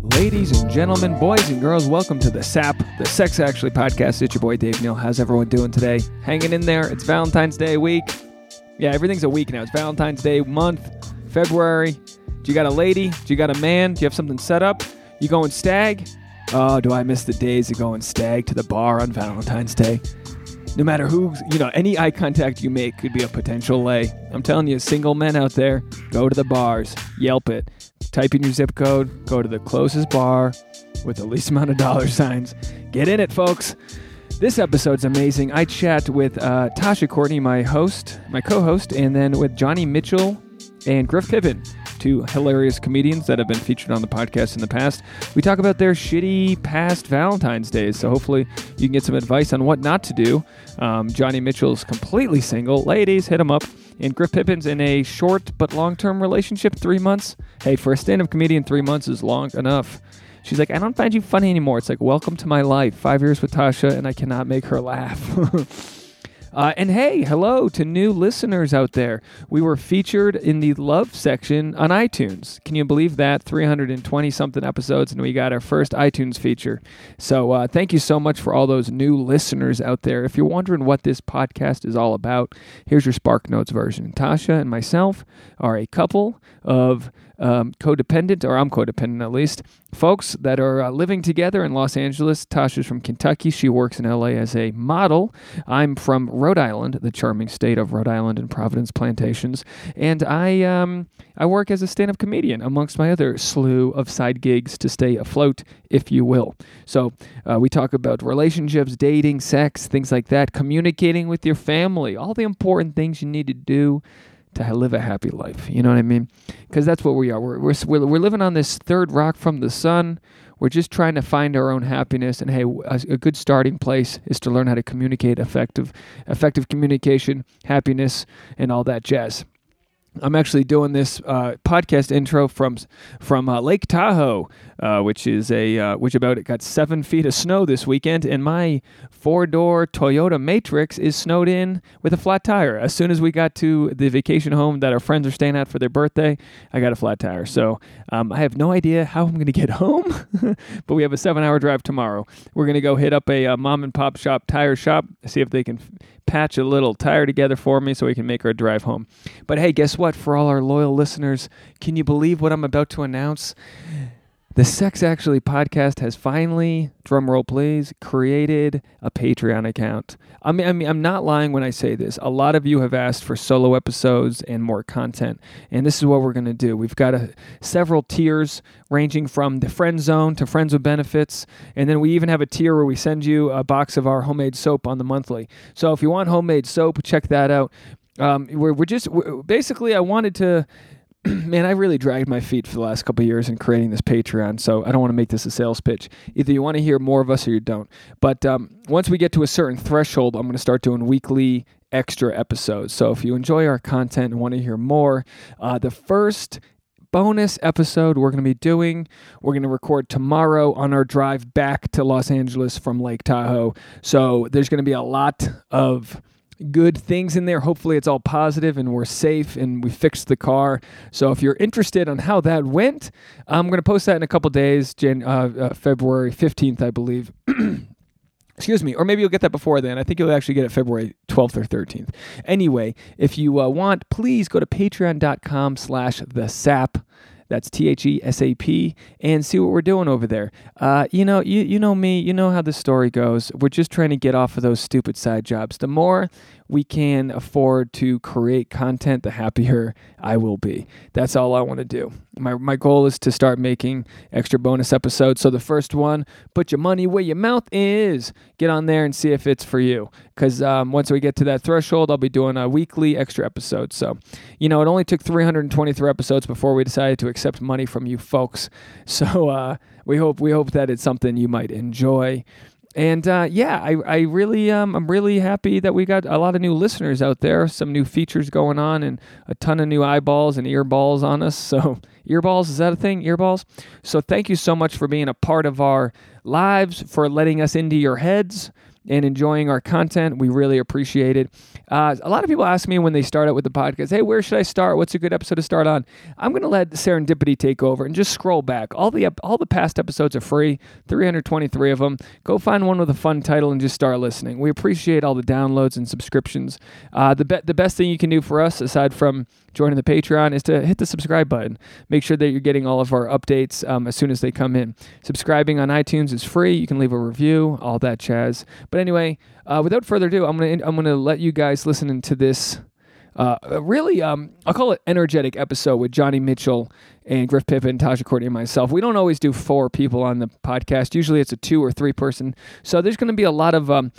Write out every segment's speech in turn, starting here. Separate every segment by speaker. Speaker 1: Ladies and gentlemen, boys and girls, welcome to the SAP, the Sex Actually podcast. It's your boy Dave Neal. How's everyone doing today? Hanging in there. It's Valentine's Day week. Yeah, everything's a week now. It's Valentine's Day month, February. Do you got a lady? Do you got a man? Do you have something set up? You going stag? Oh, do I miss the days of going stag to the bar on Valentine's Day? No matter who, you know, any eye contact you make could be a potential lay. I'm telling you, single men out there, go to the bars, Yelp it, type in your zip code, go to the closest bar with the least amount of dollar signs. Get in it, folks. This episode's amazing. I chat with uh, Tasha Courtney, my host, my co host, and then with Johnny Mitchell and Griff Pippen, two hilarious comedians that have been featured on the podcast in the past. We talk about their shitty past Valentine's days, so hopefully you can get some advice on what not to do. Um, Johnny Mitchell's completely single. Ladies, hit him up. And Griff Pippen's in a short but long term relationship, three months. Hey, for a stand up comedian, three months is long enough. She's like, I don't find you funny anymore. It's like, welcome to my life. Five years with Tasha, and I cannot make her laugh. Uh, and hey, hello to new listeners out there. We were featured in the love section on iTunes. Can you believe that? 320 something episodes, and we got our first iTunes feature. So uh, thank you so much for all those new listeners out there. If you're wondering what this podcast is all about, here's your Spark Notes version. Tasha and myself are a couple of um, codependent, or I'm codependent at least, folks that are uh, living together in Los Angeles. Tasha's from Kentucky. She works in LA as a model. I'm from Rhode Island, the charming state of Rhode Island and Providence plantations. And I, um, I work as a stand up comedian, amongst my other slew of side gigs to stay afloat, if you will. So uh, we talk about relationships, dating, sex, things like that, communicating with your family, all the important things you need to do to live a happy life. You know what I mean? Because that's what we are. We're, we're, we're living on this third rock from the sun. We're just trying to find our own happiness. And hey, a, a good starting place is to learn how to communicate effective, effective communication, happiness, and all that jazz. I'm actually doing this uh, podcast intro from from uh, Lake Tahoe, uh, which is a which about it got seven feet of snow this weekend, and my four door Toyota Matrix is snowed in with a flat tire. As soon as we got to the vacation home that our friends are staying at for their birthday, I got a flat tire. So um, I have no idea how I'm going to get home, but we have a seven hour drive tomorrow. We're going to go hit up a uh, mom and pop shop tire shop, see if they can patch a little tire together for me so we can make our drive home. But hey, guess what? For all our loyal listeners, can you believe what I'm about to announce? The Sex Actually podcast has finally, drumroll please, created a Patreon account. I mean, I mean, I'm not lying when I say this. A lot of you have asked for solo episodes and more content, and this is what we're going to do. We've got a, several tiers ranging from the friend zone to friends with benefits, and then we even have a tier where we send you a box of our homemade soap on the monthly. So if you want homemade soap, check that out. Um, we're, we're just we're, basically, I wanted to man, I really dragged my feet for the last couple years in creating this Patreon, so I don't want to make this a sales pitch. Either you want to hear more of us or you don't. But um, once we get to a certain threshold, I'm going to start doing weekly extra episodes. So if you enjoy our content and want to hear more, uh, the first bonus episode we're going to be doing. We're going to record tomorrow on our drive back to Los Angeles from Lake Tahoe. So there's going to be a lot of good things in there. Hopefully, it's all positive and we're safe and we fixed the car. So, if you're interested on how that went, I'm going to post that in a couple days, Jan- uh, uh, February 15th, I believe. Excuse me, or maybe you'll get that before then. I think you'll actually get it February 12th or 13th. Anyway, if you uh, want, please go to patreon.com slash the sap. That's T H E S A P, and see what we're doing over there. Uh, you know, you you know me. You know how the story goes. We're just trying to get off of those stupid side jobs. The more we can afford to create content, the happier I will be. That's all I want to do. My my goal is to start making extra bonus episodes. So the first one, put your money where your mouth is. Get on there and see if it's for you. Because um, once we get to that threshold, I'll be doing a weekly extra episode. So, you know, it only took 323 episodes before we decided to accept money from you folks. So uh, we hope we hope that it's something you might enjoy. And uh, yeah, I, I really um, I'm really happy that we got a lot of new listeners out there, some new features going on, and a ton of new eyeballs and earballs on us. So earballs is that a thing? Earballs. So thank you so much for being a part of our lives, for letting us into your heads and enjoying our content. We really appreciate it. Uh, a lot of people ask me when they start out with the podcast, hey, where should I start? What's a good episode to start on? I'm going to let serendipity take over and just scroll back. All the, ep- all the past episodes are free, 323 of them. Go find one with a fun title and just start listening. We appreciate all the downloads and subscriptions. Uh, the, be- the best thing you can do for us, aside from joining the Patreon, is to hit the subscribe button. Make sure that you're getting all of our updates um, as soon as they come in. Subscribing on iTunes is free. You can leave a review, all that jazz. But anyway, uh, without further ado, I'm gonna I'm gonna let you guys listen into this. Uh, really, um, I'll call it energetic episode with Johnny Mitchell and Griff Pippen, Tasha Courtney, and myself. We don't always do four people on the podcast. Usually, it's a two or three person. So there's going to be a lot of um,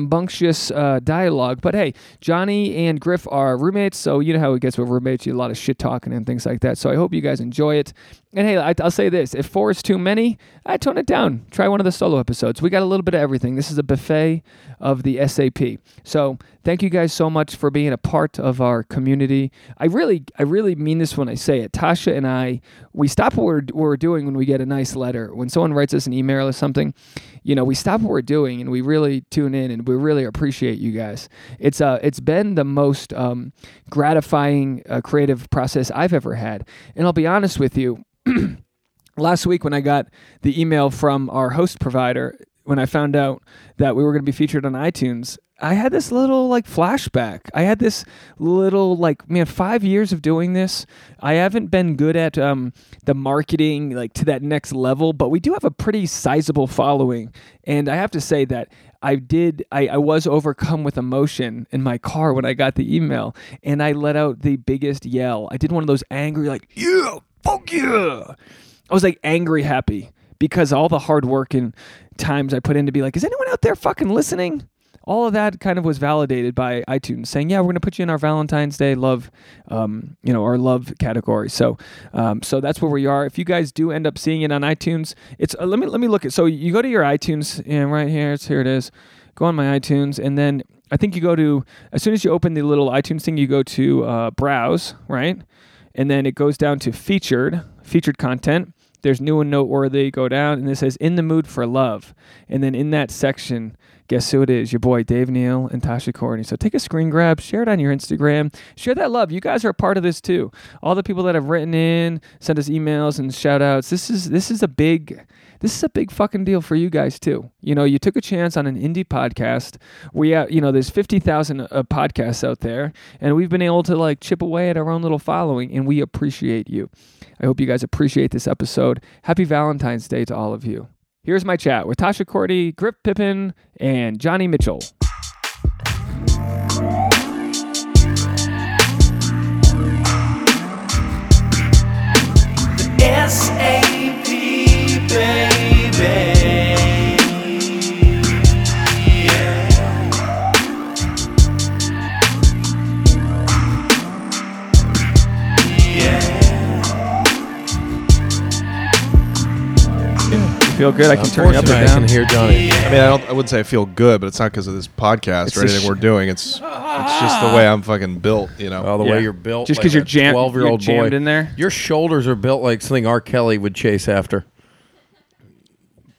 Speaker 1: rambunctious uh, dialogue. But hey, Johnny and Griff are roommates, so you know how it gets with roommates. You a lot of shit talking and things like that. So I hope you guys enjoy it. And hey, I, I'll say this: if four is too many, I tone it down. Try one of the solo episodes. We got a little bit of everything. This is a buffet of the SAP. So thank you guys so much for being a part of our community. I really, I really mean this when I say it. Tasha and I, we stop what we're, what we're doing when we get a nice letter. When someone writes us an email or something, you know, we stop what we're doing and we really tune in and we really appreciate you guys. It's uh, it's been the most um, gratifying uh, creative process I've ever had. And I'll be honest with you. last week when I got the email from our host provider when I found out that we were going to be featured on iTunes, I had this little like flashback. I had this little like man, five years of doing this. I haven't been good at um, the marketing like to that next level, but we do have a pretty sizable following, and I have to say that I did. I, I was overcome with emotion in my car when I got the email, and I let out the biggest yell. I did one of those angry like yeah, fuck yeah. I was like angry happy because all the hard work and times I put in to be like, is anyone out there fucking listening? All of that kind of was validated by iTunes saying, yeah, we're gonna put you in our Valentine's Day love, um, you know, our love category. So, um, so that's where we are. If you guys do end up seeing it on iTunes, it's uh, let me let me look at. So you go to your iTunes and right here, it's here it is. Go on my iTunes and then I think you go to as soon as you open the little iTunes thing, you go to uh, browse right, and then it goes down to featured featured content there's new and noteworthy go down and it says in the mood for love and then in that section guess who it is your boy dave neal and tasha courtney so take a screen grab share it on your instagram share that love you guys are a part of this too all the people that have written in sent us emails and shout outs this is this is a big this is a big fucking deal for you guys too you know you took a chance on an indie podcast we uh, you know there's 50000 uh, podcasts out there and we've been able to like chip away at our own little following and we appreciate you i hope you guys appreciate this episode Happy Valentine's Day to all of you. Here's my chat with Tasha Cordy, Grip Pippin, and Johnny Mitchell.
Speaker 2: SAP, baby.
Speaker 1: You feel good? I can turn you up
Speaker 3: Unfortunately,
Speaker 1: and
Speaker 3: I
Speaker 1: down.
Speaker 3: can hear Johnny.
Speaker 2: Yeah.
Speaker 4: I mean, I don't. I wouldn't say I feel good, but it's not because of this podcast
Speaker 1: It's
Speaker 4: or
Speaker 1: the
Speaker 4: anything
Speaker 1: sh-
Speaker 4: we're doing. It's it's just the way I'm fucking built. You know.
Speaker 3: Oh, the
Speaker 1: Yeah.
Speaker 3: way you're built.
Speaker 1: Just
Speaker 3: like
Speaker 1: 'cause you're
Speaker 3: a
Speaker 1: jam-
Speaker 3: 12-year-old
Speaker 1: you're jammed
Speaker 3: boy.
Speaker 1: in there?
Speaker 3: Your shoulders are built like something R. Kelly would chase after.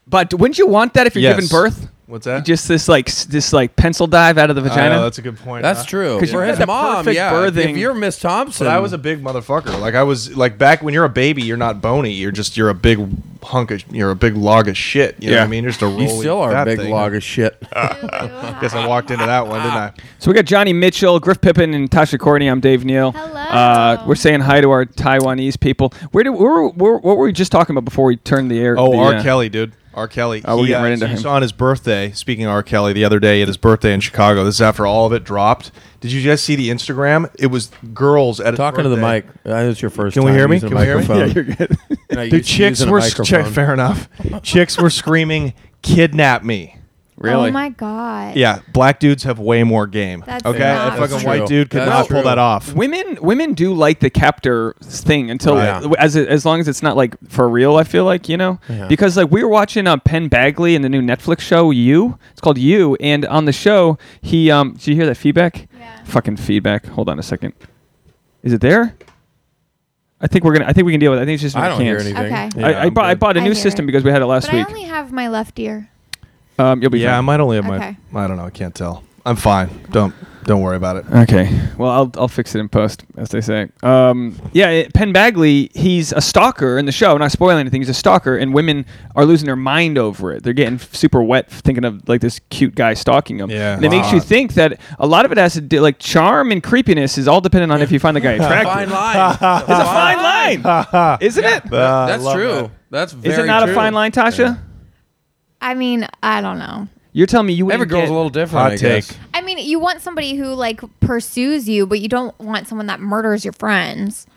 Speaker 1: But wouldn't you want that if you're
Speaker 4: Yes.
Speaker 1: giving birth?
Speaker 4: What's that?
Speaker 1: Just this like s- this like pencil dive out of the
Speaker 4: I know,
Speaker 1: vagina.
Speaker 4: that's a good point.
Speaker 3: That's
Speaker 4: huh?
Speaker 3: true.
Speaker 1: 'Cause
Speaker 3: For
Speaker 1: you
Speaker 3: his
Speaker 1: had the
Speaker 3: mom,
Speaker 1: perfect
Speaker 3: yeah.
Speaker 1: birthing.
Speaker 3: If you're Miss Thompson,
Speaker 4: But I was a big motherfucker. Like I was like back when you're a baby, you're not bony. You're just you're a big hunk of you're a big log of shit. You know what
Speaker 3: Yeah.
Speaker 4: I mean? You're just a
Speaker 3: you
Speaker 4: rolling
Speaker 3: still are a
Speaker 4: fat
Speaker 3: big
Speaker 4: thing.
Speaker 3: log of shit.
Speaker 4: Guess I walked into that one, didn't I?
Speaker 1: so we got Johnny Mitchell, Griff Pippin, and Tasha Courtney. I'm Dave Neal.
Speaker 5: Hello.
Speaker 1: Uh, we're saying hi to our Taiwanese people. Where do where, where, what were we just talking about before we turned the air?
Speaker 4: Oh,
Speaker 1: the,
Speaker 4: R.
Speaker 1: uh,
Speaker 4: Kelly, dude. R. Kelly.
Speaker 1: Oh, we're getting
Speaker 4: uh,
Speaker 1: right into
Speaker 4: so
Speaker 1: him.
Speaker 4: You saw on his birthday. Speaking of R. Kelly, the other day at his birthday in Chicago. This is after all of it dropped. Did you guys see the Instagram? It was girls at his
Speaker 3: Talking to the
Speaker 4: birthday.
Speaker 3: mic. I know it's your first
Speaker 4: Can we
Speaker 3: time
Speaker 4: hear me?
Speaker 3: using a
Speaker 4: Can we hear me?
Speaker 3: microphone.
Speaker 4: Yeah,
Speaker 1: good.
Speaker 3: You know,
Speaker 4: The
Speaker 3: using-
Speaker 4: chicks
Speaker 3: using a
Speaker 4: were check,
Speaker 3: microphone.
Speaker 4: fair enough. chicks were screaming, "Kidnap me!"
Speaker 1: really?
Speaker 5: Oh my god.
Speaker 4: Yeah, black dudes have way more game.
Speaker 5: That's
Speaker 4: okay,
Speaker 5: not-
Speaker 4: a fucking
Speaker 5: That's
Speaker 4: white
Speaker 3: true.
Speaker 4: dude could
Speaker 3: That's
Speaker 4: not
Speaker 3: true.
Speaker 4: pull that off.
Speaker 1: Women, women do like the captor thing until
Speaker 3: Oh, yeah.
Speaker 1: as as long as it's not like for real. I feel like you know
Speaker 3: Yeah.
Speaker 1: because like we were watching uh, Penn Bagley in the new Netflix show You. It's called You, and on the show he um. Did you hear that feedback?
Speaker 5: Yeah.
Speaker 1: Fucking feedback. Hold on a second. Is it there? I think we're gonna. I think we can deal with. it. I think it's just. in
Speaker 3: I
Speaker 1: the
Speaker 3: don't hear
Speaker 1: cans.
Speaker 3: anything.
Speaker 5: Okay.
Speaker 3: Yeah,
Speaker 1: I, I,
Speaker 3: I'm
Speaker 1: bought, I
Speaker 3: good.
Speaker 1: bought a
Speaker 5: I
Speaker 1: new
Speaker 5: hear
Speaker 1: system
Speaker 5: it.
Speaker 1: because we had it last
Speaker 5: But
Speaker 1: week.
Speaker 5: I only have my left ear.
Speaker 1: Um, you'll be
Speaker 4: Yeah, I
Speaker 1: fine.
Speaker 4: might only have
Speaker 5: Okay.
Speaker 4: my. I don't know. I can't tell. I'm fine. Don't don't worry about it.
Speaker 1: Okay. Well, I'll, I'll fix it in post, as they say. Um, yeah, it, Penn Bagley, he's a stalker in the show. Not spoiling anything. He's a stalker, and women are losing their mind over it. They're getting f- super wet f- thinking of like this cute guy stalking them.
Speaker 4: Yeah.
Speaker 1: And it makes you think that a lot of it has to do like charm and creepiness is all dependent on if you find the guy attractive.
Speaker 3: Fine line. it's
Speaker 1: It's a fine line, isn't it? Is
Speaker 4: Uh, I
Speaker 3: That's
Speaker 4: love
Speaker 3: true.
Speaker 4: that.
Speaker 3: That's very
Speaker 1: it not
Speaker 3: true.
Speaker 1: a fine line, Tasha?
Speaker 5: I mean, I don't know.
Speaker 1: You're telling me you
Speaker 3: Every
Speaker 1: wouldn't
Speaker 3: girl's
Speaker 1: get-
Speaker 3: a little different.
Speaker 4: Hot
Speaker 3: I
Speaker 4: take.
Speaker 3: guess.
Speaker 5: I mean, you want somebody who like pursues you, but you don't want someone that murders your friends.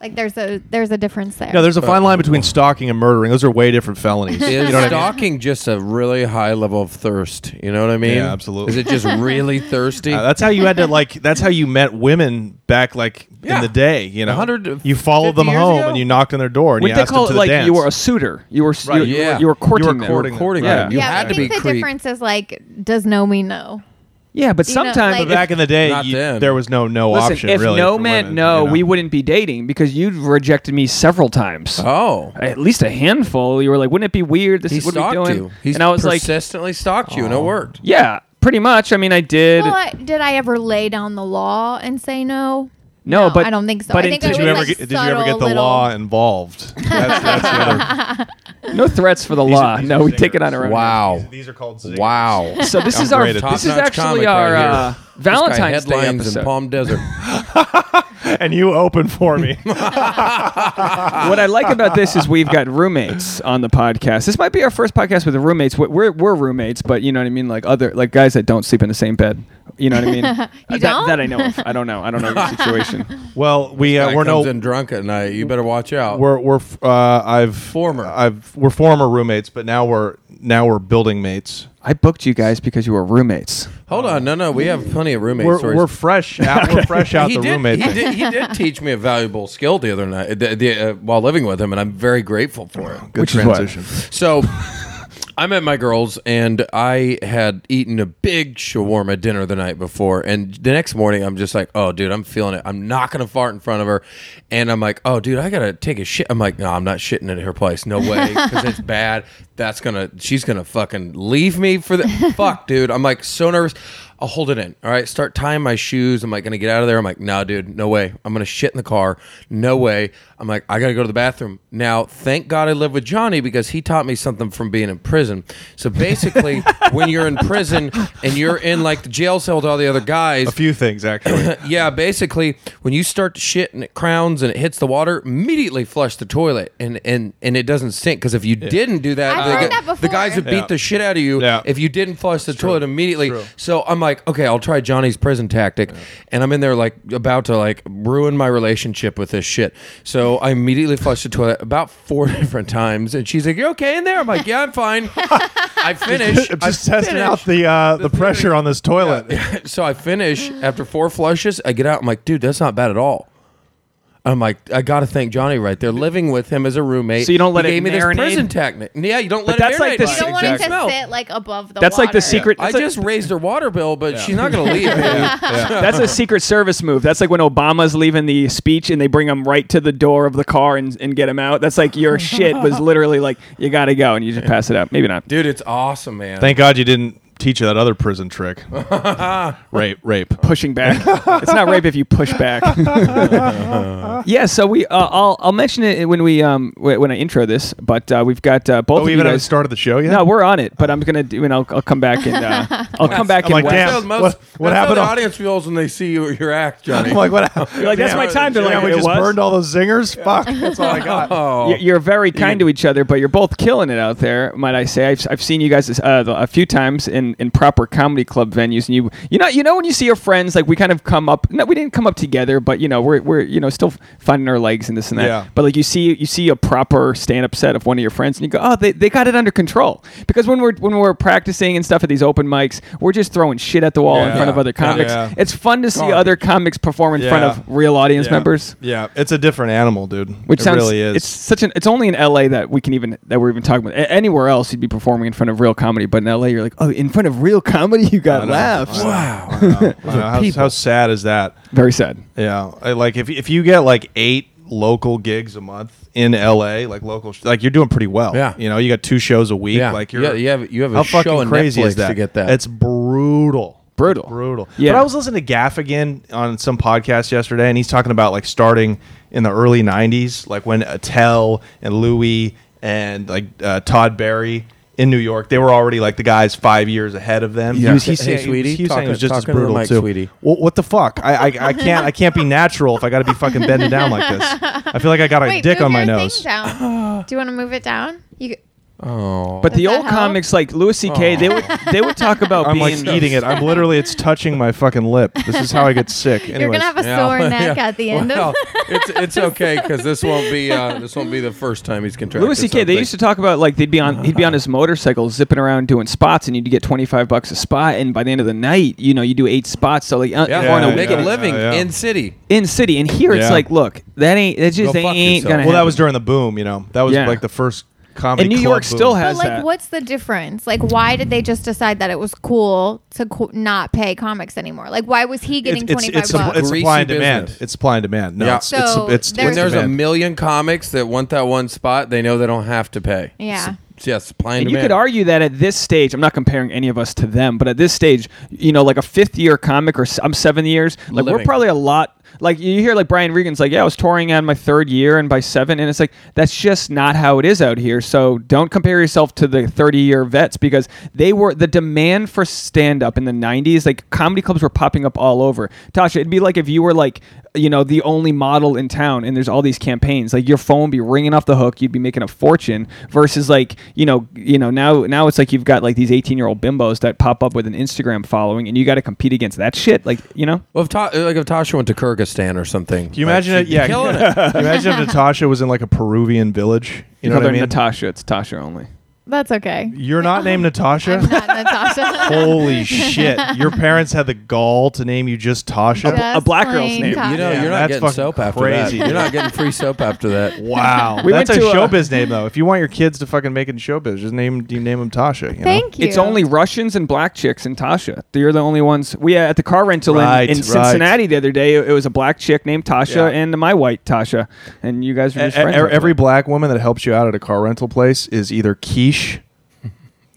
Speaker 5: Like there's a there's a difference there.
Speaker 4: Yeah, there's a fine line between stalking and murdering. Those are way different
Speaker 3: Is
Speaker 4: felonies. You know what I mean?
Speaker 3: stalking just a really high level of thirst? You know what I mean?
Speaker 4: Yeah, absolutely.
Speaker 3: Is it just really thirsty?
Speaker 4: Uh, that's how you had to like. That's how you met women back like
Speaker 3: Yeah.
Speaker 4: in the day. You know,
Speaker 3: 150
Speaker 4: you followed them
Speaker 3: years
Speaker 4: home
Speaker 3: ago?
Speaker 4: and you knocked on their door and
Speaker 1: Wouldn't
Speaker 4: you
Speaker 1: they
Speaker 4: asked
Speaker 1: call
Speaker 4: them to
Speaker 1: it
Speaker 4: the
Speaker 1: like
Speaker 4: dance.
Speaker 1: you were a suitor? You were you,
Speaker 4: Right,
Speaker 1: you
Speaker 3: yeah.
Speaker 1: were, you were courting
Speaker 4: You were
Speaker 1: them.
Speaker 4: courting them.
Speaker 3: Courting
Speaker 1: Yeah.
Speaker 3: them. You
Speaker 5: yeah, but
Speaker 3: had
Speaker 5: I
Speaker 3: to be
Speaker 5: think the
Speaker 3: creep.
Speaker 5: difference is like, does no mean no?
Speaker 1: Yeah, but
Speaker 5: You know,
Speaker 1: sometimes
Speaker 5: like-
Speaker 4: But back in the day,
Speaker 3: Not
Speaker 4: you-
Speaker 3: then.
Speaker 4: there was no no
Speaker 1: Listen,
Speaker 4: option.
Speaker 1: if
Speaker 4: really,
Speaker 1: no
Speaker 4: for
Speaker 1: meant
Speaker 4: women,
Speaker 1: no,
Speaker 4: you know?
Speaker 1: we wouldn't be dating because you'd rejected me several times.
Speaker 3: Oh.
Speaker 1: At least a handful. You were like, "Wouldn't it be weird? This
Speaker 3: He
Speaker 1: is what are we
Speaker 3: stalked
Speaker 1: doing."
Speaker 3: you. He's
Speaker 1: and I was like,
Speaker 3: persistently stalked you, and it worked.
Speaker 1: "Yeah, pretty much. I mean, I did.
Speaker 5: Well, I, did I ever lay down the law and say no?
Speaker 1: no, but
Speaker 5: I don't think so.
Speaker 1: But
Speaker 5: I think
Speaker 1: in-
Speaker 5: I
Speaker 4: Did
Speaker 5: It
Speaker 4: you
Speaker 5: was,
Speaker 4: ever
Speaker 5: like,
Speaker 4: get, did you ever get
Speaker 5: subtle
Speaker 4: the
Speaker 5: little-
Speaker 4: law involved? That's, that's the other.
Speaker 1: no threats for the
Speaker 4: These are-
Speaker 1: law.
Speaker 4: these
Speaker 1: no,
Speaker 4: are
Speaker 1: we take it
Speaker 4: zingers.
Speaker 1: on our own.
Speaker 3: Wow.
Speaker 4: These are called zingers.
Speaker 3: Wow.
Speaker 1: So this is our
Speaker 4: great at
Speaker 1: this
Speaker 4: this.
Speaker 1: is
Speaker 3: Top-notch
Speaker 1: actually
Speaker 3: comic
Speaker 1: our
Speaker 3: right
Speaker 1: uh,
Speaker 3: here. This guy
Speaker 1: Valentine's Day
Speaker 3: headlines
Speaker 1: episode.
Speaker 3: in Palm Desert.
Speaker 4: And you open for me.
Speaker 1: what I like about this is we've got roommates on the podcast. This might be our first podcast with the roommates. We- We're we're roommates, but you know what I mean, like other like guys that don't sleep in the same bed. You know what I mean?
Speaker 5: You
Speaker 1: that,
Speaker 5: don't?
Speaker 1: that I know of. I don't know. I don't know the situation.
Speaker 4: well, we uh,
Speaker 3: Guy
Speaker 4: we're
Speaker 3: comes
Speaker 4: no
Speaker 3: in drunk at night. You better watch out.
Speaker 4: we're we're f- uh, I've
Speaker 3: Former.
Speaker 4: I've we're former roommates, but now we're now we're building mates.
Speaker 1: I booked you guys because you were roommates.
Speaker 3: Hold on. No, no. We have plenty of roommate
Speaker 4: We're,
Speaker 3: stories.
Speaker 4: we're fresh out. We're fresh out
Speaker 3: he
Speaker 4: the
Speaker 3: did,
Speaker 4: roommate
Speaker 3: he
Speaker 4: thing.
Speaker 3: Did, he did teach me a valuable skill the other night uh, the, the, uh, while living with him, and I'm very grateful for it.
Speaker 4: Good
Speaker 1: Which is what?
Speaker 4: transition.
Speaker 3: So I met my girls, and I had eaten a big shawarma dinner the night before. And the next morning, I'm just like, oh, dude, I'm feeling it. I'm not going to fart in front of her. And I'm like, oh, dude, I got to take a shit. I'm like, no, I'm not shitting at her place. No way. Because it's bad. That's going to, she's going to fucking leave me for the, fuck, dude. I'm like, so nervous. I'll hold it in. All right. Start tying my shoes. I'm like, going to get out of there. I'm like, no, dude, no way. I'm going to shit in the car. No way. I'm like, I got to go to the bathroom. Now, thank God I live with Johnny because he taught me something from being in prison. So basically, when you're in prison and you're in like the jail cell with all the other guys,
Speaker 4: A few things actually.
Speaker 3: yeah, basically, when you start to shit and it crowns and it hits the water, immediately flush the toilet and and and it doesn't stink because if you didn't do that,
Speaker 5: I've
Speaker 3: the,
Speaker 5: heard
Speaker 3: gu-
Speaker 5: that
Speaker 3: the guys
Speaker 5: before.
Speaker 3: would beat
Speaker 4: Yeah.
Speaker 3: the shit out of you
Speaker 4: Yeah.
Speaker 3: if you didn't flush the toilet immediately.
Speaker 4: It's true.
Speaker 3: So I'm like, okay, I'll try Johnny's prison tactic, and I'm in there like about to like ruin my relationship with this shit. So I immediately flushed the toilet about four different times, and she's like, "You okay in there?I'm like, "Yeah, I'm fine." I finish.
Speaker 4: I'm
Speaker 3: I
Speaker 4: just testing
Speaker 3: finish.
Speaker 4: out the uh, the pressure on this toilet.
Speaker 3: so I finish after four flushes. I get out. I'm like, dude, that's not bad at all. I'm like, I gotta thank Johnny right there. Living with him as a roommate,
Speaker 1: So you don't let
Speaker 3: he
Speaker 1: it
Speaker 3: gave me
Speaker 1: marinate?
Speaker 3: this prison technique. Yeah, you don't let
Speaker 1: that's
Speaker 3: it
Speaker 1: like
Speaker 3: marinate.
Speaker 1: the
Speaker 5: You don't
Speaker 1: secret-
Speaker 5: want it to
Speaker 3: Smell.
Speaker 5: sit like above the.
Speaker 1: That's like the
Speaker 5: water.
Speaker 1: secret.
Speaker 3: I
Speaker 1: that's like-
Speaker 3: just raised her water bill, but she's not gonna leave.
Speaker 1: That's a secret service move. That's like when Obama's leaving the speech and they bring him right to the door of the car and, and get him out. That's like your shit was literally like you got to go and you just pass it up. Maybe not.
Speaker 3: Dude, it's awesome, man.
Speaker 4: Thank God you didn't teach her that other prison trick. rape, rape.
Speaker 1: pushing back. it's not rape if you push back. yeah, so we uh, I'll I'll mention it when we um wh- when I intro this, but uh, we've got uh, both
Speaker 4: Oh,
Speaker 1: of
Speaker 4: we
Speaker 1: you
Speaker 4: even haven't
Speaker 1: guys.
Speaker 4: started the show yet.
Speaker 1: No, we're on it, but I'm gonna do, and I'll, I'll come back and uh, I'll come back
Speaker 4: I'm
Speaker 1: and
Speaker 4: like,
Speaker 1: wax-
Speaker 4: damn.
Speaker 3: That's how most-
Speaker 4: What- what
Speaker 3: that's how
Speaker 4: happened
Speaker 3: the
Speaker 4: on-
Speaker 3: audience feels when they see you, your act, Johnny.
Speaker 4: I'm like, what? happened?
Speaker 1: You're like that's
Speaker 4: Damn,
Speaker 1: my time. They're
Speaker 4: damn,
Speaker 1: like,
Speaker 4: we
Speaker 1: it
Speaker 4: just
Speaker 1: was?
Speaker 4: burned all those zingers. Fuck, that's all I got.
Speaker 3: Oh.
Speaker 1: Y- You're very kind to each other, but you're both killing it out there, might I say. I've, I've seen you guys uh, the- a few times in, in proper comedy club venues, and you you know you know when you see your friends, like we kind of come up. No, we didn't come up together, but you know we're, we're you know still finding our legs and this and that.
Speaker 4: Yeah.
Speaker 1: But like you see you see a proper stand up set of one of your friends, and you go, oh, they, they got it under control. Because when we're when we're practicing and stuff at these open mics, we're just throwing shit at the wall in
Speaker 4: Yeah.
Speaker 1: front of other comics.
Speaker 4: Yeah.
Speaker 1: It's fun to see other comics perform in front
Speaker 4: Yeah.
Speaker 1: of real audience
Speaker 4: Yeah.
Speaker 1: members.
Speaker 4: Yeah, it's a different animal, dude.
Speaker 1: Which
Speaker 4: it
Speaker 1: sounds
Speaker 4: really is.
Speaker 1: It's such an. It's only in L.A. that we can even that we're even talking about. A- anywhere else, you'd be performing in front of real comedy, but in L.A., you're like, oh, in front of real comedy, you got laughs.
Speaker 4: wow. I know. I know. How, how sad is that?
Speaker 1: Very sad.
Speaker 4: Yeah, I- like if if you get like eight local gigs a month in LA, like local, sh- like you're doing pretty well.
Speaker 3: Yeah.
Speaker 4: you know, you got two shows a week.
Speaker 3: Yeah.
Speaker 4: like you're,
Speaker 3: Yeah, you have- you have a
Speaker 4: how
Speaker 3: show
Speaker 4: fucking
Speaker 3: on
Speaker 4: crazy
Speaker 3: Netflix
Speaker 4: is that?
Speaker 3: to get that.
Speaker 4: It's brutal.
Speaker 3: Brutal.
Speaker 4: brutal.
Speaker 1: Yeah.
Speaker 4: But I was listening to Gaffigan on some podcast yesterday, and he's talking about like starting in the early '90s, like when Attell and Louis and like uh, Todd Barry in New York, they were already like the guys five years ahead of them.
Speaker 3: Yeah.
Speaker 4: He was,
Speaker 3: Hey,
Speaker 4: he's saying,
Speaker 3: sweetie,
Speaker 4: he was saying it was
Speaker 3: talking-
Speaker 4: just as
Speaker 3: talking to the
Speaker 4: brutal
Speaker 3: mic,
Speaker 4: too.
Speaker 3: sweetie.
Speaker 4: Well, what the fuck? I, I I can't I can't be natural if I got to be fucking bending down like this. I feel like I got a
Speaker 5: Wait,
Speaker 4: dick
Speaker 5: move
Speaker 4: on my
Speaker 5: your
Speaker 4: nose.
Speaker 5: Thing down. Do you want to move it down? You.
Speaker 3: Oh,
Speaker 1: But the
Speaker 5: Does that
Speaker 1: old
Speaker 5: help?
Speaker 1: comics like Louis C.K. they would they would talk about
Speaker 4: I'm like
Speaker 1: being
Speaker 4: eating it. I'm literally it's touching my fucking lip. This is how I get sick. Anyways,
Speaker 5: You're gonna have a sore neck at the end
Speaker 3: Well,
Speaker 5: of.
Speaker 3: it's it's okay because this won't be uh, this won't be the first time he's contracted.
Speaker 1: Louis C.K. They
Speaker 3: something.
Speaker 1: used to talk about like they'd be on he'd be on his motorcycle zipping around doing spots, and you'd get twenty five bucks a spot, and by the end of the night, you know, you do eight spots. So like uh,
Speaker 3: yeah,
Speaker 1: on a
Speaker 4: yeah,
Speaker 3: make
Speaker 1: weekend
Speaker 3: a living
Speaker 4: yeah, yeah.
Speaker 3: in city.
Speaker 1: in city, and here it's
Speaker 4: Yeah.
Speaker 1: like, look, that ain't that just
Speaker 3: Go fuck
Speaker 1: ain't
Speaker 3: yourself.
Speaker 1: gonna.
Speaker 4: well, that
Speaker 1: happen.
Speaker 4: was during the boom. You know, that was
Speaker 1: Yeah.
Speaker 4: like the first comedy.
Speaker 1: And New
Speaker 4: club
Speaker 1: York
Speaker 4: boom.
Speaker 1: still has
Speaker 5: But like,
Speaker 1: that.
Speaker 5: what's the difference? Like, why did they just decide that it was cool to co- not pay comics anymore? Like, why was he getting
Speaker 4: it's,
Speaker 5: twenty five
Speaker 4: it's, supp-
Speaker 5: bucks?
Speaker 4: it's supply and
Speaker 3: Greasy
Speaker 4: demand.
Speaker 3: business.
Speaker 4: It's supply and demand. No,
Speaker 3: Yeah.
Speaker 4: it's, it's-
Speaker 5: So
Speaker 4: it's,
Speaker 5: there's-
Speaker 3: When
Speaker 4: it's
Speaker 3: there's a
Speaker 4: demand.
Speaker 3: million comics that want that one spot, they know they don't have to pay.
Speaker 5: Yeah.
Speaker 3: S- yeah, supply and,
Speaker 1: And you
Speaker 3: demand.
Speaker 1: could argue that at this stage, I'm not comparing any of us to them, but at this stage, you know, like a fifth year comic or s- I'm seven years, like we're
Speaker 3: Living.
Speaker 1: probably a lot. Like you hear, like Brian Regan's like, yeah, I was touring on my third year and by seven, and it's like that's just not how it is out here. So don't compare yourself to the 30 year vets because they were the demand for stand up in the 90s. Like comedy clubs were popping up all over. Tasha, it'd be like if you were like, you know, the only model in town and there's all these campaigns. Like your phone would be ringing off the hook, you'd be making a fortune versus like, you know, you know, now now it's like you've got like these 18-year-old bimbos that pop up with an Instagram following and you got to compete against that shit, like, you know?
Speaker 3: well, if Ta- like if Tasha went to Kyrgyzstan or something,
Speaker 4: Can you imagine it? Yeah,
Speaker 3: killing
Speaker 4: can you imagine if Natasha was in like a Peruvian village. You know
Speaker 1: Other
Speaker 4: what I
Speaker 1: than
Speaker 4: mean?
Speaker 1: Natasha, it's Tasha only.
Speaker 5: That's okay.
Speaker 4: You're not named
Speaker 5: I'm
Speaker 4: Natasha.
Speaker 5: not Natasha.
Speaker 4: Holy shit! Your parents had the gall to name you just Tasha.
Speaker 5: Just
Speaker 1: a black girl's
Speaker 5: plain
Speaker 1: name. You
Speaker 5: Tasha.
Speaker 3: you know,
Speaker 4: Yeah,
Speaker 3: you're not
Speaker 4: that's
Speaker 3: getting
Speaker 4: fucking
Speaker 3: soap after that.
Speaker 4: crazy.
Speaker 3: You're not getting free soap after that.
Speaker 4: Wow,
Speaker 1: We
Speaker 4: that's a
Speaker 1: went to, uh,
Speaker 4: showbiz name though. If you want your kids to fucking make it in showbiz, just name you name them Tasha. You know?
Speaker 5: Thank you.
Speaker 1: It's only Russians and black chicks and Tasha. You're the only ones. We uh, at the car rental in-
Speaker 4: Right,
Speaker 1: in,
Speaker 4: right.
Speaker 1: Cincinnati the other day. It was a black chick named Tasha
Speaker 4: Yeah.
Speaker 1: and my white Tasha, and you guys were just
Speaker 4: E- e-
Speaker 1: friends.
Speaker 4: every, black woman that helps you out at a car rental place is either Keish,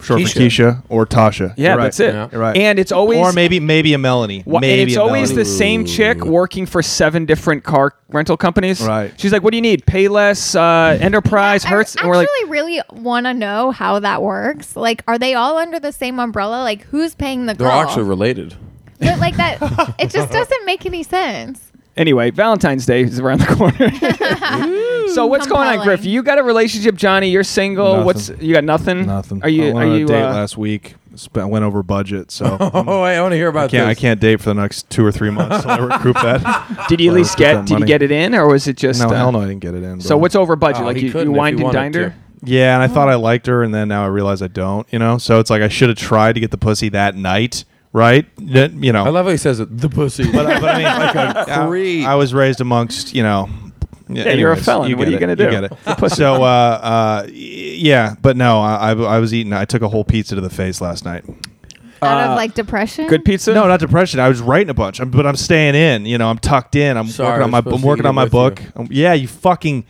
Speaker 4: short for
Speaker 3: Keisha.
Speaker 4: Keisha, or Tasha.
Speaker 1: yeah,
Speaker 4: You're right.
Speaker 1: that's it.
Speaker 3: Yeah.
Speaker 4: You're right.
Speaker 1: And it's always
Speaker 4: or maybe maybe a Melanie.
Speaker 1: Wha-
Speaker 4: maybe
Speaker 1: and it's
Speaker 4: a
Speaker 1: always
Speaker 4: Melanie.
Speaker 1: the same chick working for seven different car rental companies.
Speaker 4: Right.
Speaker 1: She's like, "What do you need? Payless, uh, Enterprise,
Speaker 5: I
Speaker 1: Hertz,"
Speaker 5: actually
Speaker 1: and we're like,
Speaker 5: really want to know how that works. Like, are they all under the same umbrella? Like, who's paying the
Speaker 3: They're
Speaker 5: girl?
Speaker 3: actually related.
Speaker 5: But, like that, it just doesn't make any sense.
Speaker 1: Anyway, Valentine's Day is around the corner. so what's going on,
Speaker 5: Compelling.
Speaker 1: Griff? You got a relationship, Johnny? You're single.
Speaker 4: Nothing.
Speaker 1: What's you got? Nothing.
Speaker 4: Nothing.
Speaker 1: Are you?
Speaker 4: I went
Speaker 1: are
Speaker 4: on
Speaker 1: you?
Speaker 4: a date
Speaker 1: uh,
Speaker 4: last week. Spent, went over budget, so I
Speaker 3: Oh, I want to hear about
Speaker 4: can't I
Speaker 3: this.
Speaker 4: can't date for the next two or three months. till I recoup that.
Speaker 1: Did you at
Speaker 4: Well,
Speaker 1: least
Speaker 4: let's get
Speaker 1: get?
Speaker 4: that
Speaker 1: Did you
Speaker 4: money.
Speaker 1: get it in, or was it just?
Speaker 4: No,
Speaker 1: uh,
Speaker 4: hell no, I didn't get it in.
Speaker 1: So
Speaker 4: bro.
Speaker 1: what's over budget?
Speaker 3: Oh,
Speaker 1: like
Speaker 3: he
Speaker 1: you,
Speaker 3: couldn't
Speaker 1: you
Speaker 3: if he
Speaker 1: wined and
Speaker 3: wanted
Speaker 1: dined her.
Speaker 3: to.
Speaker 4: Yeah, and I thought I liked her, and then now I realize I don't. You know, so it's like I should have tried to get the pussy that night, right? That- You know,
Speaker 3: I love how he says it. The pussy.
Speaker 4: but, I- but I mean, like a,
Speaker 3: Free.
Speaker 4: I, I was raised amongst you know. Yeah,
Speaker 1: you're a felon. What
Speaker 4: get
Speaker 1: are you
Speaker 4: it.
Speaker 1: gonna do?
Speaker 4: get it.
Speaker 1: The pussy.
Speaker 4: so, uh, uh, y- yeah, but no, I, I, I was eating. I took a whole pizza to the face last night.
Speaker 5: Out
Speaker 1: Uh,
Speaker 5: of like depression.
Speaker 1: Good pizza.
Speaker 4: No, not depression. I was writing a bunch, I'm, but I'm staying in. You know, I'm tucked in. I'm
Speaker 3: Sorry,
Speaker 4: working on
Speaker 3: I
Speaker 4: my.
Speaker 3: was supposed
Speaker 4: I'm
Speaker 3: to
Speaker 4: working
Speaker 3: eat it
Speaker 4: on my
Speaker 3: with
Speaker 4: book.
Speaker 3: you.
Speaker 4: Um, yeah, you fucking.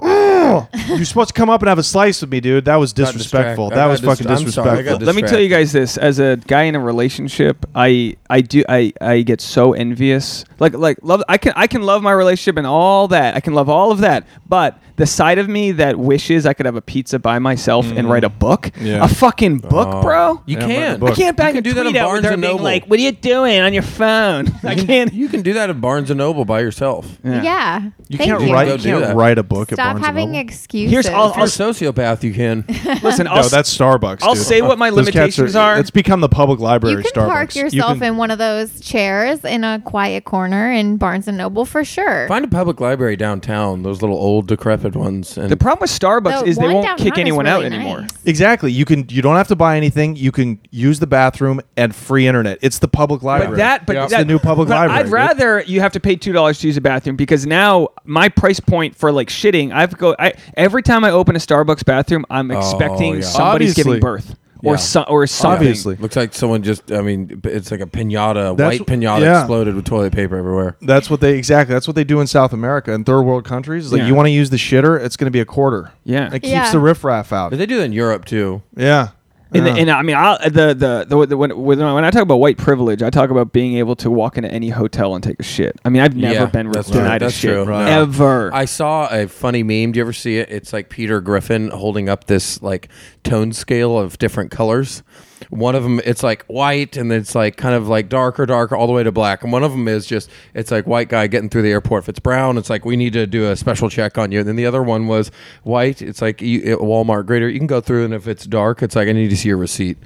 Speaker 4: Ugh. You're supposed to come up and have a slice with me, dude. That was
Speaker 3: Got
Speaker 4: disrespectful.
Speaker 3: distracted.
Speaker 4: That
Speaker 3: I
Speaker 4: was
Speaker 3: got
Speaker 4: fucking
Speaker 3: dis- I'm sorry, I got
Speaker 4: disrespectful.
Speaker 1: Let me tell you guys this: as a guy in a relationship, I I do I I get so envious. Like like love. I can I can love my relationship and all that. I can love all of that. But the side of me that wishes I could have a pizza by myself and write a book,
Speaker 4: Yeah.
Speaker 1: a fucking book, bro.
Speaker 3: Mm. Oh. you
Speaker 4: Yeah, I'm writing a
Speaker 3: can.
Speaker 4: book.
Speaker 1: I can't back
Speaker 3: You
Speaker 1: and
Speaker 3: can do
Speaker 1: tweet
Speaker 3: that on
Speaker 1: out with
Speaker 3: Barnes
Speaker 1: her
Speaker 3: and
Speaker 1: being
Speaker 3: Noble.
Speaker 1: like, "What are you doing on your phone?" I can't.
Speaker 3: You can do that at Barnes and Noble by yourself.
Speaker 5: Yeah.
Speaker 4: You
Speaker 5: Thank
Speaker 4: can't
Speaker 5: you.
Speaker 4: write.
Speaker 3: Go
Speaker 4: You
Speaker 3: do that.
Speaker 4: can't write a book. at
Speaker 5: Stop
Speaker 4: Barnes and
Speaker 5: having
Speaker 4: Noble.
Speaker 5: excuses.
Speaker 1: Here's all-
Speaker 3: If you're a sociopath, you can.
Speaker 1: Listen, I'll
Speaker 4: No,
Speaker 1: s-
Speaker 4: that's Starbucks.
Speaker 1: I'll
Speaker 4: dude.
Speaker 1: say what my
Speaker 4: Those cats
Speaker 1: limitations are.
Speaker 4: It's become the public library.
Speaker 5: you can
Speaker 4: Starbucks.
Speaker 5: park
Speaker 4: You
Speaker 5: yourself
Speaker 4: can-
Speaker 5: in one of those chairs in a quiet corner in Barnes and Noble for sure.
Speaker 3: Find a public library downtown. Those little old decrepit ones. And
Speaker 1: the problem with Starbucks
Speaker 5: The
Speaker 1: is they
Speaker 5: one
Speaker 1: won't
Speaker 5: downtown
Speaker 1: kick
Speaker 5: is
Speaker 1: anyone
Speaker 5: really
Speaker 1: out anymore.
Speaker 5: nice.
Speaker 4: Exactly. You can. You don't have to buy anything. You can use the bathroom and free internet. It's the public library.
Speaker 1: But that, but
Speaker 3: Yeah.
Speaker 1: that,
Speaker 3: It's
Speaker 4: the new public
Speaker 1: but
Speaker 4: library,
Speaker 1: I'd
Speaker 4: dude.
Speaker 1: rather you have to pay two dollars to use a bathroom because now my price point for like
Speaker 4: Oh,
Speaker 1: shitting, I've go. I every time I open a Starbucks bathroom, I'm expecting
Speaker 3: yeah.
Speaker 1: somebody's
Speaker 4: Obviously.
Speaker 1: giving birth. or
Speaker 3: Yeah.
Speaker 1: so, or something.
Speaker 4: Obviously.
Speaker 3: Looks like someone just. I mean, it's like a pinata, a
Speaker 4: That's-
Speaker 3: white pinata
Speaker 4: yeah.
Speaker 3: exploded with toilet paper everywhere.
Speaker 4: That's what they exactly. That's what they do in South America in third world countries. Like
Speaker 1: Yeah.
Speaker 4: you want to use the shitter, it's going to be a quarter.
Speaker 1: Yeah.
Speaker 4: it keeps
Speaker 5: Yeah.
Speaker 4: the riffraff out.
Speaker 3: But they do that in Europe too.
Speaker 4: yeah,
Speaker 1: And,
Speaker 4: Yeah.
Speaker 1: and I mean, I, the, the the the when when I talk about white privilege, I talk about being able to walk into any hotel and take a shit. I mean, I've never
Speaker 3: Yeah,
Speaker 1: been
Speaker 3: that's
Speaker 1: denied
Speaker 3: right.
Speaker 1: a
Speaker 3: That's
Speaker 1: shit
Speaker 3: true. No.
Speaker 1: ever.
Speaker 3: I saw a funny meme. Do you ever see it? It's like Peter Griffin holding up this like tone scale of different colors. One of them, it's like white, and it's like kind of like darker, darker, all the way to black. And one of them is just, it's like white guy getting through the airport. If it's brown, it's like we need to do a special check on you. And then the other one was white. It's like you, at Walmart grader, you can go through, and if it's dark, it's like I need to see your receipt.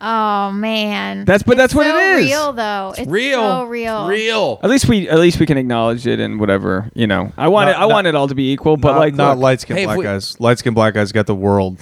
Speaker 5: Oh man,
Speaker 1: That's- but
Speaker 5: It's
Speaker 1: that's what
Speaker 5: so
Speaker 1: it is.
Speaker 5: Real though, it's,
Speaker 3: Real,
Speaker 5: so Oh, real.
Speaker 3: real.
Speaker 1: at least we at least we can acknowledge it and whatever you know. I want
Speaker 4: Not-
Speaker 1: it, I want
Speaker 4: not-
Speaker 1: it all to be equal, but
Speaker 4: not,
Speaker 1: like
Speaker 4: not
Speaker 1: look,
Speaker 4: light skinned
Speaker 3: Hey, if
Speaker 4: black
Speaker 3: we-
Speaker 4: guys. Light skinned black guys got the world.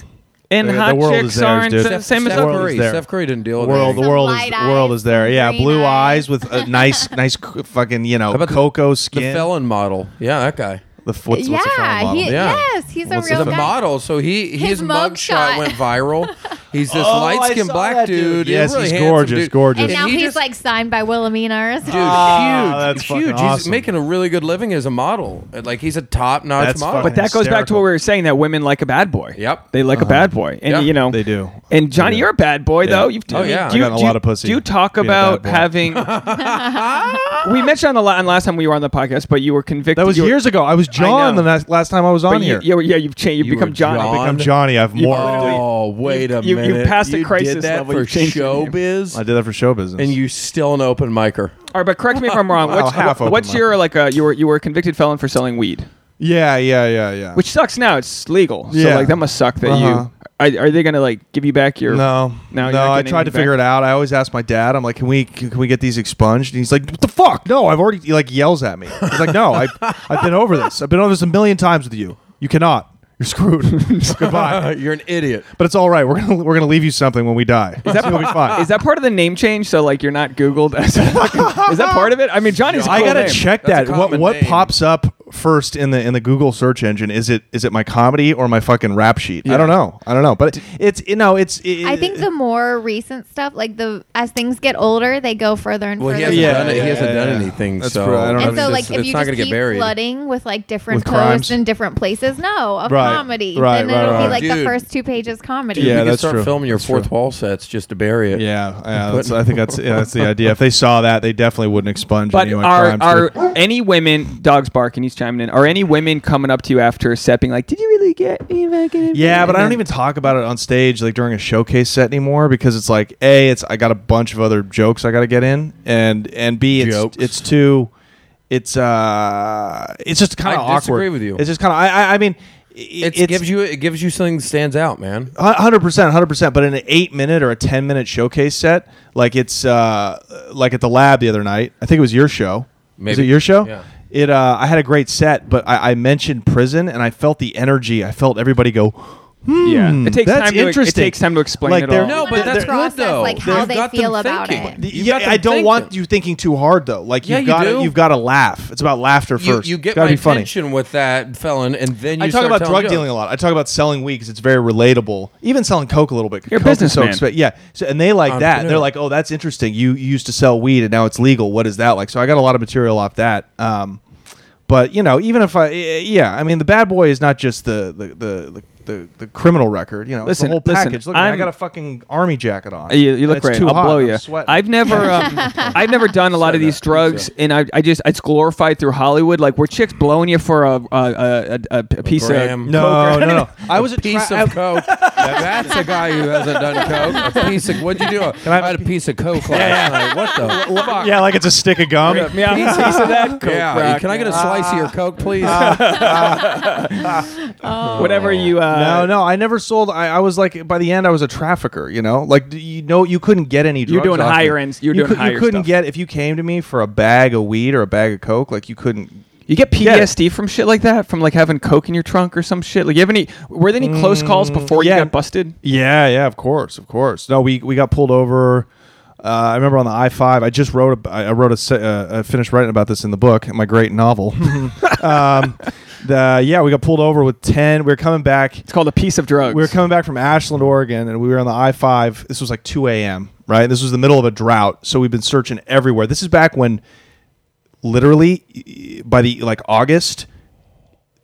Speaker 1: and
Speaker 4: the- the
Speaker 1: hot
Speaker 4: world
Speaker 1: chicks
Speaker 4: is theirs,
Speaker 1: aren't
Speaker 4: dude.
Speaker 1: the same as
Speaker 3: Steph
Speaker 4: Steph
Speaker 1: us.
Speaker 4: Curry.
Speaker 3: Curry.
Speaker 4: there.
Speaker 3: Steph Curry didn't deal with world.
Speaker 4: World, the
Speaker 5: Some
Speaker 4: world is
Speaker 5: light
Speaker 4: the world
Speaker 5: eyes,
Speaker 4: is there. Yeah,
Speaker 5: green
Speaker 4: blue eyes
Speaker 5: eyes.
Speaker 4: with a nice, nice, c- fucking you know,
Speaker 3: about the-
Speaker 4: cocoa
Speaker 3: The
Speaker 4: skin.
Speaker 3: Felon model. Yeah, that guy.
Speaker 4: The f- what's, what's a felon
Speaker 5: yeah,
Speaker 4: model?
Speaker 5: he,
Speaker 3: Yeah.
Speaker 5: yes, he's a
Speaker 4: What's
Speaker 5: real
Speaker 3: the
Speaker 4: the
Speaker 5: guy.
Speaker 3: model. So he his,
Speaker 5: His
Speaker 3: mugshot
Speaker 5: mugshot.
Speaker 3: went viral. He's this
Speaker 4: Oh, I
Speaker 3: light skinned
Speaker 4: saw
Speaker 3: black
Speaker 4: that
Speaker 3: dude.
Speaker 4: dude. Yes,
Speaker 3: really
Speaker 4: he's
Speaker 3: handsome
Speaker 4: gorgeous,
Speaker 3: dude.
Speaker 4: gorgeous.
Speaker 5: And now
Speaker 3: he
Speaker 5: he's
Speaker 3: just-
Speaker 5: like signed by Wilhelmina or something.
Speaker 3: Dude,
Speaker 4: Ah,
Speaker 3: huge.
Speaker 4: that's
Speaker 3: That's huge.
Speaker 4: fucking
Speaker 3: He's
Speaker 4: awesome.
Speaker 3: making a really good living as a model. Like he's a top notch
Speaker 4: That's
Speaker 3: model.
Speaker 1: But that goes back to
Speaker 4: Hysterical. Uh-huh.
Speaker 1: what we were saying that women like a bad boy.
Speaker 3: Yep.
Speaker 1: they like a bad boy, and
Speaker 3: Yeah,
Speaker 1: you know
Speaker 4: They do.
Speaker 1: And Johnny,
Speaker 4: They do.
Speaker 1: you're a bad boy though. You've
Speaker 3: Oh, yeah.
Speaker 1: do you,
Speaker 4: I got a
Speaker 1: do you-
Speaker 4: lot of pussy
Speaker 1: Do you talk
Speaker 4: being a
Speaker 1: about
Speaker 4: bad boy.
Speaker 1: having? we mentioned on the la- on last time we were on the podcast, but you were convicted.
Speaker 4: That was
Speaker 1: you were-
Speaker 4: years ago. I was John
Speaker 1: know.
Speaker 4: the last, last time I was
Speaker 1: But
Speaker 4: on
Speaker 1: you, you,
Speaker 4: here.
Speaker 1: yeah, you've changed. You've
Speaker 3: You
Speaker 1: become
Speaker 3: were
Speaker 1: John.
Speaker 3: John.
Speaker 4: I'm Johnny. I've
Speaker 1: You-
Speaker 4: morphed. it.
Speaker 3: Oh wait a
Speaker 1: You- you
Speaker 3: minute!
Speaker 1: passed the crisis
Speaker 3: did that
Speaker 1: level.
Speaker 3: for
Speaker 1: You changed your name.
Speaker 4: I
Speaker 3: showbiz,
Speaker 4: did that for show business.
Speaker 3: and you still an open micer.
Speaker 1: All right, but correct me if I'm wrong.
Speaker 4: Wow,
Speaker 1: what's
Speaker 4: half
Speaker 1: what-
Speaker 4: open
Speaker 1: what's
Speaker 4: mic.
Speaker 1: your like? Uh, you were you were a convicted felon for selling weed,
Speaker 4: Yeah, yeah, yeah, yeah.
Speaker 1: which sucks. Now it's legal. So
Speaker 4: Yeah.
Speaker 1: like that must suck that
Speaker 4: Uh-huh.
Speaker 1: you. Are, are they gonna like give you back your?
Speaker 4: no,
Speaker 1: No,
Speaker 4: no,
Speaker 1: you're not
Speaker 4: I
Speaker 1: getting
Speaker 4: tried
Speaker 1: any
Speaker 4: to figure
Speaker 1: back.
Speaker 4: it out. I always ask my dad. I'm like, "Can we can we get these expunged?" And he's like, "What the fuck? No, I've already." He like yells at me. He's like, "No, I I've been over this. I've been over this a million times with you. You cannot. You're screwed. Goodbye."
Speaker 3: You're an idiot.
Speaker 4: But it's all right. We're gonna we're gonna leave you something when we die. Is
Speaker 1: that
Speaker 4: will be fine.
Speaker 1: Is that part of the name change? So like you're not Googled as. a fucking- is that part of it? I mean, Johnny's. a
Speaker 4: I
Speaker 1: cool
Speaker 4: gotta
Speaker 1: name.
Speaker 4: check
Speaker 3: That's a
Speaker 4: that. What
Speaker 3: common
Speaker 4: what
Speaker 3: name.
Speaker 4: pops up first in the in the Google search engine? Is it is it my comedy or my fucking rap sheet? I don't know. I don't know. But it's you know it's.
Speaker 5: I think the more recent stuff, like the as things get older, they go further and
Speaker 3: Well, he
Speaker 5: further.
Speaker 3: hasn't
Speaker 4: Yeah,
Speaker 3: done it.
Speaker 4: yeah,
Speaker 3: he hasn't
Speaker 4: yeah,
Speaker 3: done
Speaker 4: yeah.
Speaker 3: anything.
Speaker 4: That's
Speaker 3: so
Speaker 4: true. I don't
Speaker 5: And
Speaker 4: know.
Speaker 5: so,
Speaker 4: It's-
Speaker 5: like, if
Speaker 3: it's
Speaker 5: you
Speaker 3: not
Speaker 5: just
Speaker 3: gonna get
Speaker 5: keep
Speaker 3: buried.
Speaker 5: flooding with like different
Speaker 4: With
Speaker 5: posts
Speaker 4: crimes?
Speaker 5: and different places, no, of
Speaker 4: Right.
Speaker 5: comedy,
Speaker 4: Right,
Speaker 5: then it'll
Speaker 4: right,
Speaker 5: be
Speaker 4: right.
Speaker 5: like the
Speaker 3: Dude.
Speaker 5: first two pages comedy.
Speaker 4: Yeah,
Speaker 3: you can
Speaker 4: that's
Speaker 3: start
Speaker 4: true.
Speaker 3: filming your
Speaker 4: That's
Speaker 3: fourth
Speaker 4: true.
Speaker 3: wall sets just to bury it.
Speaker 4: Yeah, yeah that's, I think that's yeah, that's the idea. If they saw that, they definitely wouldn't expunge
Speaker 1: But
Speaker 4: any of my
Speaker 1: are,
Speaker 4: crimes.
Speaker 1: are any women dogs barking? He's chiming in. Are any women coming up to you after a set being like, "Did you really get me back in?"
Speaker 4: yeah, but I don't even talk about it on stage like during a showcase set anymore because it's like a it's I got a bunch of other jokes I got to get in and and b it's
Speaker 3: Jokes.
Speaker 4: it's too it's uh it's just kind of
Speaker 3: I
Speaker 4: awkward.
Speaker 3: disagree with you.
Speaker 4: It's just kind of I, I I mean i-
Speaker 3: It's, it gives you it gives you something that stands out, man.
Speaker 4: hundred percent, hundred percent. But in an eight minute or a ten minute showcase set, like it's uh, like at the lab the other night. I think it was your show. Was
Speaker 3: Maybe.
Speaker 4: it your show?
Speaker 3: Yeah.
Speaker 4: It. Uh, I had a great set, but I, I mentioned prison, and I felt the energy. I felt everybody go. Hmm,
Speaker 1: Yeah. It takes
Speaker 4: that's
Speaker 1: time to- it
Speaker 4: interesting.
Speaker 1: takes time to explain
Speaker 4: Like
Speaker 1: it
Speaker 4: they're-
Speaker 1: all.
Speaker 3: No,
Speaker 5: Let
Speaker 3: but
Speaker 5: them
Speaker 3: that's
Speaker 5: Oh, process,
Speaker 3: good though.
Speaker 5: like, how
Speaker 3: You've
Speaker 5: they
Speaker 3: got
Speaker 5: feel
Speaker 3: them
Speaker 5: about
Speaker 3: thinking.
Speaker 5: it.
Speaker 3: You've
Speaker 4: yeah,
Speaker 3: got them
Speaker 4: I don't want
Speaker 3: thinking.
Speaker 4: you thinking too hard though. Like
Speaker 3: Yeah,
Speaker 4: you've
Speaker 3: you
Speaker 4: got
Speaker 3: do.
Speaker 4: you've got to laugh. It's about laughter
Speaker 3: You,
Speaker 4: first.
Speaker 3: you get
Speaker 4: It's gotta
Speaker 3: my
Speaker 4: be funny.
Speaker 3: attention with that felon, and then you
Speaker 4: I talk
Speaker 3: start
Speaker 4: about
Speaker 3: telling
Speaker 4: drug
Speaker 3: jokes.
Speaker 4: dealing a lot. I talk about selling weed because it's very relatable. Even selling coke a little bit.
Speaker 1: You're a
Speaker 4: Coke is
Speaker 1: businessman.
Speaker 4: So expe- yeah. So and they like that. And
Speaker 3: Entrepreneur.
Speaker 4: they're like, oh, that's interesting. You, you used to sell weed and now it's legal. What is that like? So I got a lot of material off that. Um, but you know, even if I, eh, yeah, I mean, the bad boy is not just the the the. the the, the criminal record, you know,
Speaker 1: Listen,
Speaker 4: it's the whole
Speaker 1: listen,
Speaker 4: package. Look, at me, I
Speaker 1: I'm-
Speaker 4: got a fucking army jacket on.
Speaker 1: Uh, You, you look
Speaker 4: It's
Speaker 1: great.
Speaker 4: too
Speaker 1: I'll
Speaker 4: hot.
Speaker 1: blow
Speaker 4: I'm
Speaker 1: you.
Speaker 4: sweating.
Speaker 1: I've never, um, I've never done a lot of these drugs, and I, I just it's glorified through Hollywood. Like where chicks blowing you for a a, a, a, a piece
Speaker 3: gram.
Speaker 1: of
Speaker 4: no,
Speaker 1: coke.
Speaker 4: no, no. I was a
Speaker 3: piece
Speaker 4: tra-
Speaker 3: of coke. That's a guy who hasn't done coke. A piece of what'd you do? I, had a piece of coke last night. What the fuck?
Speaker 4: yeah, like it's a stick of gum.
Speaker 1: Yeah, piece of that coke Uh,
Speaker 3: Yeah,
Speaker 1: rock.
Speaker 3: Can I get a slice
Speaker 4: Ah.
Speaker 3: of your coke, please?
Speaker 1: whatever you? Uh,
Speaker 4: No, no, I never sold. I, I was like, by the end, I was a trafficker. You know, like d- you know, you couldn't get any. Drugs
Speaker 1: You're doing
Speaker 4: off me.
Speaker 1: higher ends- you're
Speaker 4: you
Speaker 1: doing
Speaker 4: could-
Speaker 1: higher
Speaker 4: You couldn't
Speaker 1: stuff.
Speaker 4: get if you came to me for a bag of weed or a bag of coke. Like you couldn't.
Speaker 1: You get PTSD from shit like that, from like having coke in your trunk or some shit. Like, you have any? Were there any close calls before
Speaker 4: Mm, yeah.
Speaker 1: you got busted?
Speaker 4: Yeah, yeah, of course, of course. No, we we got pulled over. Uh, I remember on the I five, I just wrote a, I I wrote a, se- uh, I finished writing about this in the book, in my great novel. um, the yeah, we got pulled over with ten. We were coming back.
Speaker 1: It's called a piece of drugs.
Speaker 4: We were coming back from Ashland, Oregon, and we were on the I five. This was like two a.m. Right, this was the middle of a drought, so we've been searching everywhere. This is back when, literally, y- by the like August,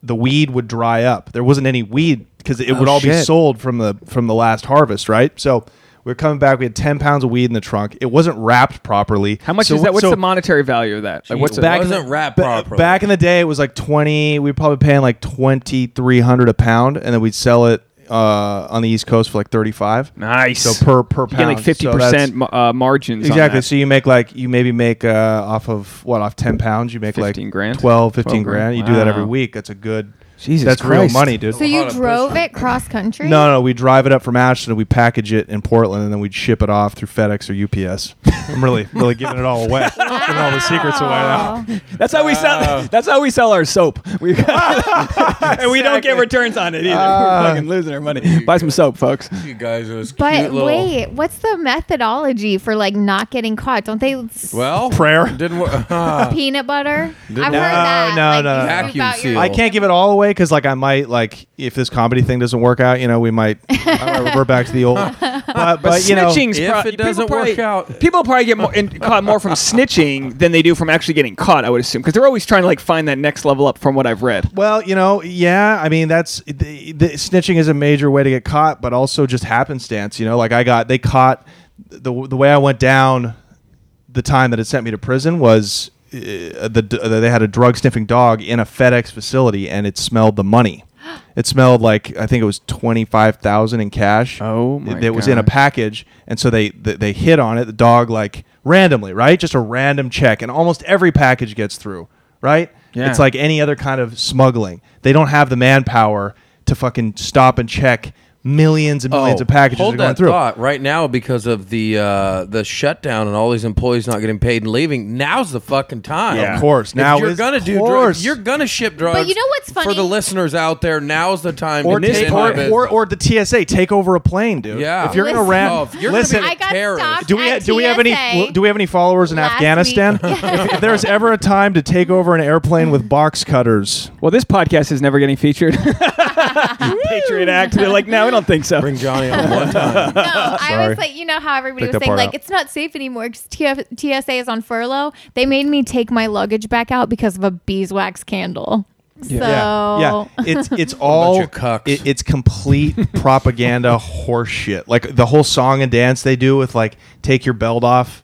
Speaker 4: the weed would dry up. There wasn't any weed because
Speaker 1: Oh,
Speaker 4: it would all be
Speaker 3: shit.
Speaker 4: sold from the from the last harvest, right? So we were coming back. We had ten pounds of weed in the trunk. It wasn't wrapped properly.
Speaker 1: How much
Speaker 4: So
Speaker 1: is that?
Speaker 4: wh-
Speaker 1: What's
Speaker 4: so
Speaker 1: the monetary value of that? Like, what's it?
Speaker 3: it
Speaker 4: back in
Speaker 3: wasn't
Speaker 4: the-
Speaker 3: wrapped
Speaker 4: ba-
Speaker 3: properly.
Speaker 4: Back in the day, it was like twenty. We were probably paying like twenty three hundred a pound, and then we'd sell it uh, on the East Coast for like thirty five.
Speaker 1: Nice.
Speaker 4: So per per
Speaker 1: You
Speaker 4: pound,
Speaker 1: get like fifty
Speaker 4: So that's-
Speaker 1: percent uh, margins. on
Speaker 4: Exactly.
Speaker 1: that.
Speaker 4: So you make like you maybe make uh, off of what off ten pounds you make
Speaker 1: 15
Speaker 4: like
Speaker 1: grand?
Speaker 4: 12, 15
Speaker 1: 12
Speaker 4: grand.
Speaker 1: grand.
Speaker 4: You do that every
Speaker 1: Wow.
Speaker 4: week. That's a good.
Speaker 1: Jesus
Speaker 4: that's
Speaker 1: Christ.
Speaker 4: real money, dude.
Speaker 5: So
Speaker 3: Hot
Speaker 5: you
Speaker 3: up
Speaker 5: drove
Speaker 3: person.
Speaker 5: it cross country?
Speaker 4: No, no, we drive it up from Ashton, we package it in Portland, and then we'd ship it off through FedEx or UPS. I'm really, really giving it all away, giving all the secrets away now.
Speaker 1: That's how we sell.
Speaker 4: Ah.
Speaker 1: That's how we sell our soap. We and we don't get returns on it either.
Speaker 4: Ah.
Speaker 1: We're fucking losing our money. Buy some soap, folks.
Speaker 3: You guys are those
Speaker 5: But
Speaker 3: cute little-
Speaker 5: wait, what's the methodology for like not getting caught? Don't they s-
Speaker 3: Well,
Speaker 4: Prayer.
Speaker 3: didn't work. Ah,
Speaker 5: peanut butter? I've heard
Speaker 4: No,
Speaker 5: that.
Speaker 4: no,
Speaker 5: like,
Speaker 4: no, no.
Speaker 5: you scoop
Speaker 3: Vacuum
Speaker 5: out your-
Speaker 3: seal.
Speaker 4: I can't give it all away because, like, I might like if this comedy thing doesn't work out, you know, we might, I might revert back to the old. But, but,
Speaker 1: But
Speaker 4: you know,
Speaker 1: snitching's
Speaker 3: if
Speaker 1: pro-
Speaker 3: it
Speaker 1: people
Speaker 3: doesn't work
Speaker 1: probably-
Speaker 3: out-
Speaker 1: people probably get more, in, caught more from snitching than they do from actually getting caught. I would assume because they're always trying to like find that next level up from what I've read.
Speaker 4: Well, you know, yeah. I mean, that's the, the, snitching is a major way to get caught, but also just happenstance. You know, like I got they caught the the way I went down. The time that it sent me to prison was uh, the d- they had a drug sniffing dog in a FedEx facility, and it smelled the money. It smelled like I think it was twenty five thousand in cash.
Speaker 1: Oh, my
Speaker 4: That was in a
Speaker 1: gosh.
Speaker 4: package, and so they, they they hit on it. The dog like randomly, right? Just a random check, and almost every package gets through, right?
Speaker 1: Yeah.
Speaker 4: It's like any other kind of smuggling. They don't have the manpower to fucking stop and check millions and millions
Speaker 3: Oh,
Speaker 4: of packages that
Speaker 3: Hold
Speaker 4: are going
Speaker 3: that
Speaker 4: through.
Speaker 3: thought right now because of the uh, the shutdown and all these employees not getting paid and leaving. Now's the fucking time.
Speaker 4: Yeah. Of course. Now
Speaker 3: if you're
Speaker 4: is-
Speaker 3: gonna do
Speaker 4: course.
Speaker 3: drugs. You're gonna ship drugs.
Speaker 5: you know what's
Speaker 3: for
Speaker 5: funny?
Speaker 3: the listeners out there? Now's the time.
Speaker 4: Or,
Speaker 3: to
Speaker 1: this
Speaker 3: take
Speaker 4: take,
Speaker 1: my
Speaker 4: or,
Speaker 3: business.
Speaker 4: or, or the TSA take over a plane, dude.
Speaker 3: Yeah.
Speaker 4: If you're gonna
Speaker 5: Listen.
Speaker 4: ram,
Speaker 3: Oh, if you're gonna
Speaker 4: listen.
Speaker 3: be-
Speaker 5: I got
Speaker 3: Terrorist.
Speaker 5: stopped.
Speaker 4: do we
Speaker 5: at
Speaker 4: do we have any
Speaker 5: TSA.
Speaker 4: do we have any followers in
Speaker 5: last
Speaker 4: Afghanistan?
Speaker 5: week.
Speaker 4: if, if there's ever a time to take over an airplane with box cutters,
Speaker 1: Well, this podcast is never getting featured. Patriot Act. They're like, no, we don't think so.
Speaker 3: bring Johnny on one time.
Speaker 5: No, I
Speaker 4: Sorry.
Speaker 5: was like, you know how everybody
Speaker 4: Pick
Speaker 5: was
Speaker 4: that
Speaker 5: saying
Speaker 4: part
Speaker 5: like
Speaker 4: out.
Speaker 5: it's not safe anymore because TSA is on furlough. They made me take my luggage back out because of a beeswax candle. So
Speaker 4: yeah, yeah, it's it's all
Speaker 3: of cucks.
Speaker 4: it- it's complete propaganda horseshit. Like the whole song and dance they do with like take your belt off.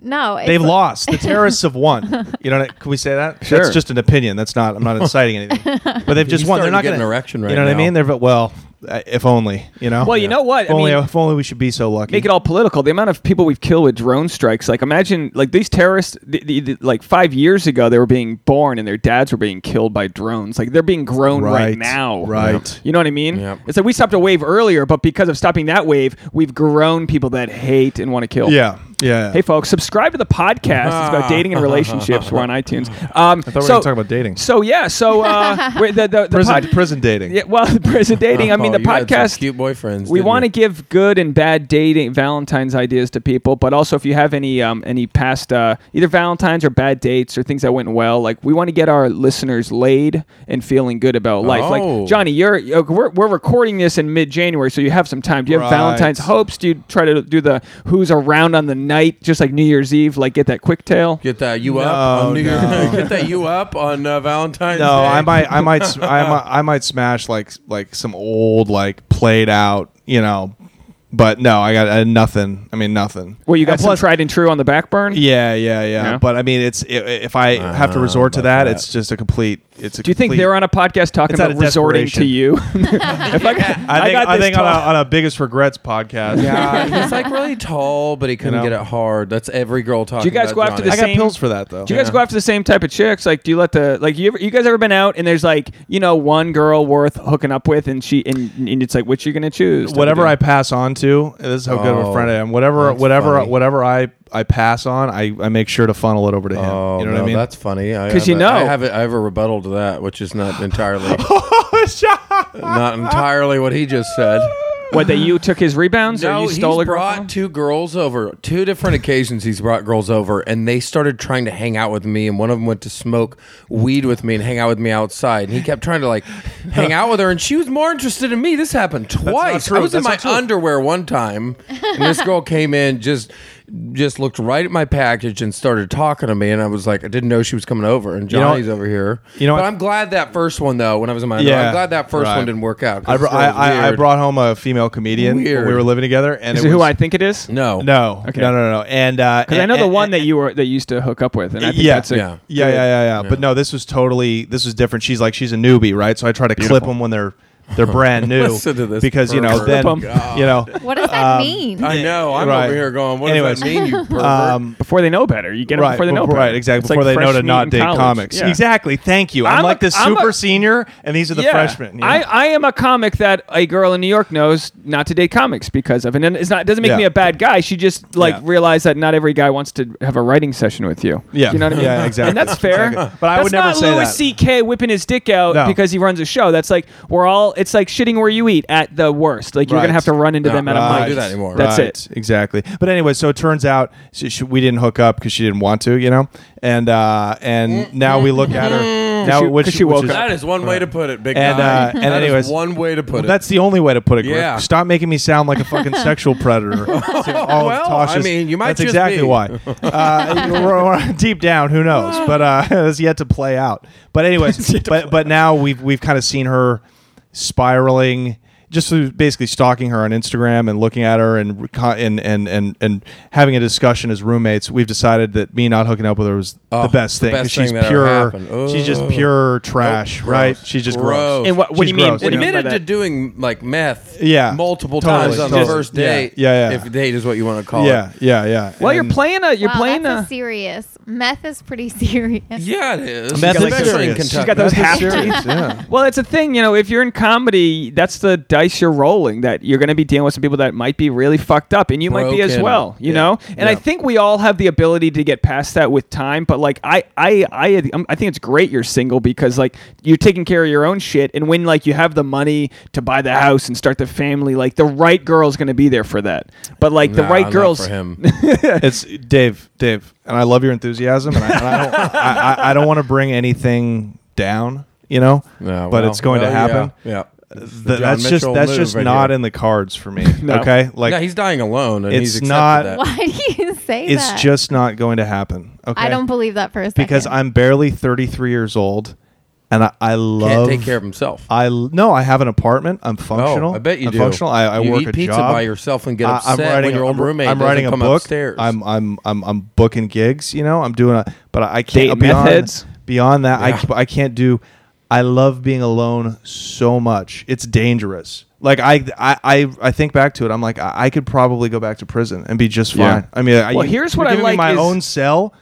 Speaker 5: no, it's
Speaker 4: They've lost. The terrorists have won. You know, what I- can we say that?
Speaker 1: Sure.
Speaker 4: That's just an opinion. That's not. I'm not inciting anything. But they've just
Speaker 3: He's
Speaker 4: won.
Speaker 3: starting to
Speaker 4: They're not
Speaker 3: get
Speaker 4: going
Speaker 3: an erection right
Speaker 4: You know what
Speaker 3: now.
Speaker 4: I mean? They're well. uh, If only. You know.
Speaker 1: Well, you
Speaker 4: Yeah.
Speaker 1: know what?
Speaker 4: If
Speaker 1: I
Speaker 4: only,
Speaker 1: mean-
Speaker 4: if only we should be so lucky.
Speaker 1: make it all political. The amount of people we've killed with drone strikes, like imagine, like these terrorists, the, the, the- like five years ago, they were being born and their dads were being killed by drones. Like they're being grown right,
Speaker 4: Right,
Speaker 1: now.
Speaker 4: right.
Speaker 1: You know what I mean?
Speaker 3: Yep.
Speaker 1: It's like we stopped a wave earlier, but because of stopping that wave, we've grown people that hate and want to kill.
Speaker 4: Yeah. Yeah.
Speaker 1: Hey folks, subscribe to the podcast. It's about dating and relationships. We're on iTunes. Um,
Speaker 4: I thought we were
Speaker 1: so,
Speaker 4: gonna talk about dating.
Speaker 1: So yeah, so uh, we're- the, the, the
Speaker 4: prison
Speaker 1: pod-
Speaker 4: prison dating.
Speaker 1: Yeah, well, the prison dating. I mean,
Speaker 3: Oh,
Speaker 1: the
Speaker 3: you had some
Speaker 1: podcast.
Speaker 3: cute boyfriends.
Speaker 1: We
Speaker 3: didn't
Speaker 1: want to
Speaker 3: you?
Speaker 1: give good and bad dating Valentine's ideas to people, but also if you have any um, any past uh, either Valentines or bad dates or things that went well, like we want to get our listeners laid and feeling good about life.
Speaker 3: Oh.
Speaker 1: Like Johnny, you're uh, we're, we're recording this in mid January, so you have some time. Do you have
Speaker 4: Right.
Speaker 1: Valentine's hopes? Do you try to do the who's around on the night, just like New Year's Eve, like get that quick tail?
Speaker 3: get that you up on New Year's-
Speaker 4: no.
Speaker 3: get that you up on uh, Valentine's.
Speaker 4: No,
Speaker 3: Day.
Speaker 4: I might, I might, s- I might, I might smash like like some old like played out, you know. But no, I got I had nothing. I mean nothing.
Speaker 1: Well, you got
Speaker 4: And
Speaker 1: some tried and true on the back burn.
Speaker 4: Yeah, yeah, yeah,
Speaker 1: Yeah.
Speaker 4: But I mean, it's i if I have to resort to that, it's just a complete. It's a
Speaker 1: Do you think
Speaker 4: complete-
Speaker 1: they're on a podcast talking
Speaker 4: It's out
Speaker 1: about
Speaker 4: of
Speaker 1: resorting to
Speaker 4: desperation.
Speaker 1: you? if I, got-
Speaker 4: I think, I
Speaker 1: got this
Speaker 4: think on,
Speaker 1: talk-
Speaker 4: a, on a biggest regrets podcast.
Speaker 3: Yeah, he's like really tall, but he couldn't
Speaker 4: You know?
Speaker 3: get it hard. That's every girl talking.
Speaker 1: Do you guys
Speaker 3: about
Speaker 1: go after
Speaker 3: Johnny.
Speaker 1: the
Speaker 4: I got
Speaker 1: same-
Speaker 4: pills for that though.
Speaker 1: Do you guys go after the same type of chicks? Like, do you let the like you ever, you guys ever been out and there's like you know one girl worth hooking up with and she and, and it's like which you gonna choose?
Speaker 4: whatever I pass on to, this is how good of a
Speaker 3: Oh,
Speaker 4: friend I am. Whatever,
Speaker 3: that's
Speaker 4: whatever,
Speaker 3: funny.
Speaker 4: whatever I I pass on, I I make sure to funnel it over to him.
Speaker 3: Oh,
Speaker 4: you know
Speaker 3: no,
Speaker 4: what I mean?
Speaker 3: that's funny. I
Speaker 1: 'Cause
Speaker 3: have
Speaker 1: you
Speaker 3: a-
Speaker 1: know.
Speaker 3: I have, a, I have a rebuttal to that, which is not entirely not entirely what he just said.
Speaker 1: What that you took his rebounds or you
Speaker 3: he's
Speaker 1: stole a girl
Speaker 3: brought
Speaker 1: from him?
Speaker 3: two girls over. Two different occasions he's brought girls over, and they started trying to hang out with me. And one of them went to smoke weed with me and hang out with me outside. And he kept trying to like hang out with her, and she was more interested in me. This happened twice.
Speaker 4: true.
Speaker 3: I was in
Speaker 4: That's
Speaker 3: my
Speaker 4: not true.
Speaker 3: underwear one time, and this girl came in just just looked right at my package and started talking to me. And I was like, I didn't know she was coming over. And
Speaker 4: know-
Speaker 3: Johnny's over here.
Speaker 4: you know
Speaker 3: but
Speaker 4: what-
Speaker 3: I'm glad that first one though. When I was in my underwear,
Speaker 4: Yeah,
Speaker 3: I'm glad that first
Speaker 4: right.
Speaker 3: one didn't work out. 'cause
Speaker 4: I, br-
Speaker 3: it was
Speaker 4: I, I, I
Speaker 3: weird.
Speaker 4: brought home a female comedian when we
Speaker 3: Weird.
Speaker 4: were living together, and
Speaker 1: Is
Speaker 4: it
Speaker 1: it who
Speaker 4: was-
Speaker 1: I think it is?
Speaker 3: no
Speaker 4: No,
Speaker 1: Okay.
Speaker 4: no, no, no, no. And because
Speaker 1: Because I know the one that you were that you used to hook up with, and I think
Speaker 4: yeah,
Speaker 1: that's a,
Speaker 3: Yeah.
Speaker 4: yeah, yeah, yeah, yeah, But no, this was totally this was different. She's like she's a newbie, right? So I try to clip them when they're they're brand new
Speaker 3: Listen to this
Speaker 4: because you know
Speaker 3: pervert. Oh,
Speaker 4: then
Speaker 1: Clip 'em.
Speaker 4: you know
Speaker 5: What does that mean?
Speaker 3: I know. I'm
Speaker 4: Right.
Speaker 3: over here going, what
Speaker 4: Anyways.
Speaker 3: does that mean, you pervert?
Speaker 4: um,
Speaker 1: before they know better. You get 'em
Speaker 4: right
Speaker 1: before they know
Speaker 4: before-
Speaker 1: better.
Speaker 4: right exactly
Speaker 1: It's
Speaker 4: before
Speaker 1: like
Speaker 4: they know
Speaker 1: fresh
Speaker 4: to
Speaker 1: meat
Speaker 4: not
Speaker 1: in
Speaker 4: date
Speaker 1: college.
Speaker 4: comics
Speaker 1: Yeah.
Speaker 4: exactly. Thank you. I'm,
Speaker 1: I'm a-
Speaker 4: like the
Speaker 1: I'm a-
Speaker 4: super senior, and these are the
Speaker 1: Yeah.
Speaker 4: freshmen. you know?
Speaker 1: I, I am a comic that a girl in New York knows not to date comics because of, and then it's not it doesn't make
Speaker 4: Yeah.
Speaker 1: me a bad guy. She just like
Speaker 4: Yeah.
Speaker 1: realized that not every guy wants to have a writing session with you.
Speaker 4: Yeah.
Speaker 1: you know what I mean.
Speaker 4: Yeah, exactly.
Speaker 1: And that's fair.
Speaker 4: Exactly. But I
Speaker 1: That's
Speaker 4: would never
Speaker 1: not
Speaker 4: say
Speaker 1: Louis
Speaker 4: that.
Speaker 1: C.K. whipping his dick out
Speaker 4: No.
Speaker 1: because he runs a show. That's like we're all. It's like shitting where you eat at the worst. Like you're
Speaker 4: Right.
Speaker 1: gonna have to run into
Speaker 3: No,
Speaker 1: them at
Speaker 3: we
Speaker 1: a
Speaker 3: don't
Speaker 1: mic.
Speaker 3: do that anymore.
Speaker 1: That's
Speaker 4: Right,
Speaker 1: it.
Speaker 4: Exactly. But anyway, so it turns out she, she, we didn't hook up because she didn't want to, you know. And uh, and now we look at her now,
Speaker 1: she-
Speaker 4: which,
Speaker 1: 'cause she
Speaker 4: which
Speaker 1: woke
Speaker 4: is-
Speaker 1: up.
Speaker 3: that is one way to put it, big
Speaker 4: And,
Speaker 3: guy.
Speaker 4: uh, and
Speaker 3: That is
Speaker 4: anyways-
Speaker 3: one way to put it.
Speaker 4: That's the only way to put it. Griff.
Speaker 3: Yeah.
Speaker 4: Stop making me sound like a fucking sexual predator. well,
Speaker 3: Well, I mean, you might
Speaker 4: That's
Speaker 3: just be.
Speaker 4: exactly why. Uh, we're- we're- deep down, who knows? But uh, it's yet to play out. But anyways, but but now we've we've kind of seen her spiraling. Just through basically stalking her on Instagram and looking at her and reco- and and and, and having a discussion as roommates, we've decided that me not hooking up with her was
Speaker 3: Oh,
Speaker 4: the best
Speaker 3: the
Speaker 4: thing. 'cause
Speaker 3: best
Speaker 4: she's
Speaker 3: thing that ever
Speaker 4: pure.
Speaker 3: happened.
Speaker 4: She's just
Speaker 3: Ugh.
Speaker 4: pure trash,
Speaker 3: Nope,
Speaker 4: right?
Speaker 3: Oh, gross.
Speaker 4: She's just gross.
Speaker 3: Gross.
Speaker 1: And what, what do
Speaker 4: She's
Speaker 1: you mean?
Speaker 4: gross,
Speaker 1: What do you mean by
Speaker 3: Admitted
Speaker 1: that?
Speaker 3: to doing like meth,
Speaker 4: Yeah.
Speaker 3: multiple
Speaker 4: Totally,
Speaker 3: times on
Speaker 4: totally.
Speaker 3: the first
Speaker 4: Yeah,
Speaker 3: date.
Speaker 4: yeah, yeah.
Speaker 3: If date is what you want to call
Speaker 4: yeah,
Speaker 3: it.
Speaker 4: yeah, yeah.
Speaker 1: well, you're
Speaker 4: And-
Speaker 1: playing a. You're
Speaker 5: wow,
Speaker 1: playing
Speaker 5: that's
Speaker 1: a.
Speaker 5: a serious. Meth is pretty serious.
Speaker 3: Yeah, it is.
Speaker 4: Meth
Speaker 1: is
Speaker 3: Especially in
Speaker 4: serious.
Speaker 3: Kentucky.
Speaker 1: She's got those
Speaker 4: That's
Speaker 1: half
Speaker 4: serious, yeah.
Speaker 1: Well, it's a thing, you know. If you're in comedy, that's the dice you're rolling. That you're going to be dealing with some people that might be really fucked up, and you might be as
Speaker 3: Broken.
Speaker 1: well, you
Speaker 3: Yeah.
Speaker 1: know. And I
Speaker 4: Yeah.
Speaker 1: think we all have the ability to get past that with time. But like, I, I, I, um, I think it's great you're single because like you're taking care of your own shit, and when like you have the money to buy the house and start the family, like the right girl's going to be there for that. But like the
Speaker 3: Nah,
Speaker 1: right
Speaker 3: not
Speaker 1: girl's,
Speaker 3: for him.
Speaker 4: it's Dave, Dave, and I love your enthusiasm, and I, and I don't, I, I, I don't want to bring anything down, you know,
Speaker 3: Yeah,
Speaker 4: but
Speaker 3: well,
Speaker 4: it's going to
Speaker 3: well,
Speaker 4: happen.
Speaker 3: Yeah. yeah.
Speaker 4: Th-
Speaker 3: The John
Speaker 4: that's
Speaker 3: Mitchell
Speaker 4: just that's
Speaker 3: move
Speaker 4: just
Speaker 3: right
Speaker 4: not
Speaker 3: here.
Speaker 4: in the cards for me.
Speaker 1: No.
Speaker 4: Okay, like
Speaker 3: yeah, he's dying alone, and he's
Speaker 4: it's
Speaker 3: accepted
Speaker 4: not-
Speaker 3: That.
Speaker 5: Why do you say
Speaker 4: it's
Speaker 5: that?
Speaker 4: just not going to happen. Okay,
Speaker 5: I don't believe that for a second.
Speaker 4: because I'm barely 33 years old, and I, I
Speaker 3: Can't
Speaker 4: love
Speaker 3: take care of himself.
Speaker 4: I l- no, I have an apartment. I'm functional.
Speaker 3: Oh, I bet you
Speaker 4: I'm
Speaker 3: do.
Speaker 4: Functional. I, I
Speaker 3: you
Speaker 4: work
Speaker 3: eat
Speaker 4: a
Speaker 3: pizza
Speaker 4: job.
Speaker 3: by yourself and get
Speaker 4: I-
Speaker 3: upset when your old
Speaker 4: I'm-
Speaker 3: roommate
Speaker 4: I'm writing
Speaker 3: doesn't
Speaker 4: a
Speaker 3: come
Speaker 4: book.
Speaker 3: upstairs.
Speaker 4: I'm I'm I'm I'm booking gigs. You know, I'm doing a. But I I
Speaker 1: Date
Speaker 4: can't
Speaker 1: meth
Speaker 4: beyond
Speaker 1: heads?
Speaker 4: beyond that.
Speaker 3: Yeah.
Speaker 4: I I can't do. I love being alone so much. It's dangerous. Like I I I, I think back to it. I'm like I, I could probably go back to prison and be just
Speaker 1: Yeah.
Speaker 4: fine. I mean, I,
Speaker 1: Well,
Speaker 4: you-
Speaker 1: here's
Speaker 4: you're
Speaker 1: what I
Speaker 4: giving me
Speaker 1: like
Speaker 4: my
Speaker 1: is-
Speaker 4: own cell.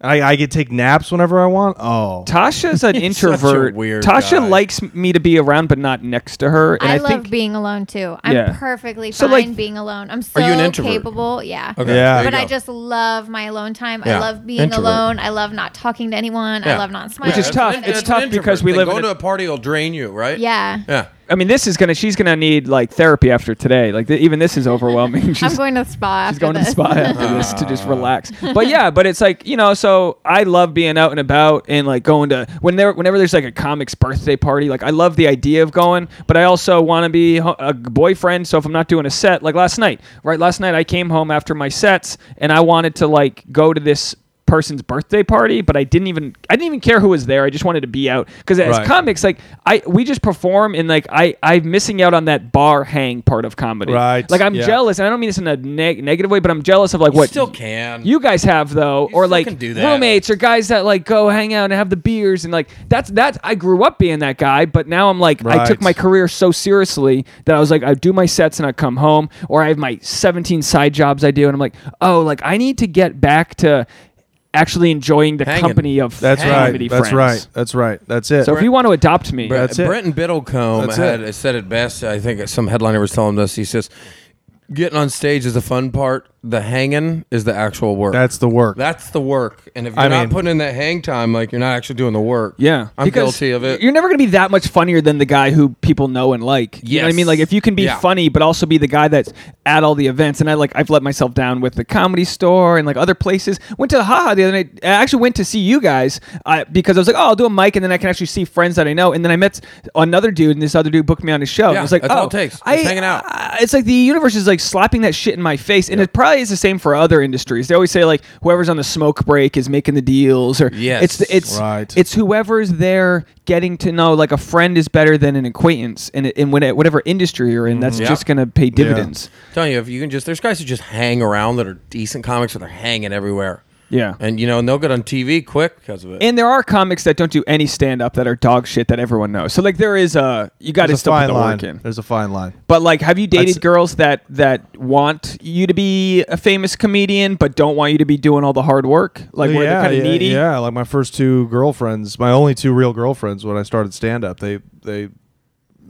Speaker 4: I I could take naps whenever I want. Oh,
Speaker 1: Tasha's an
Speaker 3: such a
Speaker 1: introvert.
Speaker 3: weird
Speaker 1: Tasha
Speaker 3: guy.
Speaker 1: likes me to be around, but not next to her. And I,
Speaker 5: I, love
Speaker 1: think
Speaker 5: being alone too. I'm
Speaker 1: Yeah.
Speaker 5: perfectly
Speaker 1: So,
Speaker 5: fine
Speaker 1: like-
Speaker 5: being alone. I'm so
Speaker 3: Are you an introvert?
Speaker 5: capable. Yeah.
Speaker 3: Okay,
Speaker 4: Yeah.
Speaker 3: there you
Speaker 5: But I
Speaker 3: go.
Speaker 5: just love my alone time. I
Speaker 3: Yeah.
Speaker 5: love being
Speaker 3: Introvert.
Speaker 5: alone. I love not talking to anyone. I
Speaker 3: Yeah.
Speaker 5: love not smiling.
Speaker 1: Which is
Speaker 5: at
Speaker 1: tough.
Speaker 5: other
Speaker 1: It's
Speaker 5: people.
Speaker 1: tough because we
Speaker 3: They
Speaker 1: live
Speaker 3: go
Speaker 1: in
Speaker 3: to
Speaker 1: a-
Speaker 3: a party, will drain you, right?
Speaker 5: Yeah.
Speaker 3: Yeah.
Speaker 1: I mean, this is gonna. She's gonna need like therapy after today. Like th- even this is overwhelming. she's
Speaker 5: I'm going to the spa.
Speaker 1: she's
Speaker 5: after
Speaker 1: going to the
Speaker 5: this.
Speaker 1: spa after this to just relax. But yeah, but it's like you know. So I love being out and about and like going to when there whenever there's like a comic's birthday party. Like I love the idea of going, but I also want to be ho- a boyfriend. So if I'm not doing a set, like last night, right? Last night I came home after my sets and I wanted to like go to this person's birthday party but i didn't even i didn't even care who was there i just wanted to be out because as
Speaker 4: Right.
Speaker 1: comics like i we just perform and like i i'm missing out on that bar hang part of comedy
Speaker 4: Right,
Speaker 1: like i'm
Speaker 4: yeah.
Speaker 1: jealous and i don't mean this in a neg- negative way but i'm jealous of like
Speaker 3: You
Speaker 1: what
Speaker 3: still can.
Speaker 1: you guys have though, or
Speaker 3: still
Speaker 1: like
Speaker 3: can do that.
Speaker 1: roommates or guys that like go hang out and have the beers and like that's that's I grew up being that guy, but now I'm like I took
Speaker 4: Right.
Speaker 1: my career so seriously that I was like I do my sets and I come home, or I have my 17 side jobs I do, and I'm like oh like I need to get back to actually enjoying the
Speaker 3: Hanging.
Speaker 1: company of
Speaker 4: that's
Speaker 1: comedy
Speaker 4: right. That's
Speaker 1: friends.
Speaker 4: right. That's right. That's it.
Speaker 1: So if you want to adopt me,
Speaker 3: Bre-
Speaker 4: That's it.
Speaker 3: Brenton Biddlecombe
Speaker 4: That's
Speaker 3: had
Speaker 4: it.
Speaker 3: said it best. I think some headliner was telling us. He says, getting on stage is the fun part. The hanging is the actual work.
Speaker 4: That's the work.
Speaker 3: That's the work. And if you're
Speaker 4: I
Speaker 3: not
Speaker 4: mean-
Speaker 3: putting in that hang time, like you're not actually doing the work.
Speaker 1: Yeah,
Speaker 3: I'm
Speaker 1: because
Speaker 3: guilty of it.
Speaker 1: You're never going to be that much funnier than the guy who people know and like. You know what I
Speaker 3: Yes.
Speaker 1: mean? Like if you can be
Speaker 3: Yeah.
Speaker 1: funny but also be the guy that's at all the events and I like I've let myself down with the comedy store and like other places. Went to the Haha the other night. I actually went to see you guys uh, because I was like, "Oh, I'll do a mic and then I can actually see friends that I know." And then I met another dude and this other dude booked me on his show. and
Speaker 3: Yeah,
Speaker 1: I was like,
Speaker 3: that's
Speaker 1: "Oh,
Speaker 3: all it takes. It's
Speaker 1: I,
Speaker 3: hanging out.
Speaker 1: I- it's like the universe is like slapping that shit in my face and it probably is the same for other industries. They always say like whoever's on the smoke break is making the deals or
Speaker 3: Yes.
Speaker 1: it's the, it's
Speaker 4: Right.
Speaker 1: it's whoever's there getting to know like a friend is better than an acquaintance and in when whatever industry you're
Speaker 4: Mm-hmm.
Speaker 1: in that's
Speaker 3: Yeah.
Speaker 1: just gonna pay dividends
Speaker 3: I'm telling you, if you can just, there's guys who just hang around that are decent comics and they're hanging everywhere.
Speaker 1: Yeah.
Speaker 3: And, you know, and they'll get on TV quick because of it.
Speaker 1: and there are comics that don't do any stand up that are dog shit that everyone knows so like there is a you gotta
Speaker 4: There's a
Speaker 1: still put
Speaker 4: fine
Speaker 1: the
Speaker 4: line.
Speaker 1: work in
Speaker 4: There's a fine line.
Speaker 1: but like have you dated
Speaker 4: That's-
Speaker 1: girls that that want you to be a famous comedian but don't want you to be doing all the hard work like where they're kind of
Speaker 4: yeah,
Speaker 1: needy
Speaker 4: Yeah, like my first two girlfriends, my only two real girlfriends when I started stand up, they they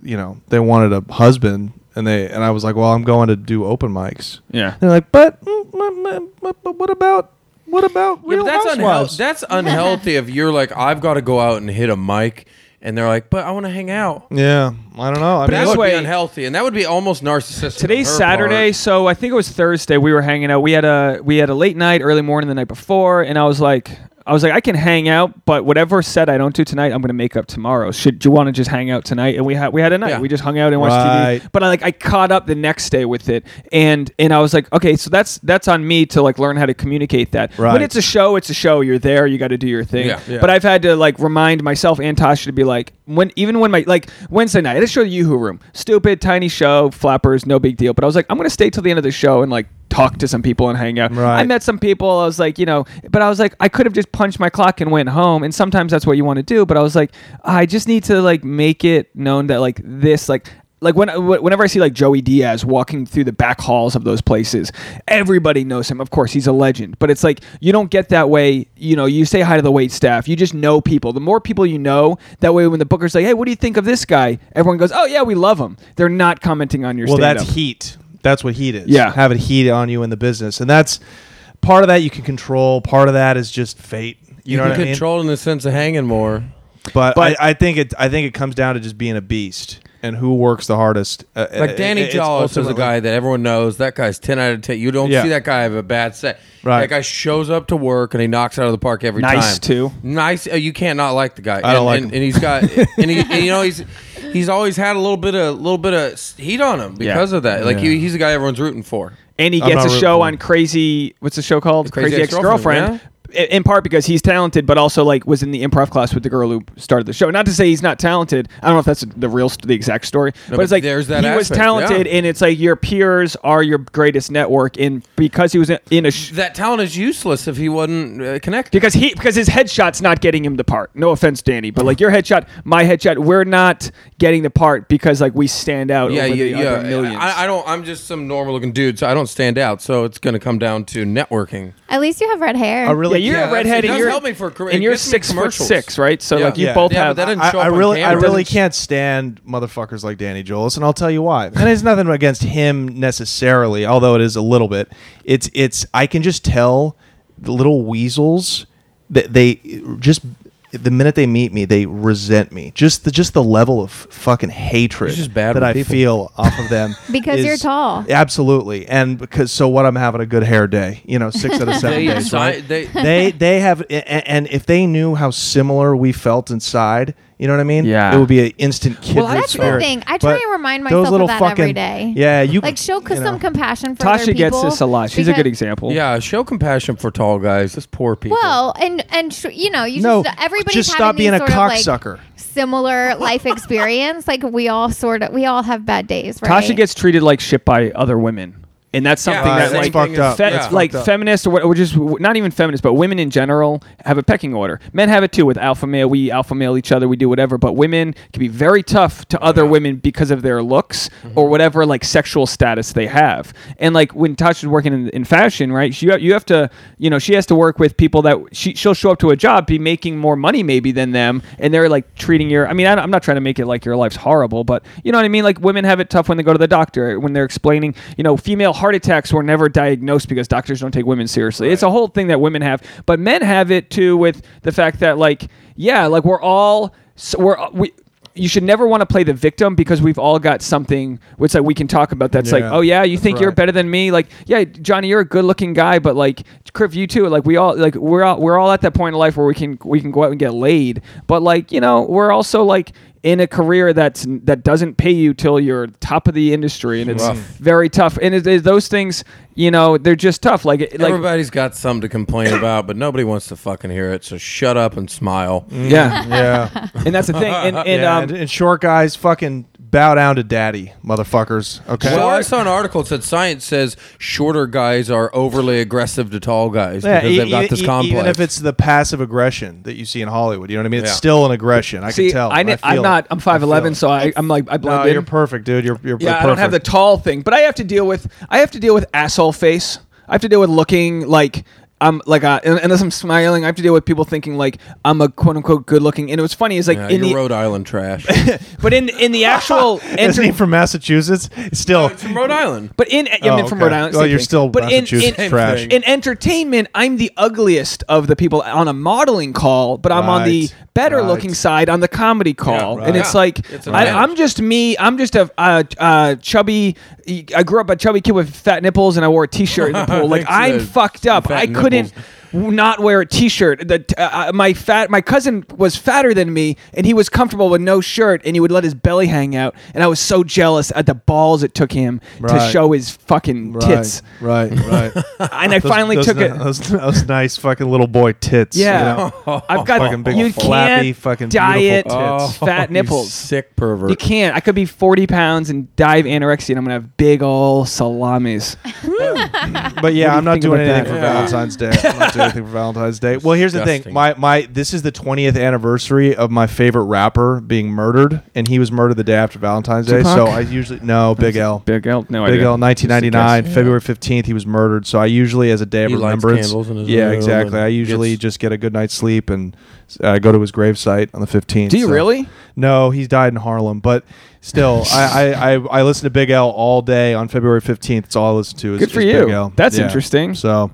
Speaker 4: you know, they wanted a husband and they and I was like, "Well, I'm going to do open mics."
Speaker 1: Yeah.
Speaker 4: And they're like, "But, mm, mm, mm, but what about what about
Speaker 3: Yeah,
Speaker 4: real
Speaker 3: but that's unhealthy.
Speaker 4: housewives?"
Speaker 3: That's unhealthy if you're like, I've got to go out and hit a mic, and they're like, but I want to hang out.
Speaker 4: yeah, I don't know. I
Speaker 3: But
Speaker 4: mean,
Speaker 3: that
Speaker 1: this
Speaker 3: would
Speaker 1: way-
Speaker 3: be unhealthy, and that would be almost narcissistic. on
Speaker 1: Today's
Speaker 3: her
Speaker 1: Saturday,
Speaker 3: part.
Speaker 1: so I think it was Thursday. We were hanging out. We had a we had a late night, early morning the night before, and I was like, I was like, I can hang out, but whatever set I don't do tonight, I'm gonna make up tomorrow. Should do you want to just hang out tonight? And we had we had a night.
Speaker 3: Yeah.
Speaker 1: We just hung out and watched
Speaker 4: Right.
Speaker 1: TV. But I like I caught up the next day with it, and and I was like, okay, so that's that's on me to like learn how to communicate that. When
Speaker 4: Right.
Speaker 1: it's a show, it's a show. You're there. You got to do your thing.
Speaker 3: Yeah. Yeah.
Speaker 1: But I've had to like remind myself and Tasha to be like when even when my like Wednesday night I had a show at the YooHoo Room, stupid tiny show, flappers, no big deal. But I was like, I'm gonna stay till the end of the show and like talk to some people and hang out.
Speaker 4: Right.
Speaker 1: I met some people. I was like, you know, but I was like, I could have just punched my clock and went home. And sometimes that's what you want to do. But I was like, I just need to like make it known that like this like. Like when wh- whenever I see like Joey Diaz walking through the back halls of those places, everybody knows him. Of course, he's a legend. But it's like you don't get that way. You know, you say hi to the wait staff. You just know people. The more people you know, that way when the booker's like, "Hey, what do you think of this guy?" Everyone goes, "Oh yeah, we love him." They're not commenting on your.
Speaker 4: well,
Speaker 1: stand-up.
Speaker 4: that's heat. That's what heat is.
Speaker 1: Yeah.
Speaker 4: having heat on you in the business, and that's part of that you can control. Part of that is just fate.
Speaker 3: You,
Speaker 4: You, know
Speaker 3: can
Speaker 4: what I mean?
Speaker 3: control in the sense of hanging more.
Speaker 4: But,
Speaker 1: But-
Speaker 4: I, I think it. I think it comes down to just being a beast and who works the hardest. Uh,
Speaker 3: Like
Speaker 4: uh,
Speaker 3: Danny
Speaker 4: it's
Speaker 3: Jollis is a
Speaker 4: ultimately-
Speaker 3: guy that everyone knows. That guy's ten out of ten. You don't
Speaker 4: Yeah.
Speaker 3: see that guy have a bad set.
Speaker 4: Right.
Speaker 3: That guy shows up to work and he knocks it out of the park every time.
Speaker 1: Nice, too.
Speaker 3: Nice. uh, You can't not like the guy.
Speaker 4: I don't
Speaker 3: and,
Speaker 4: like
Speaker 3: and,
Speaker 4: him.
Speaker 3: and he's got. and, he, and you know he's he's always had a little bit of little bit of heat on him because of that. Like
Speaker 4: Yeah.
Speaker 3: he, he's the guy everyone's rooting for.
Speaker 1: and he
Speaker 4: I'm
Speaker 1: gets
Speaker 4: not
Speaker 1: a
Speaker 4: rooting
Speaker 1: show
Speaker 4: for
Speaker 1: on
Speaker 4: him.
Speaker 1: Crazy. What's the show called?
Speaker 3: Crazy Ex-Girlfriend,
Speaker 1: I- In part because he's talented, but also like was in the improv class with the girl who started the show. Not to say he's not talented. I don't know if that's the real, st- the exact story, but
Speaker 3: but
Speaker 1: it's like
Speaker 3: there's that
Speaker 1: he was
Speaker 3: aspect,
Speaker 1: talented,
Speaker 3: yeah.
Speaker 1: and it's like your peers are your greatest network, and because he was in- in a sh-
Speaker 3: That talent is useless if he wasn't uh, connected.
Speaker 1: because he because his headshot's not getting him the part. No offense, Danny, but like your headshot, my headshot, we're not getting the part because like we stand out.
Speaker 3: yeah,
Speaker 1: over the
Speaker 3: yeah,
Speaker 1: Other
Speaker 3: yeah.
Speaker 1: millions.
Speaker 3: I, I don't. I'm just some normal looking dude, so I don't stand out. So it's going to come down to networking.
Speaker 5: At least you have red hair.
Speaker 4: I
Speaker 1: yeah,
Speaker 4: really
Speaker 1: you're
Speaker 4: can't-
Speaker 1: a redhead,
Speaker 3: it
Speaker 1: and
Speaker 3: does
Speaker 1: you're
Speaker 3: help me for career-
Speaker 1: and
Speaker 3: it
Speaker 1: you're
Speaker 3: gets me
Speaker 1: six foot
Speaker 3: commercials.
Speaker 1: six, right? So
Speaker 3: Yeah.
Speaker 1: like you
Speaker 3: Yeah.
Speaker 1: both
Speaker 3: Yeah, but
Speaker 1: have.
Speaker 3: that doesn't
Speaker 4: I,
Speaker 3: show
Speaker 4: I
Speaker 3: up on
Speaker 4: really, I
Speaker 3: camera.
Speaker 4: really
Speaker 3: Doesn't-
Speaker 4: can't stand motherfuckers like Danny Jolis, and I'll tell you why. And it's nothing against him necessarily, although it is a little bit. It's, it's. I can just tell the little weasels that they just the minute they meet me, they resent me. Just the just the level of fucking hatred
Speaker 3: You're just bad
Speaker 4: that
Speaker 3: with
Speaker 4: I
Speaker 3: people.
Speaker 4: feel off of them
Speaker 5: Because you're tall.
Speaker 4: Absolutely, and because so what? I'm having a good hair day. You know, six out of seven
Speaker 3: They,
Speaker 4: days. Right?
Speaker 3: they,
Speaker 4: they they have a- a- and if they knew how similar we felt inside you know what i mean
Speaker 1: Yeah.
Speaker 4: it would be an instant kid
Speaker 3: Well, that's the
Speaker 5: thing. I try and remind myself of that every day.
Speaker 4: yeah you
Speaker 5: like show
Speaker 4: you
Speaker 5: c- some
Speaker 4: know.
Speaker 5: compassion for other
Speaker 1: Tasha gets
Speaker 5: people
Speaker 1: this a lot. She's a good
Speaker 5: because-
Speaker 1: example.
Speaker 3: yeah, show compassion for tall guys. This poor people.
Speaker 5: Well, and and sh- you know, you
Speaker 4: No,
Speaker 5: just everybody's
Speaker 4: just
Speaker 5: having
Speaker 4: stop being
Speaker 5: these
Speaker 4: a
Speaker 5: sort of, like,
Speaker 4: cocksucker.
Speaker 5: similar life experience. Like we all sort of we all have bad days, right?
Speaker 1: Tasha gets treated like shit by other women. and that's something
Speaker 3: Yeah,
Speaker 1: that
Speaker 3: that's
Speaker 1: like
Speaker 3: fucked up.
Speaker 1: fe-
Speaker 3: That's fucked
Speaker 1: like
Speaker 4: up.
Speaker 1: feminists or what, or just not even feminists, but women in general have a pecking order. Men have it too with alpha male. We alpha male each other. We do whatever. But women can be very tough to other women because of their looks
Speaker 3: Mm-hmm.
Speaker 1: or whatever like sexual status they have. And like when Tasha's working in, in fashion, right? She you have to you know she has to work with people that she she'll show up to a job be making more money maybe than them, and they're like treating your. I mean, I, don't- I'm not trying to make it like your life's horrible, but you know what I mean. Like women have it tough when they go to the doctor when they're explaining. You know, female heart attacks were never diagnosed because doctors don't take women seriously. It's a whole thing that women have, but men have it too with the fact that like yeah, like we're all s- we're uh, we. You should never want to play the victim because we've all got something. It's like we can talk about that's like,
Speaker 4: Yeah.
Speaker 1: oh yeah, you think you're
Speaker 4: right.
Speaker 1: better than me? Like, yeah, Johnny, you're a good-looking guy, but like, Criff, you too. Like, we all like we're all we're all at that point in life where we can we can go out and get laid, but like you know, we're also like in a career that's that doesn't pay you till you're top of the industry, and it's
Speaker 3: Rough.
Speaker 1: very tough. And it, it- those things, you know, they're just tough. Like, it- like
Speaker 3: Everybody's got something to complain about, but nobody wants to fucking hear it. So shut up and smile.
Speaker 1: yeah,
Speaker 4: Yeah.
Speaker 1: and that's the thing. And, and
Speaker 4: yeah,
Speaker 1: um,
Speaker 4: and, and short guys fucking bow down to daddy, motherfuckers. Okay.
Speaker 3: Well, I saw an article that said science says shorter guys are overly aggressive to tall guys because
Speaker 4: e-
Speaker 3: they've got
Speaker 4: e-
Speaker 3: this
Speaker 4: e-
Speaker 3: complex.
Speaker 4: Even if it's the passive aggression that you see in Hollywood, you know what I mean? It's
Speaker 3: Yeah.
Speaker 4: still an aggression. I
Speaker 1: see,
Speaker 4: can tell.
Speaker 1: I, ne-
Speaker 4: feel
Speaker 1: I'm
Speaker 4: it.
Speaker 1: not. I'm five eleven,
Speaker 4: it.
Speaker 1: so I, I'm like I blend
Speaker 4: No,
Speaker 1: in.
Speaker 4: you're perfect, dude. You're you're,
Speaker 1: Yeah,
Speaker 4: you're
Speaker 1: I don't have the
Speaker 4: perfect.
Speaker 1: tall thing, but I have to deal with I have to deal with asshole face. I have to deal with looking like I'm like uh, un- unless I'm smiling, I have to deal with people thinking like I'm a quote unquote good looking. And it was funny is like
Speaker 3: yeah,
Speaker 1: in
Speaker 3: you're
Speaker 1: the
Speaker 3: Rhode Island trash.
Speaker 1: but in in the actual
Speaker 4: Isn't he
Speaker 1: enter-
Speaker 4: from Massachusetts? Still,
Speaker 3: it's from Rhode Island.
Speaker 1: but in yeah, I mean,
Speaker 4: Oh,
Speaker 1: from
Speaker 4: okay.
Speaker 1: Rhode Island.
Speaker 4: Well,
Speaker 1: same
Speaker 4: you're
Speaker 1: thing.
Speaker 4: still
Speaker 1: but in, in,
Speaker 4: Massachusetts trash.
Speaker 1: in entertainment, I'm the ugliest of the people on a modeling call, but I'm on the
Speaker 4: Right.
Speaker 1: better
Speaker 4: Right.
Speaker 1: looking side on the comedy call,
Speaker 3: right.
Speaker 1: and it's
Speaker 3: Yeah.
Speaker 1: like
Speaker 3: It's an
Speaker 1: I,
Speaker 3: advantage.
Speaker 1: I'm just me. I'm just a uh, uh, chubby. I grew up a chubby kid with fat nipples, and I wore a t-shirt in the pool. Like
Speaker 3: Thanks for
Speaker 1: I'm
Speaker 3: the
Speaker 1: fucked up.
Speaker 3: fat
Speaker 1: I
Speaker 3: nipples.
Speaker 1: couldn't w- not wear a t-shirt the t- uh, uh, my fat my cousin was fatter than me and he was comfortable with no shirt and he would let his belly hang out and i was so jealous at the balls it took him to
Speaker 4: Right.
Speaker 1: show his fucking tits
Speaker 4: Right, right.
Speaker 1: and i finally
Speaker 4: those,
Speaker 1: took
Speaker 4: ni-
Speaker 1: it
Speaker 4: Those, those nice fucking little boy tits. you
Speaker 1: yeah
Speaker 4: know?
Speaker 1: i've got
Speaker 4: Fucking big
Speaker 1: you
Speaker 4: flappy
Speaker 1: can't
Speaker 4: fucking
Speaker 1: diet Oh.
Speaker 4: beautiful
Speaker 3: tits.
Speaker 1: fat
Speaker 3: Oh, You
Speaker 1: nipples
Speaker 3: sick pervert.
Speaker 1: you can't i could be 40 pounds and dive anorexia and i'm gonna have big old salamis
Speaker 4: But
Speaker 1: What
Speaker 4: yeah,
Speaker 1: do
Speaker 4: I'm
Speaker 1: you
Speaker 4: not
Speaker 1: think
Speaker 4: doing
Speaker 1: about
Speaker 4: anything
Speaker 1: that?
Speaker 4: for
Speaker 1: Yeah.
Speaker 4: Valentine's Day. I'm not doing anything for Valentine's Day. Well, here's the
Speaker 3: Disgusting.
Speaker 4: thing. My my this is the 20th anniversary of my favorite rapper being murdered, and he was murdered the day after Valentine's Day. So
Speaker 1: Tupac?
Speaker 4: I usually no Big L.
Speaker 1: big l no
Speaker 4: Big
Speaker 1: idea
Speaker 4: L, 1999, February 15th, he was murdered. So I usually, as a day of
Speaker 3: He lights
Speaker 4: remembrance,
Speaker 3: candles in his
Speaker 4: yeah,
Speaker 3: room
Speaker 4: exactly.
Speaker 3: and
Speaker 4: I usually
Speaker 3: gets-
Speaker 4: just get a good night's sleep and uh, go to his gravesite on the 15th.
Speaker 1: do you
Speaker 4: so-
Speaker 1: really
Speaker 4: No, he's died in Harlem, but still, I, I, I, I listen to Big L all day on February 15th. It's all I listen to. Is,
Speaker 1: Good for
Speaker 4: is
Speaker 1: you.
Speaker 4: Big L.
Speaker 1: That's interesting.
Speaker 4: So.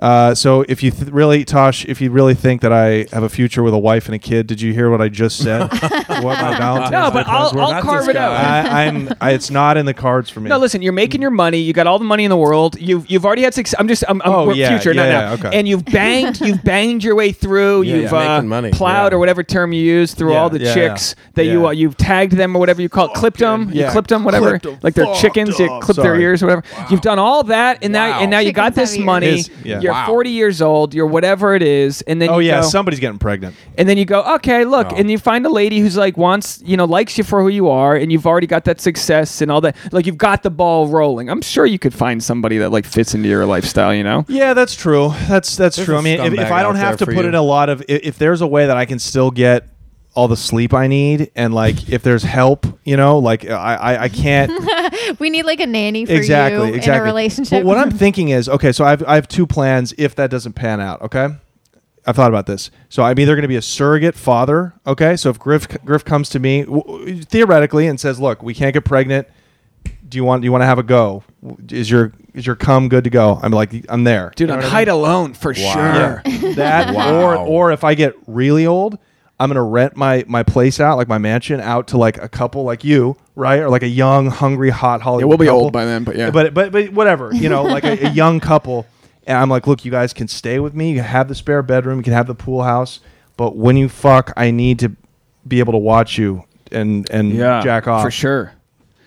Speaker 4: Uh, so if you th- really Tosh, if you really think that I have a future with a wife and a kid, did you hear what I just said? what my Valentine's
Speaker 1: no
Speaker 4: Day
Speaker 1: but
Speaker 4: plans
Speaker 1: i'll,
Speaker 4: were?
Speaker 1: I'll
Speaker 3: not
Speaker 1: carve
Speaker 3: this
Speaker 1: it out
Speaker 3: guy.
Speaker 4: I, I'm. I, it's not in the cards for me.
Speaker 1: No, listen. You're making your money. You got all the money in the world. You've you've already had success. I'm just I'm, I'm
Speaker 4: Oh,
Speaker 1: we're
Speaker 4: yeah,
Speaker 1: future, not
Speaker 4: yeah,
Speaker 1: now.
Speaker 4: yeah, okay.
Speaker 1: And you've banged you've banged your way through.
Speaker 3: Yeah,
Speaker 1: you've
Speaker 3: yeah,
Speaker 1: uh,
Speaker 3: making money,
Speaker 1: plowed
Speaker 3: yeah.
Speaker 1: or whatever term you use through
Speaker 4: Yeah,
Speaker 1: all the
Speaker 4: yeah,
Speaker 1: chicks
Speaker 4: yeah.
Speaker 1: that you
Speaker 4: Yeah.
Speaker 1: uh, you've tagged them or whatever you call it, clipped them. You
Speaker 4: yeah,
Speaker 1: clipped them, whatever.
Speaker 4: clipped 'em,
Speaker 1: like they're
Speaker 4: fucked
Speaker 1: chickens. You
Speaker 4: up.
Speaker 1: clip their
Speaker 4: Sorry.
Speaker 1: ears or whatever. You've done all that, and now
Speaker 3: Wow.
Speaker 1: and now you
Speaker 5: Chickens
Speaker 1: got this
Speaker 5: have ears.
Speaker 1: money.
Speaker 4: His- yeah.
Speaker 1: You're
Speaker 3: Wow.
Speaker 1: 40 years old. You're whatever it is, and then
Speaker 4: Oh
Speaker 1: you
Speaker 4: yeah,
Speaker 1: go-
Speaker 4: somebody's getting pregnant.
Speaker 1: and then you go okay look and you find a lady who's like wants you know likes you for who you are and you've already got that success and all that like you've got the ball rolling i'm sure you could find somebody that like fits into your lifestyle you know
Speaker 4: Yeah, that's true. That's that's
Speaker 3: There's
Speaker 4: true.
Speaker 3: a
Speaker 4: I mean, if,
Speaker 3: scumbag
Speaker 4: if I
Speaker 3: out
Speaker 4: don't have
Speaker 3: there
Speaker 4: to
Speaker 3: for
Speaker 4: put
Speaker 3: you.
Speaker 4: in a lot of, i- if, there's a way that I can still get all the sleep I need, and like if there's help, you know, like I I, I can't
Speaker 5: We need like a nanny for
Speaker 4: exactly
Speaker 5: you
Speaker 4: exactly
Speaker 5: in a relationship.
Speaker 4: But what I'm thinking is, okay, so I've I have two plans if that doesn't pan out. Okay, I've thought about this. So I'm either going to be a surrogate father. Okay, so if Griff Griff comes to me w- w- theoretically and says, "Look, we can't get pregnant. Do you want do you want to have a go? Is your is your cum good to go?" I'm like, I'm there.
Speaker 1: dude
Speaker 4: You
Speaker 1: on
Speaker 4: know what I mean?
Speaker 1: height alone for sure
Speaker 4: Yeah, that
Speaker 3: Wow.
Speaker 4: or or if I get really old, I'm gonna rent my my place out, like my mansion, out to like a couple like you, right, or like a young, hungry, hot Hollywood.
Speaker 1: we'll be
Speaker 4: couple.
Speaker 1: old by then, but yeah.
Speaker 4: but but but whatever, you know, like a, a young couple, and I'm like, look, you guys can stay with me. You can have the spare bedroom. You can have the pool house. But when you fuck, I need to be able to watch you and and jack off
Speaker 1: for sure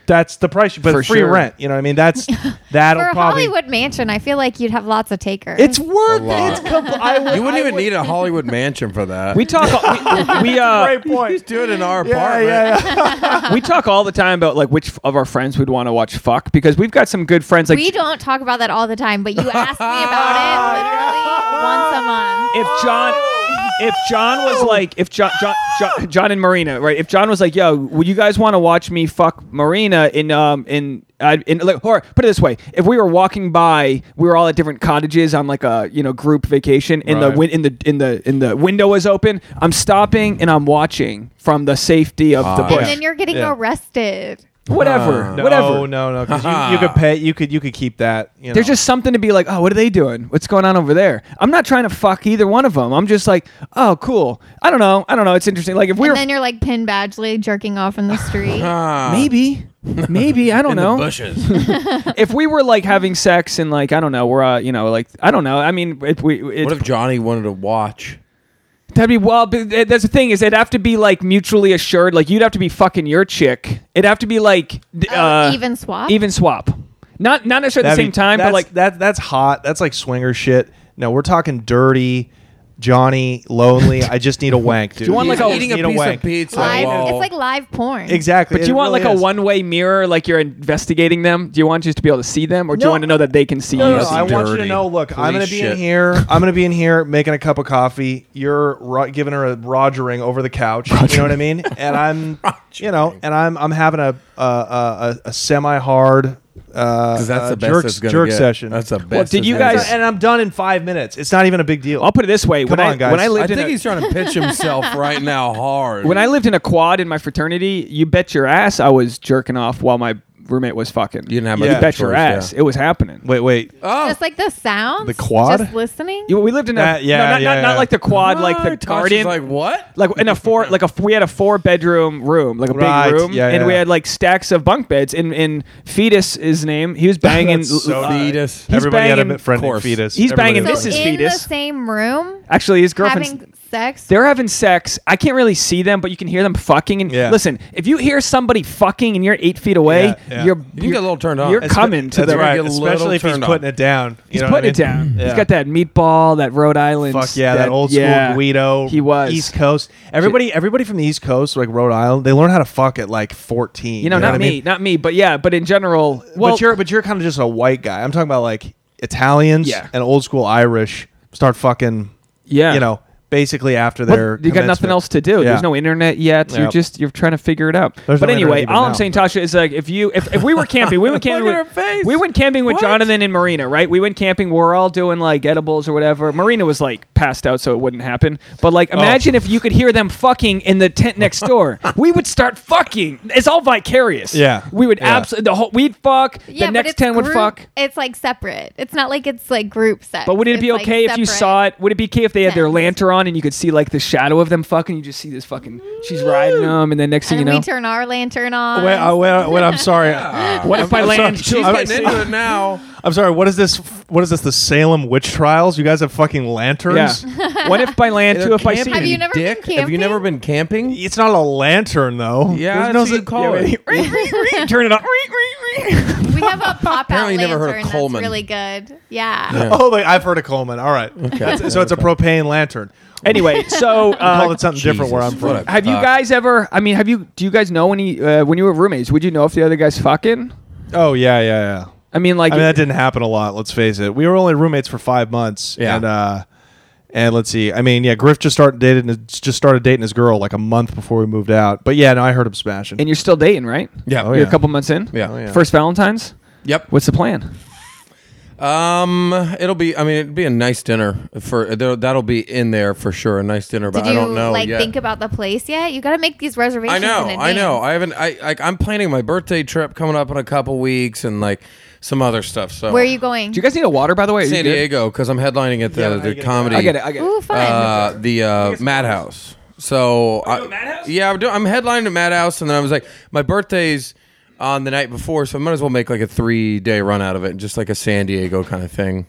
Speaker 4: that's the price you but
Speaker 1: For
Speaker 4: free
Speaker 1: sure.
Speaker 4: rent you know what i mean that's that'll
Speaker 5: For a
Speaker 4: probably
Speaker 5: Hollywood mansion, I feel like you'd have lots of takers.
Speaker 4: it's worth
Speaker 3: A
Speaker 4: it
Speaker 3: lot.
Speaker 4: it's compl- I would,
Speaker 3: You wouldn't
Speaker 4: I
Speaker 3: even
Speaker 4: would-
Speaker 3: need a Hollywood mansion for that.
Speaker 1: We talk. We, we uh,
Speaker 4: great point
Speaker 3: do it in our
Speaker 4: yeah
Speaker 3: apartment.
Speaker 4: yeah, yeah.
Speaker 1: we talk all the time about like which f- of our friends would want to watch fuck because we've got some good friends. Like
Speaker 5: we don't talk about that all the time, but you ask me about it literally once a month.
Speaker 1: if John, if John was like, if John, John, John, John and Marina, right? If John was like, "Yo, would you guys want to watch me fuck Marina in um in uh, in like, or put it this way, if we were walking by, we were all at different cottages on like a you know group vacation, and the
Speaker 3: Right.
Speaker 1: win in the in the in the window was open. I'm stopping and I'm watching from the safety of the
Speaker 3: Ah.
Speaker 5: And
Speaker 1: bush,
Speaker 5: then you're getting
Speaker 4: Yeah.
Speaker 5: arrested.
Speaker 1: whatever,
Speaker 3: Ah.
Speaker 1: whatever.
Speaker 4: no no no 'cause you, you could pay you could you could keep that you know.
Speaker 1: There's just something to be like, oh, what are they doing? What's going on over there? I'm not trying to fuck either one of them. I'm just like, oh, cool. I don't know. I don't know. It's interesting. Like if we
Speaker 5: And
Speaker 1: were
Speaker 5: then you're like Pin Badgley jerking off in the street.
Speaker 4: Uh,
Speaker 3: Ah,
Speaker 1: maybe, maybe I don't
Speaker 3: in the
Speaker 1: know.
Speaker 3: bushes.
Speaker 1: If we were like having sex and like I don't know, we're uh, you know like I don't know. I mean, if we
Speaker 3: what
Speaker 1: it's
Speaker 3: if Johnny wanted to watch?
Speaker 1: that'd be well. But th- that's the thing is, it'd have to be like mutually assured. Like you'd have to be fucking your chick. It'd have to be like d-
Speaker 5: Oh,
Speaker 1: uh,
Speaker 5: even swap.
Speaker 1: even swap. Not not necessarily at the
Speaker 4: That'd
Speaker 1: same
Speaker 4: be-
Speaker 1: time, but
Speaker 4: that's-
Speaker 1: like
Speaker 4: that that's hot. That's like swinger shit. No, we're talking dirty, Johnny, lonely. I just need a wank, dude.
Speaker 1: you want,
Speaker 4: I
Speaker 1: like,
Speaker 4: just
Speaker 1: a-
Speaker 3: eating a
Speaker 4: need
Speaker 3: piece
Speaker 4: wank.
Speaker 3: of pizza?
Speaker 5: live.
Speaker 3: while-
Speaker 5: It's like live porn.
Speaker 4: Exactly.
Speaker 1: But do
Speaker 4: it
Speaker 1: you want
Speaker 4: really
Speaker 1: like
Speaker 4: is.
Speaker 1: a one-way mirror, like you're investigating them? Do you want just to be able to see them, or do you
Speaker 4: No.
Speaker 1: want to know that they can see
Speaker 4: No,
Speaker 1: you?
Speaker 4: no, no,
Speaker 3: That's
Speaker 4: I want you to
Speaker 3: dirty
Speaker 4: know. Look, I'm gonna
Speaker 3: police
Speaker 4: be in
Speaker 3: shit.
Speaker 4: here. I'm gonna be in here making a cup of coffee. You're ro- giving her a rogering over the couch. You know what I mean? And I'm, you know, and I'm I'm having a a, a, a semi hard. Uh,
Speaker 3: 'Cause that's
Speaker 4: uh,
Speaker 3: the best
Speaker 4: jerk,
Speaker 3: it's gonna
Speaker 4: jerk
Speaker 3: get.
Speaker 4: session.
Speaker 3: That's the best.
Speaker 1: did
Speaker 3: it's
Speaker 1: you
Speaker 3: gonna
Speaker 1: guys-
Speaker 3: get.
Speaker 4: and I'm done in five minutes. It's not even a big deal.
Speaker 1: I'll put it this way: when
Speaker 4: Come
Speaker 1: I
Speaker 4: on, guys.
Speaker 1: when I
Speaker 3: I
Speaker 1: lived in
Speaker 3: think
Speaker 1: a,
Speaker 3: he's trying to pitch himself right now hard.
Speaker 1: when I lived in a quad in my fraternity, you bet your ass I was jerking off while my roommate was fucking.
Speaker 3: You didn't have
Speaker 1: you
Speaker 3: much
Speaker 1: bet your
Speaker 3: choice,
Speaker 1: ass
Speaker 3: yeah.
Speaker 1: it was happening.
Speaker 4: Wait, wait.
Speaker 3: oh,
Speaker 5: Just like the sounds.
Speaker 4: The quad?
Speaker 5: Just listening.
Speaker 1: You- we lived in a
Speaker 4: That- yeah,
Speaker 1: no, not,
Speaker 4: yeah,
Speaker 1: not, not
Speaker 4: yeah.
Speaker 1: like the quad, like
Speaker 3: Ah,
Speaker 1: the
Speaker 3: Tosh is
Speaker 1: garden,
Speaker 3: Like what?
Speaker 1: like in a four like a we had a four bedroom room like a
Speaker 4: Right,
Speaker 1: big room
Speaker 4: yeah,
Speaker 1: and
Speaker 4: yeah.
Speaker 1: we had like stacks of bunk beds and and fetus his name he was banging
Speaker 4: That's so
Speaker 1: uh,
Speaker 3: Fetus.
Speaker 1: he's
Speaker 4: Everybody had a
Speaker 1: banging-
Speaker 4: bit- friend named
Speaker 3: course.
Speaker 4: fetus.
Speaker 1: He's
Speaker 4: Everybody
Speaker 1: banging
Speaker 4: had a
Speaker 5: so
Speaker 1: Mrs.
Speaker 5: in
Speaker 4: friend.
Speaker 5: the
Speaker 1: Fetus.
Speaker 5: same room,
Speaker 1: actually his girlfriend's
Speaker 5: having sex.
Speaker 1: they're having sex. I can't really see them, but you can hear them fucking. And
Speaker 4: Yeah.
Speaker 1: listen, if you hear somebody fucking and you're eight feet away,
Speaker 4: Yeah, yeah.
Speaker 1: you're
Speaker 3: You get a little turned on.
Speaker 1: You're
Speaker 3: Espe-
Speaker 1: coming to
Speaker 4: That's
Speaker 1: the
Speaker 4: right.
Speaker 3: Get a little
Speaker 4: Especially if he's
Speaker 3: turned on.
Speaker 4: putting it down.
Speaker 1: He's
Speaker 4: You know what I
Speaker 1: putting it
Speaker 4: mean?
Speaker 1: down.
Speaker 4: Yeah.
Speaker 1: He's got that meatball, that Rhode Island.
Speaker 4: Fuck yeah, that, old school
Speaker 1: yeah.
Speaker 4: Guido.
Speaker 1: He was
Speaker 4: East Coast. Everybody, everybody from the East Coast, like Rhode Island, they learn how to fuck at like fourteen.
Speaker 1: You know,
Speaker 4: what
Speaker 1: not
Speaker 4: I
Speaker 1: me,
Speaker 4: mean?
Speaker 1: not me, but yeah, but in general, well,
Speaker 4: but you're, but you're kind of just a white guy. I'm talking about like Italians
Speaker 1: Yeah.
Speaker 4: and old school Irish start fucking.
Speaker 1: yeah,
Speaker 4: You know, basically after
Speaker 1: But
Speaker 4: their.
Speaker 1: you got nothing
Speaker 4: commencement.
Speaker 1: else to do.
Speaker 4: Yeah.
Speaker 1: There's no internet yet. You're
Speaker 4: Yep.
Speaker 1: just you're trying to figure it out.
Speaker 4: There's
Speaker 1: but
Speaker 4: no internet
Speaker 1: anyway,
Speaker 4: even
Speaker 1: all I'm
Speaker 4: now.
Speaker 1: saying, Tasha, is like if you if, if we were camping, we went camping
Speaker 3: Look at
Speaker 1: with
Speaker 3: her face.
Speaker 1: we went camping with
Speaker 3: What?
Speaker 1: Jonathan and Marina, right? We went camping. We're all doing like edibles or whatever. Marina was like passed out, so it wouldn't happen. But
Speaker 4: Oh.
Speaker 1: like, imagine if you could hear them fucking in the tent next door. we would start fucking. It's all vicarious.
Speaker 4: Yeah.
Speaker 1: we would
Speaker 4: Yeah.
Speaker 1: absolutely the whole we'd fuck. the
Speaker 5: yeah, but
Speaker 1: next
Speaker 5: it's
Speaker 1: ten would
Speaker 5: group-
Speaker 1: fuck.
Speaker 5: It's like separate. It's not like it's like group sex.
Speaker 1: But would it be
Speaker 5: It's, like,
Speaker 1: okay if you
Speaker 5: separate.
Speaker 1: saw it? Would it be okay if they had their
Speaker 5: Yes.
Speaker 1: lantern on and you could see like the shadow of them fucking? You just see this fucking. She's riding them, and then next thing
Speaker 5: And
Speaker 1: you know,
Speaker 5: we turn our lantern on.
Speaker 4: Wait, I, wait, wait, I'm sorry.
Speaker 1: what if I land?
Speaker 4: sorry.
Speaker 1: she's
Speaker 4: I'm-
Speaker 1: getting
Speaker 3: getting
Speaker 1: in-
Speaker 3: into it now.
Speaker 4: I'm sorry. What is this? What is this? The Salem witch trials? You guys have fucking lanterns?
Speaker 1: yeah. What if by land too? If I see
Speaker 5: Have you never been
Speaker 3: dick? Have you never been camping?
Speaker 4: It's not a lantern though.
Speaker 3: Yeah, that's
Speaker 4: There's no
Speaker 3: what you
Speaker 4: such-
Speaker 3: call
Speaker 4: yeah,
Speaker 3: it.
Speaker 1: turn it on.
Speaker 5: We have a pop out
Speaker 3: Apparently
Speaker 5: lantern.
Speaker 3: you never heard of Coleman.
Speaker 5: That's really good. Yeah.
Speaker 4: Oh, like, I've heard of Coleman. All right. That's- so it's a propane lantern.
Speaker 1: Anyway, so
Speaker 4: Call
Speaker 1: uh,
Speaker 4: it something different where I'm
Speaker 3: Jesus, what
Speaker 4: from.
Speaker 3: a-
Speaker 1: have you
Speaker 3: Fuck.
Speaker 1: guys ever? I mean, have you? Do you guys know any? Uh, when you were roommates, would you know if the other guy's fucking?
Speaker 4: Oh yeah, yeah, yeah.
Speaker 1: I mean, like
Speaker 4: I mean that didn't happen a lot. Let's face it. We were only roommates for five months.
Speaker 3: Yeah.
Speaker 4: And uh, and let's see. I mean, yeah, Griff just started dating just started dating his girl like a month before we moved out. But yeah, no, I heard him smashing.
Speaker 1: and you're still dating, right?
Speaker 3: Yeah.
Speaker 4: Oh,
Speaker 1: You're
Speaker 4: yeah.
Speaker 1: a couple months in.
Speaker 3: Yeah.
Speaker 4: Oh, yeah.
Speaker 1: First Valentine's.
Speaker 3: Yep.
Speaker 1: What's the plan?
Speaker 3: Um, it'll be. I mean, it'd be a nice dinner for there- that'll be in there for sure. A nice dinner, but
Speaker 5: Did
Speaker 3: I
Speaker 5: you
Speaker 3: don't know
Speaker 5: like
Speaker 3: yet.
Speaker 5: think about the place yet? You got to make these reservations.
Speaker 3: I know,
Speaker 5: in
Speaker 3: I know.
Speaker 5: advance.
Speaker 3: I haven't. I like. I'm planning my birthday trip coming up in a couple weeks, and like some other stuff. So
Speaker 5: Where are you going?
Speaker 1: Do you guys need a water? By the way, Are you
Speaker 3: San
Speaker 1: good?
Speaker 3: Diego because I'm headlining at the,
Speaker 4: Yeah, I
Speaker 3: the
Speaker 4: get it.
Speaker 3: comedy.
Speaker 1: I get it. I get it.
Speaker 5: Ooh, fun.
Speaker 3: uh, the uh, Madhouse. So I, yeah, I'm, doing, I'm headlining at Madhouse, and then I was like, my birthday's on the night before, so I might as well make like a three day run out of it, just like a San Diego kind of thing.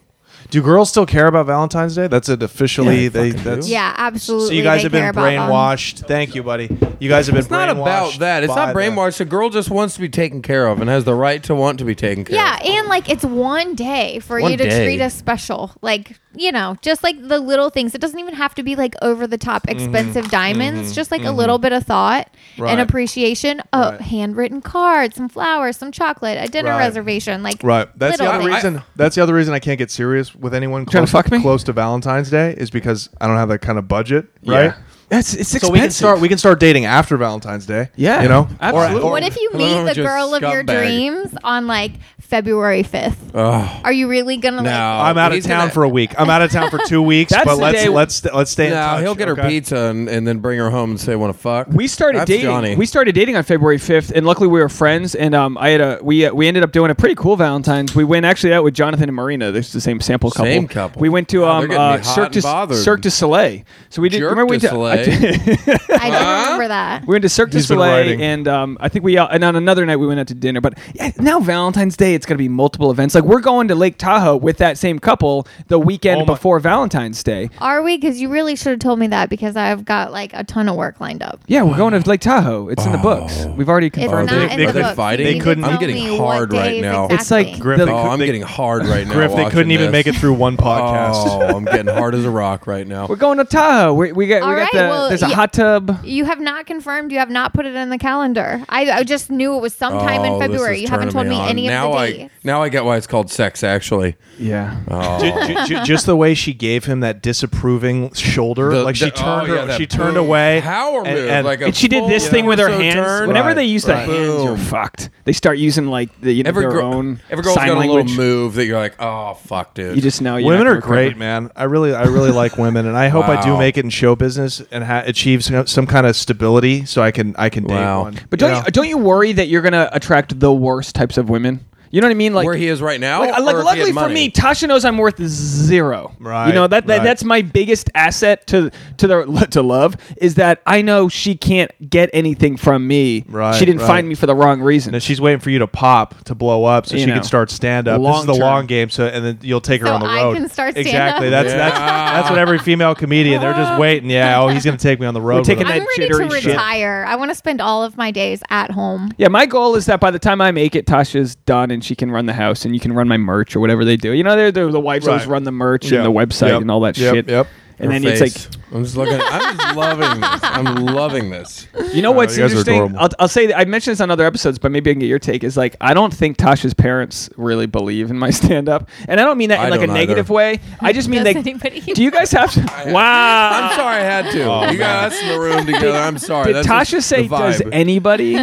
Speaker 4: Do girls still care about Valentine's Day? That's it officially.
Speaker 3: Yeah, they
Speaker 4: they
Speaker 3: fucking
Speaker 4: that's,
Speaker 3: do.
Speaker 5: Yeah, absolutely.
Speaker 4: So you guys
Speaker 5: they
Speaker 4: have been
Speaker 5: care about um, them.
Speaker 4: brainwashed. Thank you, buddy. You guys have been
Speaker 3: It's not about
Speaker 4: brainwashed
Speaker 3: that. It's
Speaker 4: by
Speaker 3: not
Speaker 4: the-
Speaker 3: brainwashed. A girl just wants to be taken care of and has the right to want to be taken care
Speaker 5: Yeah,
Speaker 3: of.
Speaker 5: and like it's one day for
Speaker 3: One
Speaker 5: you to
Speaker 3: day.
Speaker 5: treat us special. Like, you know, just like the little things. It doesn't even have to be like over the top
Speaker 3: Mm-hmm.
Speaker 5: expensive diamonds, just like a little bit of thought
Speaker 4: Right.
Speaker 5: and appreciation. Oh,
Speaker 4: Right.
Speaker 5: handwritten cards, some flowers, some chocolate, a dinner
Speaker 4: Right.
Speaker 5: reservation. Like,
Speaker 4: Right. That's the
Speaker 5: little
Speaker 4: other
Speaker 5: things.
Speaker 4: reason. that's the other reason I can't get serious with anyone
Speaker 1: Trying
Speaker 4: close,
Speaker 1: to fuck me?
Speaker 4: close to Valentine's Day is because I don't have that kind of budget, right?
Speaker 3: Yeah.
Speaker 1: That's it's
Speaker 4: So we can start. We can start dating after Valentine's Day.
Speaker 1: Yeah,
Speaker 4: you know,
Speaker 1: absolutely.
Speaker 4: Or, or,
Speaker 5: What if you
Speaker 3: Hello,
Speaker 5: meet the
Speaker 3: just
Speaker 5: girl of your
Speaker 3: scumbag.
Speaker 5: dreams on like February 5th?
Speaker 3: Oh,
Speaker 5: Are you really going to
Speaker 3: No.
Speaker 5: like.
Speaker 4: I'm out of
Speaker 3: He's
Speaker 4: town
Speaker 3: gonna-
Speaker 4: for a week. I'm out of town for two weeks.
Speaker 1: That's
Speaker 4: but
Speaker 1: the
Speaker 4: let's
Speaker 1: day-
Speaker 4: let's st- let's stay. in
Speaker 3: no,
Speaker 4: touch,
Speaker 3: he'll get her
Speaker 4: okay?
Speaker 3: pizza and, and then bring her home and say, "Want to fuck?"
Speaker 1: We started
Speaker 3: That's
Speaker 1: dating.
Speaker 3: Johnny.
Speaker 1: We started dating on February fifth, and luckily we were friends. And um, I had a we uh, we ended up doing a pretty cool Valentine's. We went actually out with Jonathan and Marina. This is the same sample couple.
Speaker 3: Same couple.
Speaker 1: We went to
Speaker 3: Wow,
Speaker 1: um
Speaker 3: they're getting me
Speaker 1: uh,
Speaker 3: hot
Speaker 1: Cirque
Speaker 3: and
Speaker 1: du
Speaker 3: bothered.
Speaker 1: Cirque du Soleil. So we did.
Speaker 3: Jerk
Speaker 1: remember we went
Speaker 3: to
Speaker 1: to I did-
Speaker 3: Soleil.
Speaker 5: I don't remember that.
Speaker 1: we went to Cirque du
Speaker 4: He's been
Speaker 1: Soleil,
Speaker 4: writing.
Speaker 1: and um, I think we uh, and on another night we went out to dinner. But yeah, now Valentine's Day, it's going to be multiple events. Like we're going to Lake Tahoe with that same couple the weekend
Speaker 4: Oh my-
Speaker 1: before Valentine's Day.
Speaker 5: Are we? Because you really should have told me that because I've got like a ton of work lined up.
Speaker 1: Yeah, we're going to Lake Tahoe. It's in the books. We've already
Speaker 5: It's
Speaker 1: confirmed
Speaker 5: not
Speaker 1: it.
Speaker 3: they-
Speaker 5: in
Speaker 3: they
Speaker 5: the
Speaker 3: could-
Speaker 5: book.
Speaker 3: they
Speaker 5: You need to
Speaker 4: couldn't-
Speaker 5: tell
Speaker 3: I'm getting
Speaker 5: me what
Speaker 3: hard
Speaker 5: day
Speaker 3: right now.
Speaker 1: It's like
Speaker 5: exactly.
Speaker 4: Griff,
Speaker 1: The-
Speaker 4: they
Speaker 3: oh,
Speaker 4: could-
Speaker 3: I'm
Speaker 4: they-
Speaker 3: getting hard right now.
Speaker 4: Griff, they couldn't
Speaker 3: watching
Speaker 4: even
Speaker 3: this.
Speaker 4: make it through one podcast.
Speaker 3: Oh, I'm getting hard as a rock right now.
Speaker 1: We're going to Tahoe. We, we got
Speaker 5: All
Speaker 1: we got
Speaker 5: right,
Speaker 1: the
Speaker 5: well,
Speaker 1: there's a
Speaker 5: yeah.
Speaker 1: hot tub.
Speaker 5: You have not confirmed. You have not put it in the calendar. I, I just knew it was sometime
Speaker 3: Oh,
Speaker 5: in
Speaker 3: this
Speaker 5: February.
Speaker 3: is
Speaker 5: You haven't
Speaker 3: turning
Speaker 5: told me,
Speaker 3: on.
Speaker 5: any
Speaker 3: now
Speaker 5: of the
Speaker 3: I,
Speaker 5: dates.
Speaker 3: Now I get why it's called sex, actually.
Speaker 1: Yeah.
Speaker 3: Oh.
Speaker 4: Ju- ju- ju- just the way she gave him that disapproving shoulder,
Speaker 3: The-
Speaker 4: like
Speaker 3: the-
Speaker 4: she turned
Speaker 3: oh, yeah,
Speaker 4: her,
Speaker 3: that
Speaker 4: she turned
Speaker 3: boom.
Speaker 4: away.
Speaker 3: Power
Speaker 4: and-
Speaker 3: move,
Speaker 4: and-
Speaker 3: like a
Speaker 1: And she did
Speaker 3: full
Speaker 1: this thing with her
Speaker 3: torso
Speaker 1: hands.
Speaker 3: turn.
Speaker 1: Whenever
Speaker 4: Right,
Speaker 1: they use
Speaker 4: right.
Speaker 1: their hands, you're
Speaker 3: Boom.
Speaker 1: fucked. They start using like the, you know,
Speaker 3: every
Speaker 1: their
Speaker 3: girl,
Speaker 1: own
Speaker 3: every girl's
Speaker 1: sign
Speaker 3: got a
Speaker 1: language.
Speaker 3: little move that you're like, oh fuck, dude.
Speaker 1: You just know you're
Speaker 4: women
Speaker 1: not
Speaker 4: are
Speaker 1: gonna recover.
Speaker 4: great, man. I really, I really like women, and I hope I do
Speaker 3: Wow.
Speaker 4: make it in show business and ha- achieve some, some kind of stability, so I can, I can date
Speaker 3: Wow.
Speaker 4: one.
Speaker 1: But don't
Speaker 4: you
Speaker 3: uh,
Speaker 1: you,
Speaker 4: know?
Speaker 1: don't you worry that you're gonna attract the worst types of women? You know what I mean? Like
Speaker 3: where he is right now.
Speaker 1: Like, like,
Speaker 3: or if he
Speaker 1: luckily
Speaker 3: had
Speaker 1: for
Speaker 3: money?
Speaker 1: me, Tasha knows I'm worth zero. You
Speaker 4: Right,
Speaker 1: know that, that
Speaker 4: right.
Speaker 1: that's my biggest asset to to the to love is that I know she can't get anything from me.
Speaker 4: Right,
Speaker 1: She didn't
Speaker 4: right.
Speaker 1: find me for the wrong reason.
Speaker 4: And she's waiting for you to pop to blow up, so
Speaker 1: You
Speaker 4: she
Speaker 1: know.
Speaker 4: can start stand up. This is the
Speaker 1: Long-term.
Speaker 4: long game, so and then you'll take her
Speaker 5: So
Speaker 4: on the
Speaker 5: I
Speaker 4: road.
Speaker 5: can start stand-up?
Speaker 4: exactly. That's that's
Speaker 3: Yeah.
Speaker 4: that's what every female comedian. They're just waiting. Yeah. Oh, he's gonna take me on the road. with
Speaker 1: taking
Speaker 4: him.
Speaker 1: that
Speaker 5: I'm ready to
Speaker 1: jittery shit.
Speaker 5: retire. I want to spend all of my days at home.
Speaker 1: Yeah, my goal is that by the time I make it, Tasha's done and she can run the house and you can run my merch or whatever they do. You know, they're, they're, the wives always
Speaker 4: Right.
Speaker 1: run the merch and
Speaker 4: Yep.
Speaker 1: the website
Speaker 4: Yep.
Speaker 1: and all that
Speaker 4: Yep.
Speaker 1: shit.
Speaker 4: Yep.
Speaker 1: And
Speaker 3: Her
Speaker 1: then
Speaker 3: face.
Speaker 1: it's
Speaker 3: I'm just looking. I'm just loving this. I'm loving this.
Speaker 1: like, you know what's
Speaker 4: you guys are
Speaker 1: interesting?
Speaker 4: adorable.
Speaker 1: I'll, I'll say, that- I mentioned this on other episodes, but maybe I can get your take. Is like, I don't think Tasha's parents really believe in my stand up. And I don't mean that in
Speaker 3: I
Speaker 1: like a
Speaker 3: don't
Speaker 1: negative
Speaker 3: either.
Speaker 1: way. I just mean,
Speaker 5: Does
Speaker 1: like,
Speaker 5: anybody-
Speaker 1: do you guys have to? wow.
Speaker 3: I'm sorry I had to. you got us in the room together. I'm sorry.
Speaker 1: Oh, Did
Speaker 3: That's
Speaker 1: Tasha
Speaker 3: just
Speaker 1: say
Speaker 3: the
Speaker 1: does
Speaker 3: vibe.
Speaker 1: anybody?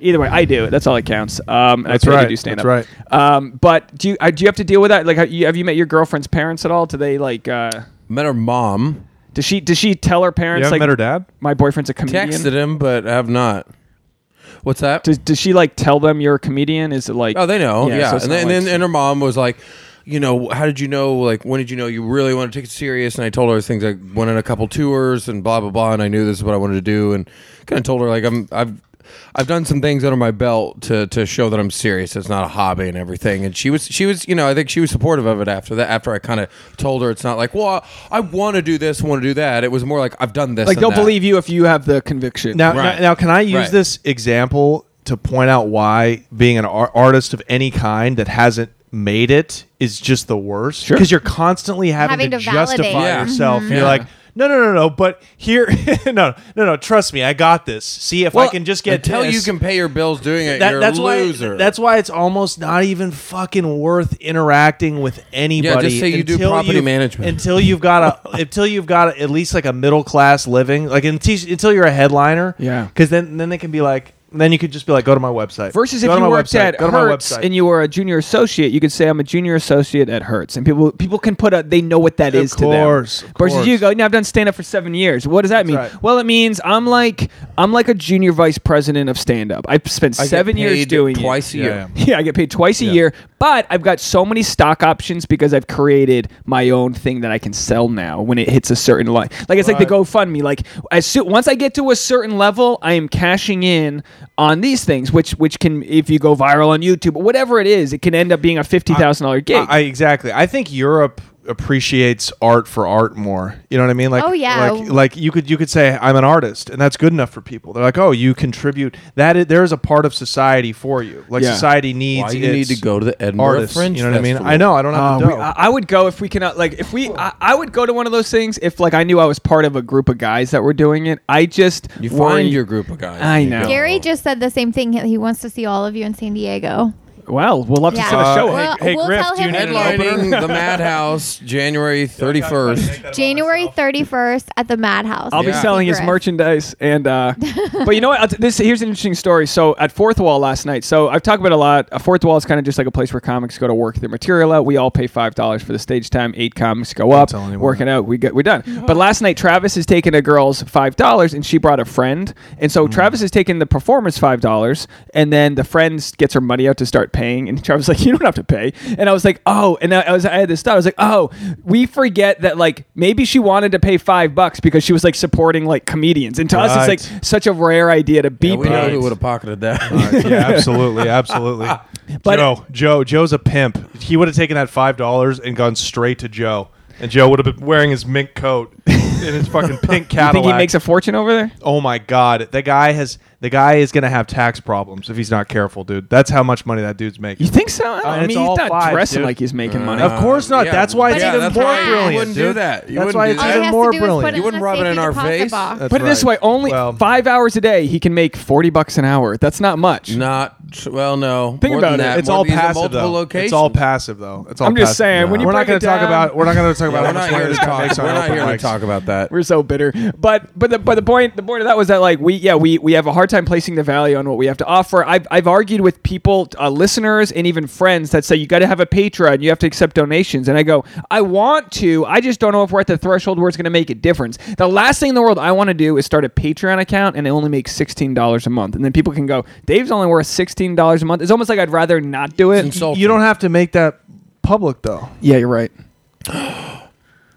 Speaker 1: Either way, I do. That's all that counts. Um, and
Speaker 4: That's
Speaker 1: I pay to
Speaker 4: right.
Speaker 1: do stand
Speaker 4: That's
Speaker 1: up. Um, but do you uh, do you have to deal with that? Like, have you, have you met your girlfriend's parents at all? Do they like? Uh,
Speaker 3: Met her mom.
Speaker 1: does she does she tell her
Speaker 4: You
Speaker 1: parents
Speaker 4: haven't
Speaker 1: like
Speaker 4: met her dad?
Speaker 1: my boyfriend's a comedian?
Speaker 3: Texted him, but I have not. What's that?
Speaker 1: Does, does she like tell them you're a comedian? Is it like?
Speaker 3: Oh, they know.
Speaker 1: so
Speaker 3: Yeah. and
Speaker 1: it's
Speaker 3: then,
Speaker 1: not
Speaker 3: and
Speaker 1: like-
Speaker 3: then and her mom was like, you know, how did you know? Like, when did you know you really want to take it serious? And I told her things. I went on a couple tours and blah blah blah. And I knew this is what I wanted to do. And kind of told her like I'm I've I've done some things under my belt to to show that I'm serious. It's not a hobby and everything. And she was she was you know I think she was supportive of it after that. After I kind of told her it's not like well I want to do this, want to do that. It was more like I've done this.
Speaker 1: like
Speaker 3: and
Speaker 1: they'll
Speaker 3: that.
Speaker 1: believe you if you have the conviction.
Speaker 4: Now,
Speaker 3: Right.
Speaker 4: now, now can I use
Speaker 3: Right.
Speaker 4: this example to point out why being an ar- artist of any kind that hasn't made it is just the worst?
Speaker 1: Sure.
Speaker 4: Because you're constantly having,
Speaker 5: Having
Speaker 4: to,
Speaker 5: to validate.
Speaker 4: justify
Speaker 3: Yeah.
Speaker 4: yourself.
Speaker 3: Mhm.
Speaker 4: You're
Speaker 3: Yeah.
Speaker 4: like, no, no, no, no. But here, no, no, no. Trust me, I got this. See if I can just get
Speaker 3: until
Speaker 4: this.
Speaker 3: you can pay your bills doing it.
Speaker 4: That-
Speaker 3: you're
Speaker 4: that's
Speaker 3: a
Speaker 4: why.
Speaker 3: loser.
Speaker 4: That's why it's almost not even fucking worth interacting with anybody.
Speaker 3: say you do
Speaker 4: until
Speaker 3: property
Speaker 4: you've-
Speaker 3: management.
Speaker 4: until you've got a until you've got at least like a middle class living. Like until, until you're a headliner.
Speaker 1: Yeah.
Speaker 4: Because then then they can be like then you could just be like go to my website.
Speaker 1: Versus
Speaker 4: Go
Speaker 1: if
Speaker 4: to
Speaker 1: you
Speaker 4: my
Speaker 1: worked
Speaker 4: website.
Speaker 1: at
Speaker 4: go to my
Speaker 1: Hertz
Speaker 4: website.
Speaker 1: and you were a junior associate, you could say I'm a junior associate at Hertz, and people people can put a they know what that
Speaker 4: Of
Speaker 1: is
Speaker 4: course,
Speaker 1: to them.
Speaker 4: of
Speaker 1: Versus
Speaker 4: course.
Speaker 1: you go, no, I've done stand up for seven years. What does that mean?
Speaker 4: right.
Speaker 1: Well, it means I'm like I'm like a junior vice president of stand up. I've spent
Speaker 3: I get
Speaker 1: seven years
Speaker 3: paid
Speaker 1: doing it.
Speaker 3: twice a
Speaker 4: Yeah,
Speaker 3: year.
Speaker 4: yeah.
Speaker 1: Yeah, I get paid twice a year, but I've got so many stock options because I've created my own thing that I can sell now when it hits a certain line. Like it's like the
Speaker 4: Right.
Speaker 1: GoFundMe. Like as soon once I get to a certain level, I am cashing in on these things, which which can if you go viral on YouTube, whatever it is, it can end up being a fifty thousand dollar gig.
Speaker 4: I, I- exactly. I think Europe appreciates art for art more. You know what I mean? Like,
Speaker 5: Oh, yeah.
Speaker 4: like, like you could you could say I'm an artist, and that's good enough for people. They're like, oh, you contribute. That is, there is a part of society for you. Like
Speaker 1: Yeah.
Speaker 4: society needs.
Speaker 3: Why you need
Speaker 4: its
Speaker 3: to go to the Edinburgh
Speaker 4: artists,
Speaker 3: Fringe
Speaker 4: You know what I mean?
Speaker 3: Festival?
Speaker 4: I know. I don't have
Speaker 1: Uh,
Speaker 4: to
Speaker 1: we,
Speaker 4: know.
Speaker 1: I, I would go if we cannot. Like if we, I, I would go to one of those things if like I knew I was part of a group of guys that were doing it. I just
Speaker 3: You
Speaker 1: worry-
Speaker 3: find your group of guys.
Speaker 1: I
Speaker 3: and you
Speaker 1: know.
Speaker 3: go.
Speaker 5: Gary just said the same thing. He he wants to see all of you in San Diego.
Speaker 1: Well, we'll have to
Speaker 5: Yeah.
Speaker 1: set a show
Speaker 5: Uh,
Speaker 1: up.
Speaker 5: Well, hey, we'll Griff, tell do you him need an when-
Speaker 3: Headlining the Madhouse January 31st.
Speaker 5: January 31st at the Madhouse.
Speaker 1: I'll be
Speaker 3: Yeah.
Speaker 1: selling his
Speaker 5: Secret.
Speaker 1: merchandise, and uh, but you know what? I'll t- This here's an interesting story. So at Fourth Wall last night, so I've talked about it a lot. A Fourth Wall is kind of just like a place where comics go to work their material out. We all pay five dollars for the stage time. Eight comics go up,
Speaker 4: tell anyone
Speaker 1: working out. We get we're done. But last night, Travis is taking a girl's five dollars, and she brought a friend, and
Speaker 4: Hmm.
Speaker 1: so Travis is taking the performers five dollars, and then the friend gets her money out to start paying, and Travis is like, "You don't have to pay," and I was like, "Oh," and I I was I had this thought. I was like, "Oh, we forget that like maybe she wanted to pay five bucks because she was like supporting like comedians, and to us
Speaker 4: Right.
Speaker 1: it's like such a rare idea to be
Speaker 3: Yeah, we know
Speaker 1: paid."
Speaker 3: who would have pocketed that.
Speaker 4: yeah, absolutely, absolutely.
Speaker 1: But-
Speaker 4: Joe, Joe, Joe's a pimp. He would have taken that five dollars and gone straight to Joe, and Joe would have been wearing his mink coat and his fucking pink
Speaker 1: you
Speaker 4: Cadillac.
Speaker 1: think he makes a fortune over there?
Speaker 4: oh my god, the guy has the guy is gonna have tax problems if he's not careful, dude. That's how much money that dude's
Speaker 1: You
Speaker 4: making.
Speaker 1: think so? I
Speaker 4: Uh, it's
Speaker 1: mean, he's
Speaker 4: all
Speaker 1: not
Speaker 4: five,
Speaker 1: dressing
Speaker 4: dude. Uh,
Speaker 1: like he's making money.
Speaker 4: Of course not.
Speaker 3: Uh, Yeah.
Speaker 4: That's why it's
Speaker 5: But
Speaker 4: even
Speaker 5: it's
Speaker 4: more
Speaker 5: cash.
Speaker 4: brilliant.
Speaker 5: You
Speaker 3: wouldn't
Speaker 4: dude.
Speaker 3: do that. You
Speaker 4: that's
Speaker 3: wouldn't
Speaker 4: why
Speaker 3: do
Speaker 4: it's
Speaker 5: all
Speaker 3: that.
Speaker 5: he
Speaker 4: even
Speaker 5: has
Speaker 4: more
Speaker 5: to do is put
Speaker 4: brilliant. Uh,
Speaker 5: it
Speaker 3: You wouldn't
Speaker 5: in a
Speaker 3: rub it
Speaker 5: safe
Speaker 3: in
Speaker 5: the
Speaker 3: our
Speaker 5: deposit
Speaker 3: face?
Speaker 5: box.
Speaker 4: That's
Speaker 1: Put it this way:
Speaker 4: right.
Speaker 1: only
Speaker 4: Well-
Speaker 1: five hours a day, he can make forty bucks an hour. That's not much.
Speaker 3: Not tr- well, no.
Speaker 1: Think
Speaker 3: More
Speaker 1: about
Speaker 3: than
Speaker 1: it.
Speaker 3: that.
Speaker 4: It's
Speaker 3: More
Speaker 4: all
Speaker 3: these are
Speaker 4: passive
Speaker 3: multiple
Speaker 4: though.
Speaker 3: Locations.
Speaker 4: It's all passive though. It's all.
Speaker 1: I'm just
Speaker 4: passive.
Speaker 1: saying, when you
Speaker 4: we're not
Speaker 1: break
Speaker 4: gonna
Speaker 1: it
Speaker 4: talk
Speaker 1: down-
Speaker 4: about. We're not going to talk
Speaker 3: Yeah,
Speaker 4: about
Speaker 3: we're
Speaker 4: how
Speaker 3: not
Speaker 4: much money
Speaker 3: here to
Speaker 4: this guy
Speaker 3: talk.
Speaker 4: makes on
Speaker 3: We're not
Speaker 4: open
Speaker 3: here to
Speaker 4: mics.
Speaker 3: talk about that.
Speaker 1: We're so bitter. But but the but the point the point of that was that like we yeah we we have a hard time placing the value on what we have to offer. I've I've argued with people, uh, listeners, and even friends that say you got to have a Patreon, you have to accept donations, and I go I want to, I just don't know if we're at the threshold where it's going to make a difference. The last thing in the world I want to do is start a Patreon account and it only makes sixteen dollars a month, and then people can go Dave's only worth sixteen dollars a month. It's almost like I'd rather not do it.
Speaker 3: Insulting.
Speaker 4: You don't have to make that public though.
Speaker 1: yeah, you're right.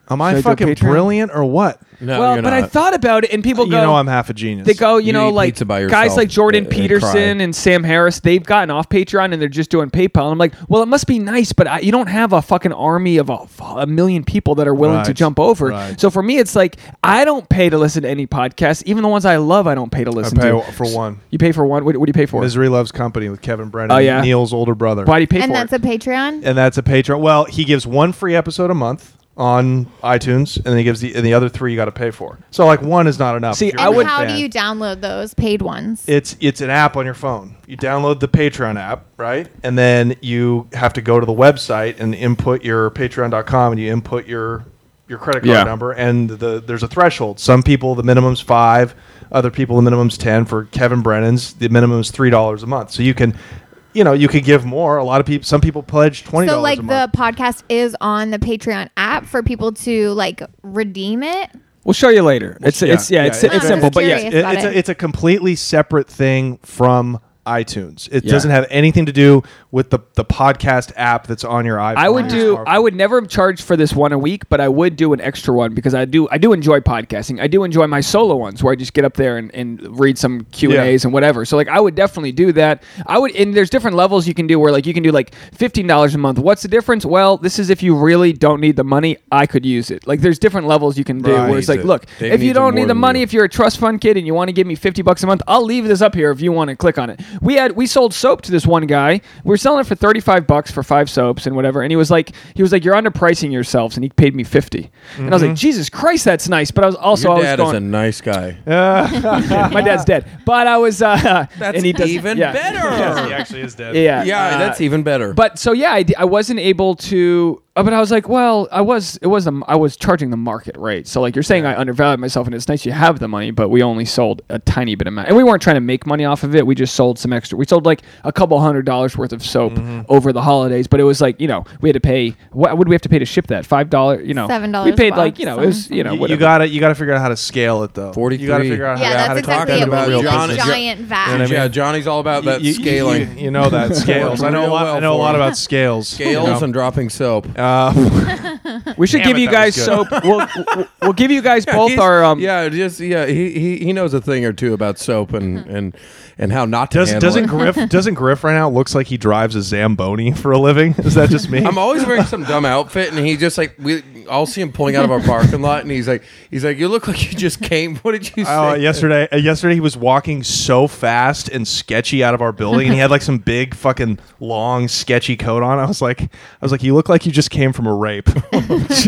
Speaker 4: Am
Speaker 1: Should
Speaker 4: I
Speaker 1: I do a
Speaker 4: fucking
Speaker 1: Patreon?
Speaker 4: brilliant or what?
Speaker 3: No,
Speaker 1: well,
Speaker 3: you're
Speaker 1: but I
Speaker 3: not.
Speaker 1: thought about it, and people
Speaker 4: You
Speaker 1: go
Speaker 4: know I'm half a genius.
Speaker 1: They go, you,
Speaker 3: You
Speaker 1: know,
Speaker 3: eat
Speaker 1: like
Speaker 3: pizza by
Speaker 1: guys
Speaker 3: yourself
Speaker 1: like Jordan
Speaker 3: and- and
Speaker 1: Peterson
Speaker 3: cry.
Speaker 1: and Sam Harris, they've gotten off Patreon and they're just doing PayPal. And I'm like, well, it must be nice, but I, you don't have a fucking army of a, a million people that are willing to
Speaker 4: Right.
Speaker 1: jump over.
Speaker 4: Right.
Speaker 1: So for me, it's like I don't pay to listen to any podcast, even the ones I love. I don't pay to listen
Speaker 4: pay
Speaker 1: to.
Speaker 4: for one.
Speaker 1: You pay for one. What, what do you pay for?
Speaker 4: Misery Loves Company with Kevin Brennan.
Speaker 1: Oh, yeah.
Speaker 4: Neil's older brother.
Speaker 1: Why do you pay
Speaker 5: and
Speaker 1: for?
Speaker 5: that's
Speaker 1: it?
Speaker 5: a Patreon.
Speaker 4: and that's a Patreon. Well, he gives one free episode a month on iTunes, and then he gives the and the other three you got to pay for. So like one is not enough.
Speaker 1: See,
Speaker 4: if you're
Speaker 1: I
Speaker 4: a
Speaker 5: and
Speaker 1: would-
Speaker 4: big
Speaker 5: how do
Speaker 4: fan.
Speaker 5: you download those paid ones?
Speaker 4: It's it's an app on your phone. You download the Patreon app, right? And then you have to go to the website and input your patreon.com and you input your your credit card
Speaker 1: Yeah.
Speaker 4: number and the there's a threshold. Some people the minimum's 5, other people the minimum's 10 for Kevin Brennan's the minimum's $3 a month. So you can you know, you could give more. A lot of people some people pledge $20
Speaker 5: so like
Speaker 4: a
Speaker 5: the
Speaker 4: month.
Speaker 5: podcast is on the Patreon app for people to like redeem it.
Speaker 1: We'll show you later. It's
Speaker 4: yeah,
Speaker 1: it's yeah,
Speaker 4: yeah,
Speaker 1: it's,
Speaker 4: yeah.
Speaker 1: it's
Speaker 5: I'm
Speaker 1: simple, but yeah,
Speaker 5: curious.
Speaker 4: It-
Speaker 5: about
Speaker 4: it's,
Speaker 5: it.
Speaker 4: A, it's a completely separate thing from iTunes. It
Speaker 1: Yeah.
Speaker 4: doesn't have anything to do with the, the podcast app that's on your iPhone.
Speaker 1: I would do.
Speaker 4: Smartphone.
Speaker 1: I would never charge for this one a week, but I would do an extra one because I do. I do enjoy podcasting. I do enjoy my solo ones where I just get up there and, and read some Q and A's
Speaker 4: Yeah.
Speaker 1: and whatever. So like, I would definitely do that. I would. And there's different levels you can do where like you can do like fifteen dollars a month. What's the difference? Well, this is if you really don't need the money. I could use it. Like there's different levels you can do
Speaker 3: Right.
Speaker 1: where it's like,
Speaker 3: Needs it.
Speaker 1: look,
Speaker 3: Dave
Speaker 1: if you
Speaker 3: needs it
Speaker 1: don't need
Speaker 3: more
Speaker 1: the
Speaker 3: than
Speaker 1: money,
Speaker 3: you.
Speaker 1: if you're a trust fund kid and you want to give me 50 bucks a month, I'll leave this up here if you want to click on it. We had we sold soap to this one guy. We were selling it for 35 bucks for five soaps and whatever. And he was like he was like you're underpricing yourselves and he paid me 50. And I was
Speaker 3: Mm-hmm.
Speaker 1: like, "Jesus Christ, that's nice." But I was also
Speaker 3: Your
Speaker 1: I was
Speaker 3: dad
Speaker 1: going
Speaker 3: is a nice guy.
Speaker 1: my dad's dead. But I was uh
Speaker 3: That's
Speaker 1: and he does-
Speaker 3: even
Speaker 1: yeah.
Speaker 3: better.
Speaker 4: he actually is dead.
Speaker 1: Yeah.
Speaker 3: Yeah,
Speaker 1: uh,
Speaker 3: that's even better.
Speaker 1: But so yeah, I, d- I wasn't able to. uh, But I was like, well, I was it was the, m- I was charging the market rate. So like you're saying, I undervalued myself, and it's nice you have the money, but we only sold a tiny bit of amount, and we weren't trying to make money off of it. We just sold some extra. We sold like a couple hundred dollars worth of soap over the holidays, but it was like you know we had to pay. What would we have to pay to ship that? Five dollars, you know,
Speaker 5: $7
Speaker 1: We paid
Speaker 5: box,
Speaker 1: like you know it was you know
Speaker 4: You,
Speaker 1: whatever.
Speaker 4: you gotta you gotta figure out how to scale it though. You gotta
Speaker 3: 43.
Speaker 4: figure out how,
Speaker 5: yeah,
Speaker 4: to- how
Speaker 5: that's
Speaker 4: to talk
Speaker 5: exactly it.
Speaker 4: about
Speaker 5: We
Speaker 4: real
Speaker 5: need like
Speaker 3: business.
Speaker 5: giant
Speaker 4: You know
Speaker 5: vats.
Speaker 4: what I mean?
Speaker 3: yeah, Johnny's all about that
Speaker 4: You- you-
Speaker 3: scaling.
Speaker 4: You, you know that scales. I know a
Speaker 3: Real
Speaker 4: lot. I
Speaker 3: well
Speaker 4: know a lot
Speaker 3: for you.
Speaker 4: about scales.
Speaker 3: scales
Speaker 4: you know? Uh,
Speaker 3: and dropping soap.
Speaker 1: We should
Speaker 4: Damn
Speaker 1: give
Speaker 4: it,
Speaker 1: you
Speaker 4: that
Speaker 1: guys
Speaker 4: was
Speaker 1: soap. We'll, we'll, we'll give you guys both
Speaker 3: He's-
Speaker 1: our um,
Speaker 3: yeah, just yeah. He, he he knows a thing or two about soap and and and how not to.
Speaker 4: Mm-hmm. Does,
Speaker 3: handle
Speaker 4: doesn't
Speaker 3: it.
Speaker 4: Griff doesn't Griff right now looks like he drives a Zamboni for a living? Is that just me?
Speaker 3: I'm always wearing some dumb outfit, and he just like we all see him pulling out of our parking lot, and he's like, he's like, you look like you just came. What did you say?
Speaker 4: Oh, yesterday, uh, yesterday he was walking so fast and sketchy out of our building, and he had like some big fucking long sketchy coat on. I was like, I was like, you look like you just came from a rape.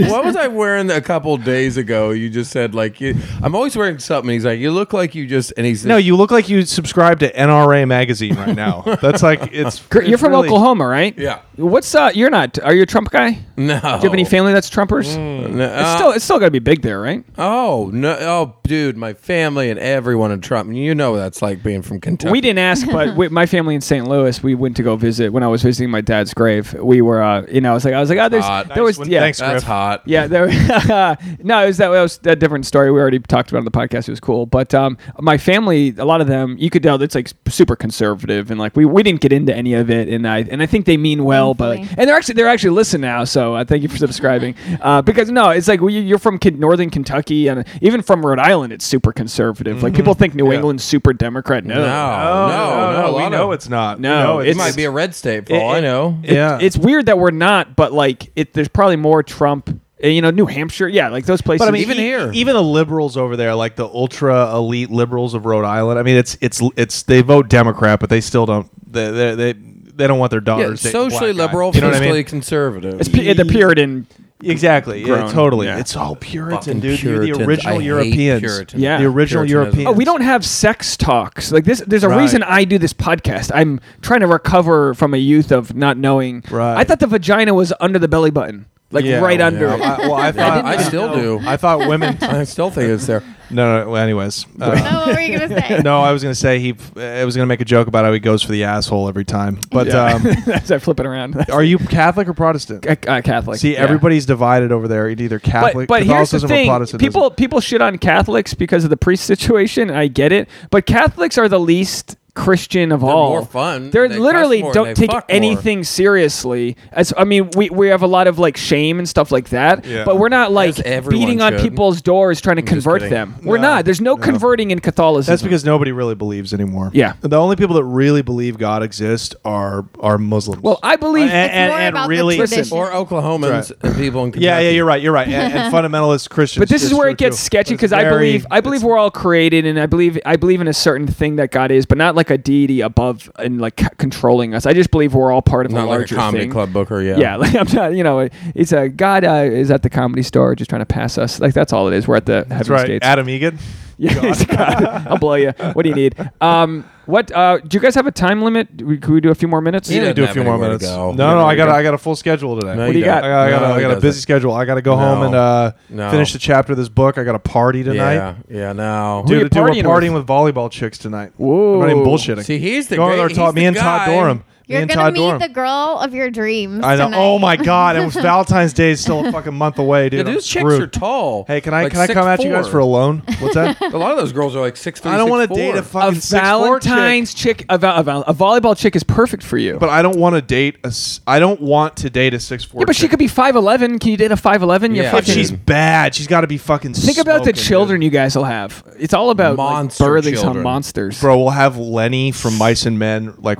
Speaker 3: What was I wearing a couple days ago? You just said like, you, I'm always wearing something. He's like, you look like you just, and he's
Speaker 4: no, you look like you subscribe to NRA magazine right now. That's like it's.
Speaker 1: Gr- You're
Speaker 4: it's
Speaker 1: from
Speaker 4: really-
Speaker 1: Oklahoma, right?
Speaker 3: Yeah.
Speaker 1: What's uh? You're not. Are you a Trump guy?
Speaker 3: no.
Speaker 1: Do you have any family that's Trumpers?
Speaker 3: No,
Speaker 1: It's
Speaker 3: Oh. uh,
Speaker 1: still it's still got to be big there, right?
Speaker 3: oh no, oh dude, my family and everyone in Trump. You know what that's like being from Kentucky.
Speaker 1: We didn't ask, but we, my family in St. Louis, we went to go visit when I was visiting my dad's grave. We were, uh, you know, I was like, I was like, oh, there's,
Speaker 3: Hot.
Speaker 1: there was,
Speaker 4: Nice one.
Speaker 1: yeah,
Speaker 4: Thanks.
Speaker 3: That's
Speaker 4: Griff.
Speaker 3: hot.
Speaker 1: yeah, there, no, it was that, that was a different story. We already talked about it on the podcast. It was cool, but um, my family, a lot of them, you could tell it's like super conservative, and like we, we didn't get into any of it, and I and I think they mean well, but
Speaker 5: Thankfully.
Speaker 1: and they're actually they're actually listening now, so uh, thank you for subscribing. uh, because no, it's like well, you- you're from Ken- northern Kentucky, and even from Rhode Island, it's super conservative. Like people think New
Speaker 4: Yeah.
Speaker 1: England's super Democrat.
Speaker 3: No,
Speaker 1: No,
Speaker 4: Oh,
Speaker 3: no, no, a
Speaker 4: we
Speaker 3: lot
Speaker 4: know
Speaker 3: of-
Speaker 4: it's not. We
Speaker 1: No,
Speaker 4: know
Speaker 1: it
Speaker 3: It
Speaker 1: It's-
Speaker 3: might be a red state for all
Speaker 1: it-
Speaker 3: Oh, I know.
Speaker 1: It-
Speaker 4: Yeah.
Speaker 1: it's weird that we're not, but like it, there's probably more Trump. eh, You know, New Hampshire, yeah, like those places.
Speaker 4: But I mean,
Speaker 3: even
Speaker 4: e-
Speaker 3: here.
Speaker 4: even the liberals over there, like the ultra elite liberals of Rhode Island. I mean, it's it's it's they vote Democrat, but they still don't. They they they, they don't want their
Speaker 3: Yeah,
Speaker 4: daughters. dating
Speaker 3: socially
Speaker 4: black guys.
Speaker 3: liberal,
Speaker 4: You know what I
Speaker 3: fiscally
Speaker 4: mean?
Speaker 3: conservative.
Speaker 1: It's pu- the Puritan.
Speaker 4: Exactly. Yeah,
Speaker 1: Grown,
Speaker 4: totally.
Speaker 1: yeah.
Speaker 4: It's all Puritan,
Speaker 3: Fucking
Speaker 4: dude. You're
Speaker 3: Puritans.
Speaker 4: the original
Speaker 3: I hate
Speaker 4: Europeans.
Speaker 3: Puritans.
Speaker 1: Yeah.
Speaker 4: The original
Speaker 3: Puritanism.
Speaker 4: Europeans.
Speaker 1: Oh, we don't have sex talks like this. There's a
Speaker 4: Right.
Speaker 1: reason I do this podcast. I'm trying to recover from a youth of not knowing.
Speaker 4: Right.
Speaker 1: I thought the vagina was under the belly button, like
Speaker 4: Yeah.
Speaker 1: right
Speaker 4: Yeah.
Speaker 1: under. it.
Speaker 4: I, well, I thought
Speaker 3: I still do.
Speaker 4: I thought women.
Speaker 3: I still think it's there.
Speaker 4: No, no. well, Anyways,
Speaker 5: No,
Speaker 4: uh,
Speaker 5: what were you gonna say?
Speaker 4: no. I was gonna say he. I was gonna make a joke about how he goes for the asshole every time. But um,
Speaker 1: As I flip it around,
Speaker 4: are you Catholic or Protestant?
Speaker 1: uh, Catholic?
Speaker 4: See,
Speaker 1: yeah.
Speaker 4: everybody's divided over there. It's either Catholic,
Speaker 1: But, but here's the
Speaker 4: Catholicism, or
Speaker 1: thing:
Speaker 4: Protestantism.
Speaker 1: people people shit on Catholics because of the priest situation. I get it, but Catholics are the least Christian of all.
Speaker 3: more fun,
Speaker 1: They're
Speaker 3: they cuss
Speaker 1: literally
Speaker 3: more,
Speaker 1: don't
Speaker 3: and they
Speaker 1: take
Speaker 3: fuck more.
Speaker 1: anything seriously. As I mean, we, we have a lot of like shame and stuff like that.
Speaker 4: Yeah.
Speaker 1: But we're not like
Speaker 3: Yes, everyone
Speaker 1: beating on
Speaker 3: should.
Speaker 1: people's doors trying to
Speaker 3: just
Speaker 1: convert
Speaker 3: kidding.
Speaker 1: them. We're
Speaker 4: No,
Speaker 1: not. There's no,
Speaker 4: no.
Speaker 1: converting in Catholicism.
Speaker 4: That's because nobody really believes anymore.
Speaker 1: Yeah.
Speaker 4: the only people that really believe God exists are are Muslims.
Speaker 1: well, I believe.
Speaker 4: And-
Speaker 5: It's more about the
Speaker 4: really-
Speaker 5: tradition.
Speaker 1: Listen,
Speaker 3: Or Oklahomans
Speaker 4: That's right.
Speaker 3: and people in Kentucky.
Speaker 4: yeah, yeah, you're right, you're right, and, and fundamentalist Christians.
Speaker 1: but this is
Speaker 4: It's
Speaker 1: where
Speaker 4: true,
Speaker 1: it gets
Speaker 4: too.
Speaker 1: sketchy
Speaker 4: It's
Speaker 1: because I
Speaker 4: very-
Speaker 1: believe I believe we're all created, and I believe I believe in a certain thing that God is, but not like a deity above and like c- controlling us. I just believe we're all part of a
Speaker 3: Not like a
Speaker 1: larger
Speaker 3: comedy
Speaker 1: thing.
Speaker 3: club booker. Yeah.
Speaker 1: Yeah, like I'm not. You know, it's a God uh, is at the comedy store, just trying to pass us. Like that's all it is. We're at the
Speaker 4: That's
Speaker 1: heaven's
Speaker 4: right,
Speaker 1: gates.
Speaker 4: Adam Egan.
Speaker 1: yeah, it's God. I'll blow you. What do you need? Um, what uh, do you guys have a time limit? Do we- Can we do a few more minutes?
Speaker 3: Yeah.
Speaker 4: We
Speaker 3: doesn't
Speaker 4: do a
Speaker 3: have
Speaker 4: few more
Speaker 3: anywhere to
Speaker 4: minutes.
Speaker 3: go.
Speaker 4: No, no, I got
Speaker 1: go.
Speaker 4: I got a full schedule today.
Speaker 3: No,
Speaker 1: What do you
Speaker 3: don't.
Speaker 1: got?
Speaker 4: I got, I got,
Speaker 3: No,
Speaker 4: a- I
Speaker 3: he
Speaker 4: got a busy
Speaker 3: doesn't.
Speaker 4: schedule. I got to go home and uh,
Speaker 3: No.
Speaker 4: finish the chapter of this book. I got a party tonight.
Speaker 3: Yeah. Yeah. No.
Speaker 1: Who
Speaker 4: Dude,
Speaker 1: you
Speaker 4: dude, we're
Speaker 1: partying
Speaker 4: partying with volleyball chicks tonight.
Speaker 1: Whoa.
Speaker 4: I'm not even bullshitting.
Speaker 3: See, he's the
Speaker 4: Going
Speaker 3: great-
Speaker 4: with our
Speaker 3: he's
Speaker 4: Todd-
Speaker 3: the
Speaker 4: me and
Speaker 3: guy.
Speaker 4: Todd Dorham. me
Speaker 5: You're
Speaker 4: and
Speaker 5: gonna
Speaker 4: Todd
Speaker 5: meet
Speaker 4: Dorham.
Speaker 5: the girl of your dreams.
Speaker 4: I know.
Speaker 5: Tonight.
Speaker 4: Oh my god! And Valentine's Day is still a fucking month away, dude.
Speaker 3: Yeah,
Speaker 4: I'm
Speaker 3: those chicks
Speaker 4: screwed.
Speaker 3: are tall.
Speaker 4: Hey, can I
Speaker 3: Like
Speaker 4: can I come at you guys
Speaker 3: 6'4".
Speaker 4: for a loan? What's that?
Speaker 3: A lot of those girls are like six three.
Speaker 4: I don't
Speaker 3: want to
Speaker 4: want to date a
Speaker 1: A
Speaker 4: fucking 6'4" chick,
Speaker 1: Valentine's chick, a, val- a, val- a volleyball chick is perfect for you.
Speaker 4: but I don't want to date a. s- I don't want to date a six four.
Speaker 1: yeah, but she could be five eleven. Can you date a five eleven?
Speaker 3: Yeah.
Speaker 1: fucking.
Speaker 4: If she's bad, she's got to be fucking.
Speaker 1: Think about the
Speaker 4: smoking,
Speaker 1: children you guys will have. It's all about like,
Speaker 3: Monster
Speaker 1: birthing some
Speaker 3: children.
Speaker 1: monsters.
Speaker 4: dude. Bro, we'll have Lenny from Mice and Men like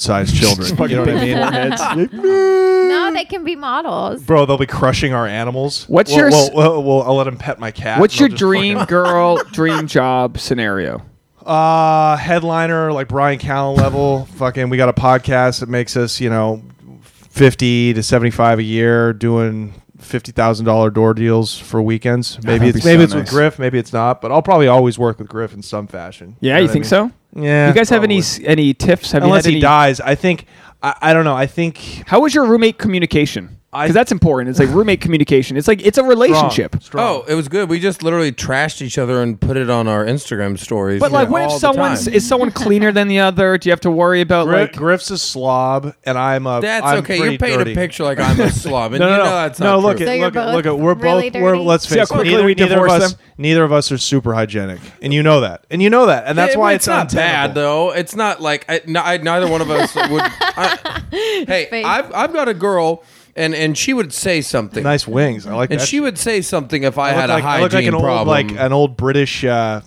Speaker 4: sized children. you know what I mean?
Speaker 5: No, they can be models.
Speaker 4: Bro, they'll be crushing our animals.
Speaker 1: What's
Speaker 4: We'll-
Speaker 1: your s-
Speaker 4: We'll, we'll- we'll- I'll let him pet my cat.
Speaker 1: What's your
Speaker 4: and I'll just
Speaker 1: dream girl, dream job scenario?
Speaker 4: Uh, headliner like Brian Callen level. fucking, we got a podcast that makes us, you know, fifty to seventy-five a year, doing fifty thousand dollar door deals for weekends. Maybe
Speaker 1: that'd
Speaker 4: it's
Speaker 1: be
Speaker 4: maybe
Speaker 1: so
Speaker 4: it's
Speaker 1: nice.
Speaker 4: with Griff, maybe it's not. But I'll probably always work with Griff in some fashion.
Speaker 1: Yeah,
Speaker 4: know
Speaker 1: you
Speaker 4: what I
Speaker 1: think
Speaker 4: mean?
Speaker 1: so?
Speaker 4: Yeah.
Speaker 1: you guys have
Speaker 4: probably.
Speaker 1: any any tiffs? Have
Speaker 4: Unless
Speaker 1: you had
Speaker 4: he
Speaker 1: any,
Speaker 4: dies, I think. I, I don't know. I think
Speaker 1: How was your roommate communication?
Speaker 4: I-
Speaker 1: Because that's important. It's like roommate communication. It's like it's a relationship.
Speaker 4: Strong, strong.
Speaker 3: Oh, it was good. We just literally trashed each other and put it on our Instagram stories.
Speaker 1: But like, what if
Speaker 3: all the
Speaker 1: someone
Speaker 3: time.
Speaker 1: is someone cleaner than the other? Do you have to worry about
Speaker 4: Gri-
Speaker 1: like?
Speaker 4: Griff's a slob, and I'm a.
Speaker 3: That's
Speaker 4: I'm
Speaker 3: okay.
Speaker 4: pretty
Speaker 3: You're painting
Speaker 4: dirty.
Speaker 3: a picture like I'm a slob, and
Speaker 4: No,
Speaker 3: you
Speaker 4: no,
Speaker 3: know
Speaker 4: no.
Speaker 3: that's
Speaker 4: no,
Speaker 3: not
Speaker 4: look
Speaker 3: true.
Speaker 5: So
Speaker 4: at
Speaker 5: you're
Speaker 4: look at
Speaker 5: both
Speaker 4: look at we're
Speaker 5: really
Speaker 4: both we're
Speaker 5: dirty?
Speaker 4: let's
Speaker 1: See how
Speaker 4: face it.
Speaker 1: quickly
Speaker 4: Neither,
Speaker 1: we
Speaker 4: neither of
Speaker 1: divorce
Speaker 4: us
Speaker 1: them?
Speaker 4: neither of us are super hygienic. And you know that. And you know that. And that's
Speaker 3: Yeah,
Speaker 4: why
Speaker 3: but
Speaker 4: it's,
Speaker 3: not bad
Speaker 4: untenable.
Speaker 3: though. It's not like I, n- I- neither one of us would. I, hey,
Speaker 5: face.
Speaker 3: I've I've got a girl and and she would say something.
Speaker 4: Nice wings. I like
Speaker 3: And
Speaker 4: that.
Speaker 3: she would say something if I,
Speaker 4: I look
Speaker 3: had a
Speaker 4: like, I
Speaker 3: hygiene
Speaker 4: look like an
Speaker 3: problem.
Speaker 4: old like an old British. Uh,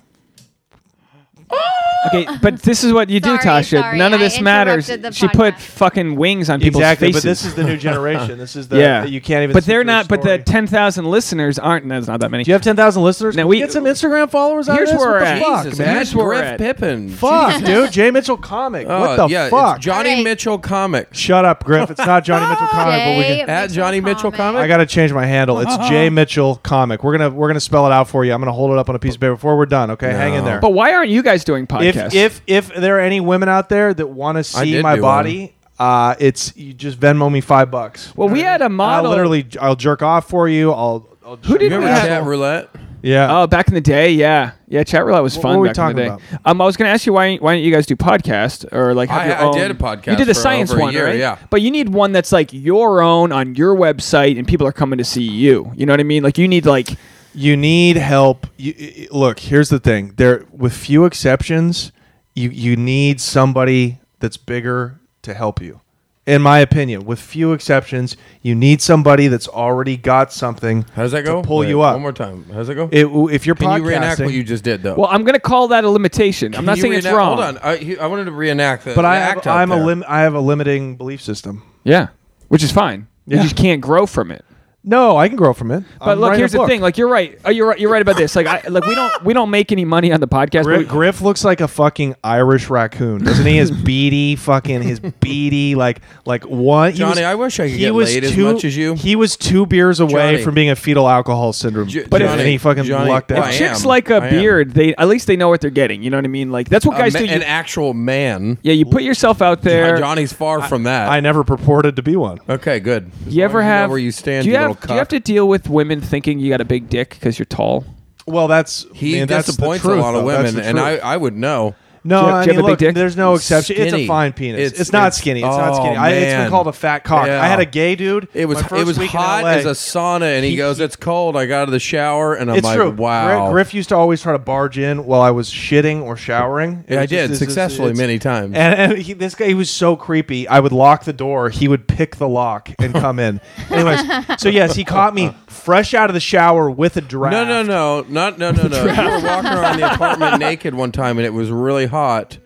Speaker 1: Okay, but this is what you do,
Speaker 5: Sorry,
Speaker 1: Tasha.
Speaker 5: sorry,
Speaker 1: None of
Speaker 5: I
Speaker 1: this matters.
Speaker 5: interrupted the
Speaker 1: She put
Speaker 5: podcast.
Speaker 1: fucking wings on people's
Speaker 4: exactly,
Speaker 1: faces.
Speaker 4: but this is the new generation. This is the
Speaker 1: yeah,
Speaker 4: you can't even.
Speaker 1: But
Speaker 4: see
Speaker 1: they're
Speaker 4: through
Speaker 1: not. But
Speaker 4: story.
Speaker 1: the ten thousand listeners aren't. That's not that many.
Speaker 4: Do you have ten thousand listeners?
Speaker 1: Now
Speaker 4: Can
Speaker 1: we-
Speaker 4: get some Instagram followers.
Speaker 1: Here's
Speaker 4: out of this?
Speaker 1: where
Speaker 4: What
Speaker 1: we're
Speaker 4: the
Speaker 1: at.
Speaker 4: fuck,
Speaker 3: Jesus,
Speaker 4: man.
Speaker 3: that's
Speaker 1: Here's where we're
Speaker 3: Griff
Speaker 1: at.
Speaker 3: Pippen.
Speaker 4: Fuck, dude. J Mitchell comic.
Speaker 3: Oh,
Speaker 4: what the
Speaker 3: yeah,
Speaker 4: fuck?
Speaker 3: It's Johnny
Speaker 5: All right.
Speaker 3: Mitchell comic.
Speaker 4: Shut up, Griff. It's not Johnny Mitchell comic. But we
Speaker 5: Jay
Speaker 4: can,
Speaker 3: At Johnny Mitchell Comic?
Speaker 4: I gotta change my handle. It's J Mitchell comic. We're gonna we're gonna spell it out for you. I'm gonna hold it up on a piece of paper before we're done. Okay, hang in
Speaker 3: No.
Speaker 4: there.
Speaker 1: But why aren't you guys doing podcasts?
Speaker 4: if if if there are any women out there that want to see
Speaker 3: did
Speaker 4: my
Speaker 3: do
Speaker 4: body, uh, it's you just Venmo me five bucks.
Speaker 1: well, we had a
Speaker 4: I'll
Speaker 1: model.
Speaker 4: literally I'll jerk off for you. I'll, I'll
Speaker 1: Who did
Speaker 3: You
Speaker 1: we
Speaker 3: remember
Speaker 1: have?
Speaker 3: chat roulette?
Speaker 4: yeah.
Speaker 1: Oh, back in the day, yeah, yeah. Chat roulette was
Speaker 4: What
Speaker 1: fun.
Speaker 4: were we
Speaker 1: back in the
Speaker 4: talking
Speaker 1: day. Um, I was going to ask you why why don't you guys do podcast or like have
Speaker 3: I-
Speaker 1: your
Speaker 3: I
Speaker 1: own?
Speaker 3: did a podcast
Speaker 1: You did the
Speaker 3: for
Speaker 1: science
Speaker 3: over a
Speaker 1: one,
Speaker 3: year,
Speaker 1: right?
Speaker 3: yeah.
Speaker 1: But you need one that's like your own on your website, and people are coming to see you. You know what I mean? Like you need like
Speaker 4: you need help. You, y- y- look, here's the thing. There, with few exceptions, you you need somebody that's bigger to help you. In my opinion, with few exceptions, you need somebody that's already got something.
Speaker 3: How does that go?
Speaker 4: To pull
Speaker 3: Wait,
Speaker 4: you up.
Speaker 3: One more time. How does that go?
Speaker 4: It, if you're
Speaker 3: Can
Speaker 4: podcasting,
Speaker 3: you reenact what you just did, though?
Speaker 1: Well, I'm going to call that a limitation. I'm
Speaker 3: Can
Speaker 1: not
Speaker 3: you
Speaker 1: saying it's
Speaker 3: reenact-
Speaker 1: wrong.
Speaker 3: Hold on. I, he- I wanted to reenact the
Speaker 4: but
Speaker 3: the
Speaker 4: I
Speaker 3: act
Speaker 4: have,
Speaker 3: out
Speaker 4: I'm a
Speaker 3: there.
Speaker 4: lim- I have a limiting belief system.
Speaker 1: Yeah, which is fine.
Speaker 4: Yeah.
Speaker 1: You just can't grow from it.
Speaker 4: No, I can grow from it.
Speaker 1: But look, here's the thing. Like you're right. Uh, You're right. You're right about this. Like I like we don't we don't make any money on the podcast.
Speaker 4: Griff,
Speaker 1: but we-
Speaker 4: Griff looks like a fucking Irish raccoon, doesn't he? His beady, fucking his beady, like like one. he
Speaker 3: Johnny, I wish I could
Speaker 4: he
Speaker 3: get
Speaker 4: was
Speaker 3: laid as
Speaker 4: two-
Speaker 3: much as you.
Speaker 4: He was two beers away
Speaker 3: Johnny.
Speaker 4: from being a fetal alcohol syndrome,
Speaker 3: J-
Speaker 4: but
Speaker 1: Johnny,
Speaker 4: and he fucking
Speaker 3: Johnny,
Speaker 4: lucked
Speaker 3: if
Speaker 4: out.
Speaker 3: I am.
Speaker 1: chicks like a
Speaker 3: I am. Um,
Speaker 1: beard. They at least they know what they're getting. You know what I mean? Like that's what
Speaker 3: A
Speaker 1: guys
Speaker 3: ma-
Speaker 1: do. You-
Speaker 3: an actual man.
Speaker 1: yeah, you put yourself out there.
Speaker 3: Johnny's far from that.
Speaker 4: I never purported to be one.
Speaker 3: Okay, good.
Speaker 1: do
Speaker 3: As
Speaker 1: you
Speaker 3: long
Speaker 1: ever
Speaker 3: as know
Speaker 1: have
Speaker 3: where you stand,
Speaker 1: Do you,
Speaker 3: you
Speaker 1: have,
Speaker 3: little
Speaker 1: do you have to
Speaker 3: cuck.
Speaker 1: deal with women thinking you got a big dick because you're tall?
Speaker 4: Well, that's
Speaker 3: He
Speaker 4: I mean, that's the
Speaker 3: disappoints
Speaker 4: truth,
Speaker 3: a lot of
Speaker 4: though. That's
Speaker 3: women,
Speaker 4: the
Speaker 3: and
Speaker 4: truth.
Speaker 3: I, I would know.
Speaker 4: No,
Speaker 1: Do you-
Speaker 4: I
Speaker 1: do you have a
Speaker 4: mean,
Speaker 1: big
Speaker 4: look,
Speaker 1: dick?
Speaker 4: there's no exception. It's a
Speaker 3: Skinny.
Speaker 4: fine penis. It's,
Speaker 3: It's-
Speaker 4: not
Speaker 3: it's-
Speaker 4: skinny. It's
Speaker 3: oh,
Speaker 4: not skinny. I, it's been
Speaker 3: man.
Speaker 4: called a fat cock.
Speaker 3: Yeah.
Speaker 4: I had a gay dude.
Speaker 3: It was
Speaker 4: my first
Speaker 3: it was
Speaker 4: week in
Speaker 3: hot
Speaker 4: LA.
Speaker 3: as a sauna, and he, goes, "It's cold." I got out of the shower, and I'm
Speaker 4: It's
Speaker 3: like,
Speaker 4: true.
Speaker 3: "Wow."
Speaker 4: Griff, Griff used to always try to barge in while I was shitting or showering. It
Speaker 3: Yeah, I
Speaker 4: was just-
Speaker 3: did
Speaker 4: it's- it's-
Speaker 3: successfully
Speaker 4: it's-
Speaker 3: many times.
Speaker 4: And, and he, this guy, he was so creepy. I would lock the door. He would pick the lock and come in. Anyways, so yes, he caught me fresh out of the shower with a draft.
Speaker 3: No, no, no, not no, no, no. you were walking around the apartment naked one time, and it was really hot.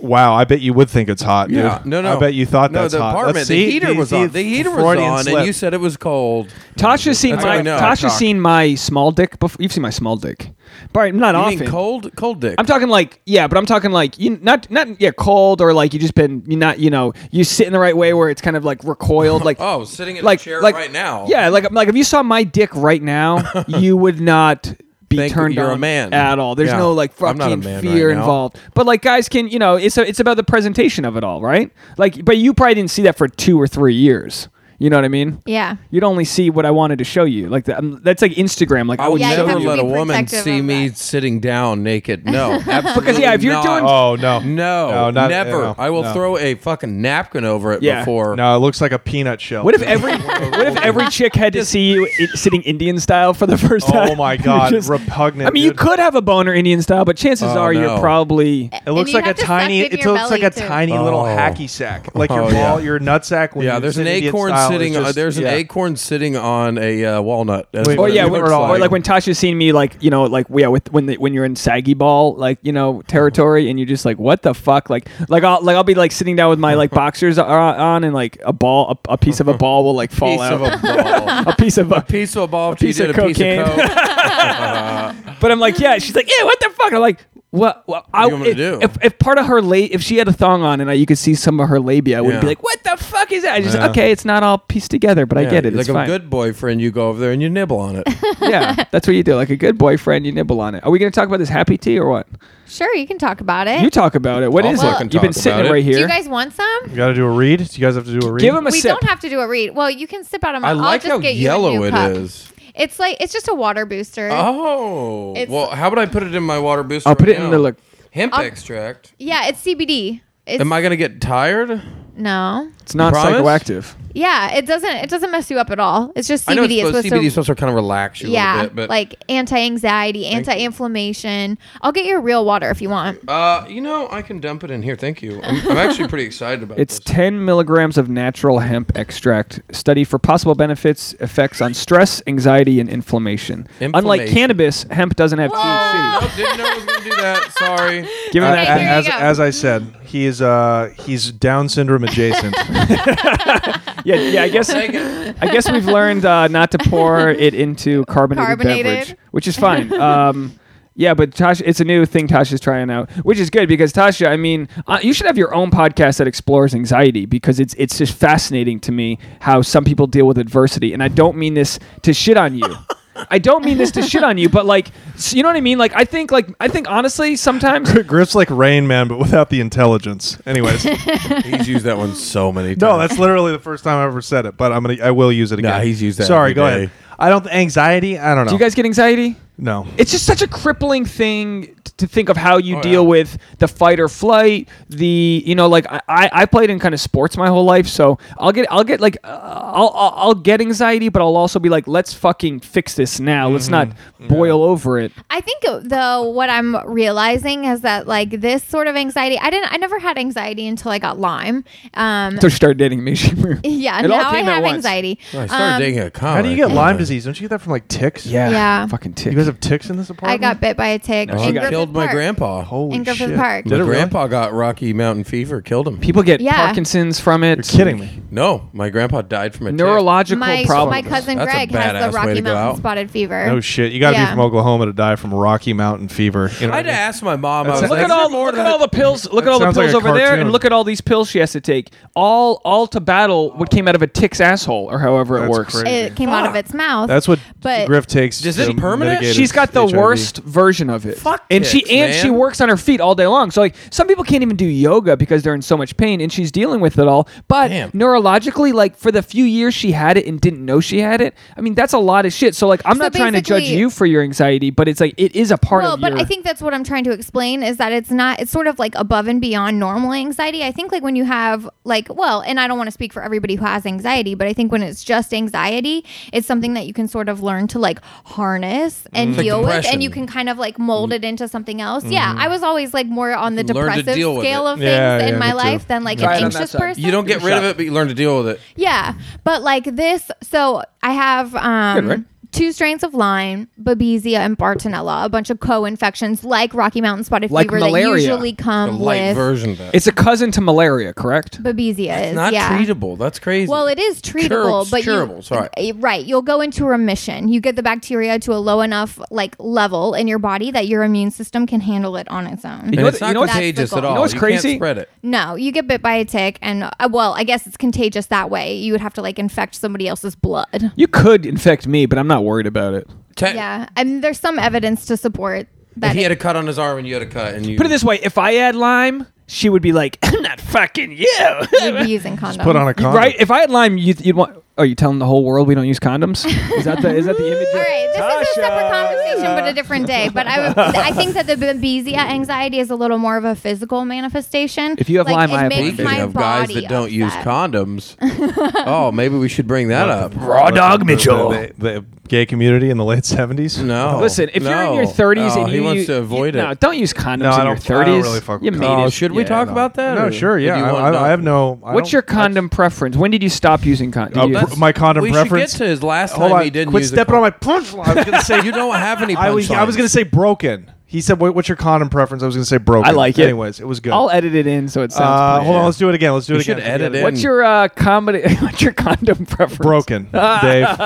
Speaker 4: Wow, I bet you would think it's hot, dude.
Speaker 3: no, no.
Speaker 4: I bet you thought
Speaker 3: no,
Speaker 4: that's
Speaker 3: the
Speaker 4: hot.
Speaker 3: apartment.
Speaker 4: Let's
Speaker 3: the
Speaker 4: see,
Speaker 3: heater
Speaker 4: see,
Speaker 3: was
Speaker 4: see,
Speaker 3: on. The heater was
Speaker 4: Freudian
Speaker 3: on,
Speaker 4: slip.
Speaker 3: and you said it was cold.
Speaker 1: Tasha's seen
Speaker 3: That's
Speaker 1: my
Speaker 3: how I know.
Speaker 1: Tasha's
Speaker 3: Cock.
Speaker 1: seen my small dick. Before. You've seen my small dick, but I'm not
Speaker 3: You
Speaker 1: often.
Speaker 3: mean cold, cold dick?
Speaker 1: I'm talking like yeah, but I'm talking like you not not yeah cold or like you just been you not you know you sit in the right way where it's kind of like recoiled like
Speaker 3: oh, sitting in a chair right now.
Speaker 1: yeah like like if you saw my dick right now you would not be
Speaker 3: Think
Speaker 1: turned
Speaker 3: you're a
Speaker 1: on
Speaker 3: man.
Speaker 1: at all there's
Speaker 3: Yeah.
Speaker 1: no like
Speaker 3: I'm not a
Speaker 1: fucking
Speaker 3: man
Speaker 1: fear
Speaker 3: right now.
Speaker 1: involved but like guys can you know it's a, it's about the presentation of it all right like but you probably didn't see that for two or three years you know what I mean
Speaker 5: Yeah.
Speaker 1: you'd only see what I wanted to show you like that, um, that's like Instagram like
Speaker 3: I would
Speaker 5: Yeah, you
Speaker 3: never
Speaker 5: have to
Speaker 3: let
Speaker 5: be
Speaker 3: a woman
Speaker 5: protective
Speaker 3: see
Speaker 5: of
Speaker 3: me
Speaker 5: that.
Speaker 3: sitting down naked. No, absolutely
Speaker 1: Because, yeah, if you're
Speaker 3: not.
Speaker 1: doing-
Speaker 4: Oh no,
Speaker 3: no,
Speaker 4: no, not,
Speaker 3: never.
Speaker 4: no,
Speaker 3: I will
Speaker 4: no.
Speaker 3: throw a fucking napkin over it
Speaker 1: Yeah.
Speaker 3: before.
Speaker 4: No, it looks like a peanut shell.
Speaker 1: What if every What if every chick had to see you i- sitting Indian style for the first time?
Speaker 4: Oh my god,
Speaker 1: Just-
Speaker 4: repugnant.
Speaker 1: I mean, you
Speaker 4: dude.
Speaker 1: could have a boner Indian style, but chances
Speaker 3: Oh,
Speaker 1: are you're
Speaker 3: no.
Speaker 1: probably
Speaker 4: It looks
Speaker 5: And you'd
Speaker 4: like a
Speaker 5: have to
Speaker 4: tiny.
Speaker 5: suck in
Speaker 4: It
Speaker 5: your
Speaker 4: looks like
Speaker 5: belly,
Speaker 4: a
Speaker 5: too.
Speaker 4: tiny little
Speaker 3: Oh.
Speaker 4: hacky sack, like your
Speaker 3: Oh, yeah.
Speaker 4: ball, your nutsack. When
Speaker 3: Yeah,
Speaker 4: you
Speaker 3: there's
Speaker 4: sit
Speaker 3: an
Speaker 4: Indian
Speaker 3: acorn
Speaker 4: style, it's
Speaker 3: sitting.
Speaker 4: just-
Speaker 3: uh, there's an
Speaker 4: yeah.
Speaker 3: acorn sitting on a uh, walnut. That's
Speaker 4: Wait,
Speaker 1: Oh
Speaker 3: what
Speaker 4: wait,
Speaker 1: yeah,
Speaker 3: it
Speaker 1: when,
Speaker 3: looks
Speaker 1: or like when Tasha's seen me, like you know, like yeah, with when the, when you're in saggy ball, like you know, territory, and you're just like, what the fuck, like like I'll like I'll be like sitting down with my like boxers are on, and like a ball, a, a piece of a ball will like fall
Speaker 3: piece
Speaker 1: out,
Speaker 3: of a ball.
Speaker 1: a piece of a
Speaker 3: piece of a ball.
Speaker 1: piece
Speaker 3: you
Speaker 1: of
Speaker 3: did a piece of
Speaker 1: cocaine.
Speaker 3: coke.
Speaker 1: But I'm like, yeah. She's like, yeah. What the fuck? I'm like, what? what I,
Speaker 3: you want me
Speaker 1: if,
Speaker 3: to do?
Speaker 1: If, if part of her la- if she had a thong on and I, you could see some of her labia, I would
Speaker 3: Yeah.
Speaker 1: be like, what the fuck is that? I just
Speaker 4: Yeah.
Speaker 1: okay, it's not all pieced together, but I
Speaker 3: Yeah,
Speaker 1: get it.
Speaker 3: Like
Speaker 1: it's
Speaker 3: a
Speaker 1: fine.
Speaker 3: good boyfriend, you go over there and you nibble on it.
Speaker 1: yeah, that's what you do. Like a good boyfriend, you nibble on it. Are we gonna talk about this happy tea or what?
Speaker 5: Sure, you can talk about it.
Speaker 1: You talk about it. What
Speaker 3: I'll
Speaker 1: is
Speaker 5: fucking
Speaker 1: it? You've been
Speaker 3: talk
Speaker 1: sitting
Speaker 3: about it.
Speaker 1: right
Speaker 5: Do
Speaker 1: here.
Speaker 5: you guys want some?
Speaker 4: You got to do a read. Do you guys have to do a read?
Speaker 1: Give him a
Speaker 5: We
Speaker 1: sip.
Speaker 5: don't have to do a read. Well, you can sip out of my.
Speaker 3: I like
Speaker 5: will just
Speaker 3: how
Speaker 5: get you a
Speaker 3: yellow
Speaker 5: new
Speaker 3: it
Speaker 5: cup.
Speaker 3: is.
Speaker 5: It's like it's just a water booster.
Speaker 3: Oh,
Speaker 5: It's-
Speaker 3: well, how about I put it in my water booster?
Speaker 1: I'll put it
Speaker 3: right
Speaker 1: in
Speaker 3: now?
Speaker 1: the look.
Speaker 3: hemp
Speaker 5: I'll-
Speaker 3: extract.
Speaker 5: Yeah, it's CBD. It's,
Speaker 3: Am I gonna get tired?
Speaker 5: No.
Speaker 1: It's not
Speaker 3: Promise?
Speaker 1: psychoactive.
Speaker 5: Yeah, it doesn't it doesn't mess you up at all. It's just CBD.
Speaker 3: I know it's
Speaker 5: It's
Speaker 3: supposed, CBD is supposed to kind of relax you a
Speaker 5: yeah,
Speaker 3: little bit, but
Speaker 5: like anti-anxiety, anti-inflammation. I'll get you real water if you want.
Speaker 3: uh, you know, I can dump it in here. Thank you. I'm, I'm actually pretty excited about
Speaker 1: It's
Speaker 3: this.
Speaker 1: 10 milligrams of natural hemp extract. Study for possible benefits, effects on stress, anxiety, and inflammation. Unlike
Speaker 3: Inflammation.
Speaker 1: cannabis, hemp doesn't have
Speaker 3: oh,
Speaker 1: THC.
Speaker 3: didn't know I was gonna do that. Sorry.
Speaker 1: Give him
Speaker 4: Uh,
Speaker 5: Okay,
Speaker 1: that.
Speaker 5: here
Speaker 1: thing.
Speaker 5: you
Speaker 4: as,
Speaker 5: go.
Speaker 4: as I said, he is uh, he's Down syndrome adjacent.
Speaker 1: Yeah, yeah. I guess
Speaker 3: Take it.
Speaker 1: I guess we've learned uh, not to pour it into carbonated,
Speaker 5: Carbonated.
Speaker 1: beverage, which is fine. Um, yeah, but Tasha, it's a new thing Tasha's trying out, which is good because Tasha, I mean, uh, you should have your own podcast that explores anxiety because it's it's just fascinating to me how some people deal with adversity, and I don't mean this to shit on you. I don't mean this to shit on you, but like, s- you know what I mean? Like, I think, like, I think honestly, sometimes
Speaker 4: Griff's like Rain Man, but without the intelligence. Anyways,
Speaker 3: He's used that one so many times.
Speaker 4: no, that's literally the first time I ever said it, but I'm gonna I will use it again.
Speaker 3: Nah, he's used that
Speaker 4: Sorry,
Speaker 3: every
Speaker 4: go
Speaker 3: day.
Speaker 4: ahead. I don't anxiety. I don't know.
Speaker 1: do you guys get anxiety?
Speaker 4: no.
Speaker 1: it's just such a crippling thing t- to think of how you
Speaker 3: Oh,
Speaker 1: deal
Speaker 3: yeah.
Speaker 1: with the fight or flight the you know like I- i i played in kind of sports my whole life so i'll get i'll get like uh, I'll, I'll i'll get anxiety but i'll also be like let's fucking fix this now let's not
Speaker 4: Mm-hmm.
Speaker 1: boil over it
Speaker 5: I think though what I'm realizing is that like this sort of anxiety, I didn't, I never had anxiety until I got Lyme. Um,
Speaker 1: so she started dating me she moved.
Speaker 5: yeah,
Speaker 1: It all
Speaker 5: now I
Speaker 1: came at
Speaker 5: have
Speaker 1: once.
Speaker 5: anxiety.
Speaker 3: Oh, I started
Speaker 5: Um,
Speaker 3: dating a comic.
Speaker 4: How do you get Lyme
Speaker 3: Lyme
Speaker 4: disease? Don't you get that from like ticks?
Speaker 1: yeah
Speaker 5: Yeah.
Speaker 1: fucking
Speaker 4: You
Speaker 1: tick
Speaker 4: guys have ticks in this
Speaker 5: I
Speaker 4: apartment?
Speaker 5: got bit by a tick.
Speaker 3: Oh,
Speaker 5: in
Speaker 3: I got
Speaker 5: Griffith
Speaker 3: killed my
Speaker 5: Park.
Speaker 3: grandpa.
Speaker 4: Holy
Speaker 5: in Griffith
Speaker 4: shit.
Speaker 5: Park.
Speaker 3: my
Speaker 4: Did it really?
Speaker 3: grandpa got Rocky Mountain fever, killed him.
Speaker 1: people get
Speaker 5: Yeah.
Speaker 1: parkinson's from it
Speaker 4: You're kidding me.
Speaker 3: No, my grandpa died from a tick.
Speaker 1: neurological
Speaker 5: My, my
Speaker 1: problems
Speaker 5: cousin
Speaker 3: That's a
Speaker 5: Greg has
Speaker 3: badass
Speaker 5: the
Speaker 3: way
Speaker 5: Rocky
Speaker 3: to go out.
Speaker 5: Mountain spotted fever.
Speaker 4: No shit. You got to
Speaker 5: Yeah.
Speaker 4: be from Oklahoma to die from Rocky Mountain fever. You know
Speaker 3: I
Speaker 4: what
Speaker 3: had to
Speaker 4: I mean?
Speaker 3: ask my mom. I
Speaker 4: That's-
Speaker 3: was
Speaker 1: Look
Speaker 3: like,
Speaker 1: at all look at all the pills. Look at all the
Speaker 4: sounds like
Speaker 1: pills
Speaker 4: a
Speaker 1: over there, and
Speaker 4: cartoon.
Speaker 1: look at all these pills she has to take. All all to battle what came out of a tick's asshole, or however it
Speaker 4: That's
Speaker 1: works.
Speaker 4: crazy.
Speaker 5: it came out of its mouth.
Speaker 4: That's what
Speaker 5: But-
Speaker 4: Griff takes.
Speaker 3: Is it
Speaker 4: to
Speaker 3: permanent?
Speaker 4: mitigate
Speaker 1: She's
Speaker 4: his
Speaker 1: got the
Speaker 4: HIV.
Speaker 1: worst version of it.
Speaker 3: Fuck
Speaker 1: and she
Speaker 3: dicks,
Speaker 1: and she
Speaker 3: man.
Speaker 1: works on her feet all day long. So like some people can't even do yoga because they're in so much pain, and she's dealing with it all. But
Speaker 3: Damn.
Speaker 1: neurologically, like for the few years she had it and didn't know she had it, I mean that's a lot of shit. So like I'm
Speaker 5: So
Speaker 1: not trying to judge
Speaker 5: basically-
Speaker 1: you for your anxiety, but it's like it is a part
Speaker 5: well,
Speaker 1: of
Speaker 5: but
Speaker 1: your.
Speaker 5: I think that's what I'm trying to explain is that it's not it's sort of like above and beyond normal anxiety. I think like when you have like well, and I don't want to speak for everybody who has anxiety, but I think when it's just anxiety, it's something that you can sort of learn to like harness and
Speaker 3: Mm. like
Speaker 5: deal with
Speaker 3: depression.
Speaker 5: and you can kind of like mold it into something else. Yeah, I was always like more on the
Speaker 3: You learn to
Speaker 5: depressive
Speaker 3: deal with
Speaker 5: scale
Speaker 3: it.
Speaker 5: of things
Speaker 4: Yeah,
Speaker 5: in
Speaker 4: yeah,
Speaker 5: my
Speaker 4: me too.
Speaker 5: life than like
Speaker 1: Try it
Speaker 5: an
Speaker 1: on that
Speaker 5: anxious
Speaker 1: side.
Speaker 5: person.
Speaker 3: you don't get rid of it, but you learn to deal with it.
Speaker 5: Yeah, but like this, so I have um,
Speaker 1: Good, right?
Speaker 5: two strains of Lyme, Babesia and Bartonella, a bunch of co-infections like Rocky Mountain spotted
Speaker 1: Like
Speaker 5: fever
Speaker 1: malaria.
Speaker 5: that usually
Speaker 3: The
Speaker 5: come
Speaker 3: light
Speaker 5: with
Speaker 3: version of that.
Speaker 1: it's a cousin to malaria, correct?
Speaker 5: Babesia. Is
Speaker 3: not
Speaker 5: yeah.
Speaker 3: treatable. That's crazy.
Speaker 5: Well, it is treatable,
Speaker 3: Curable-
Speaker 5: but
Speaker 3: curable,
Speaker 5: you,
Speaker 3: sorry.
Speaker 5: eh, right, you'll go into remission. You get the bacteria to a low enough like level in your body that your immune system can handle it on its own.
Speaker 1: You
Speaker 3: and
Speaker 1: know what-
Speaker 3: it's not
Speaker 1: you know what's-
Speaker 3: contagious
Speaker 5: that's the
Speaker 3: at
Speaker 5: goal.
Speaker 3: all.
Speaker 1: You know what's crazy?
Speaker 3: Can't spread it.
Speaker 5: No, you get bit by a tick, and uh, well, I guess it's contagious that way. You would have to like infect somebody else's blood.
Speaker 1: You could infect me, but I'm not worried about it.
Speaker 3: Te-
Speaker 5: Yeah, I mean, there's some evidence to support that.
Speaker 3: He had
Speaker 5: it-
Speaker 3: a cut on his arm, and you had a cut, and you
Speaker 1: Put it this way: if I had Lyme, she would be like, "I'm not fucking you."
Speaker 5: you'd be using condoms.
Speaker 4: Put on a condom.
Speaker 1: Right? If I had Lyme, you'd, you'd want. Are you telling the whole world we don't use condoms? Is that the is that the image?
Speaker 5: All
Speaker 1: of-
Speaker 5: right, this is a separate conversation, but a different day. But I, would, I think that the babesia anxiety is a little more of a physical manifestation.
Speaker 1: If you have Lyme,
Speaker 5: like,
Speaker 1: I have
Speaker 5: it
Speaker 1: Lyme.
Speaker 5: makes
Speaker 3: Speaking
Speaker 5: my
Speaker 3: of guys
Speaker 5: body
Speaker 3: that don't use
Speaker 5: upset.
Speaker 3: condoms, oh, maybe we should bring that up.
Speaker 1: Raw dog Mitchell.
Speaker 4: The, the gay community in the late 70s?
Speaker 3: No,
Speaker 1: Listen, if you're in your
Speaker 3: No.
Speaker 1: 30s
Speaker 3: No,
Speaker 1: and you
Speaker 3: he
Speaker 1: you-
Speaker 3: wants to avoid
Speaker 1: you-
Speaker 3: it.
Speaker 1: no, don't use condoms
Speaker 4: No, I
Speaker 1: in your
Speaker 4: don't- I don't
Speaker 1: 30s.
Speaker 4: really fuck
Speaker 1: you
Speaker 4: with
Speaker 1: made
Speaker 3: Oh,
Speaker 1: it.
Speaker 3: should we
Speaker 1: Yeah,
Speaker 3: talk
Speaker 1: no.
Speaker 3: about that?
Speaker 4: No,
Speaker 3: or
Speaker 4: sure,
Speaker 3: did
Speaker 4: yeah.
Speaker 3: you want
Speaker 4: I, I, I
Speaker 3: to-
Speaker 4: have no. I
Speaker 1: What's
Speaker 4: don't-
Speaker 1: your condom preference? When did you stop using condoms?
Speaker 4: Uh, pr- my condom
Speaker 3: we
Speaker 4: preference?
Speaker 3: should get to his last
Speaker 4: Hold
Speaker 3: time
Speaker 4: on.
Speaker 3: he didn't
Speaker 4: Quit
Speaker 3: use a
Speaker 4: stepping
Speaker 3: condom.
Speaker 4: on my punchline. I was going to say,
Speaker 3: you don't have any.
Speaker 4: I was, I was going to say broken. He said, "Wait, what's your condom preference?" I was going to say broken.
Speaker 1: I like it.
Speaker 4: Anyways, it was good.
Speaker 1: I'll edit it in so it sounds.
Speaker 4: uh,
Speaker 1: pretty.
Speaker 4: hold on, let's do it again. Let's do
Speaker 3: You
Speaker 4: it
Speaker 3: should
Speaker 4: again.
Speaker 3: edit
Speaker 4: Forget
Speaker 3: it.
Speaker 1: What's your uh, comedy? What's your condom preference?
Speaker 4: Broken, Dave.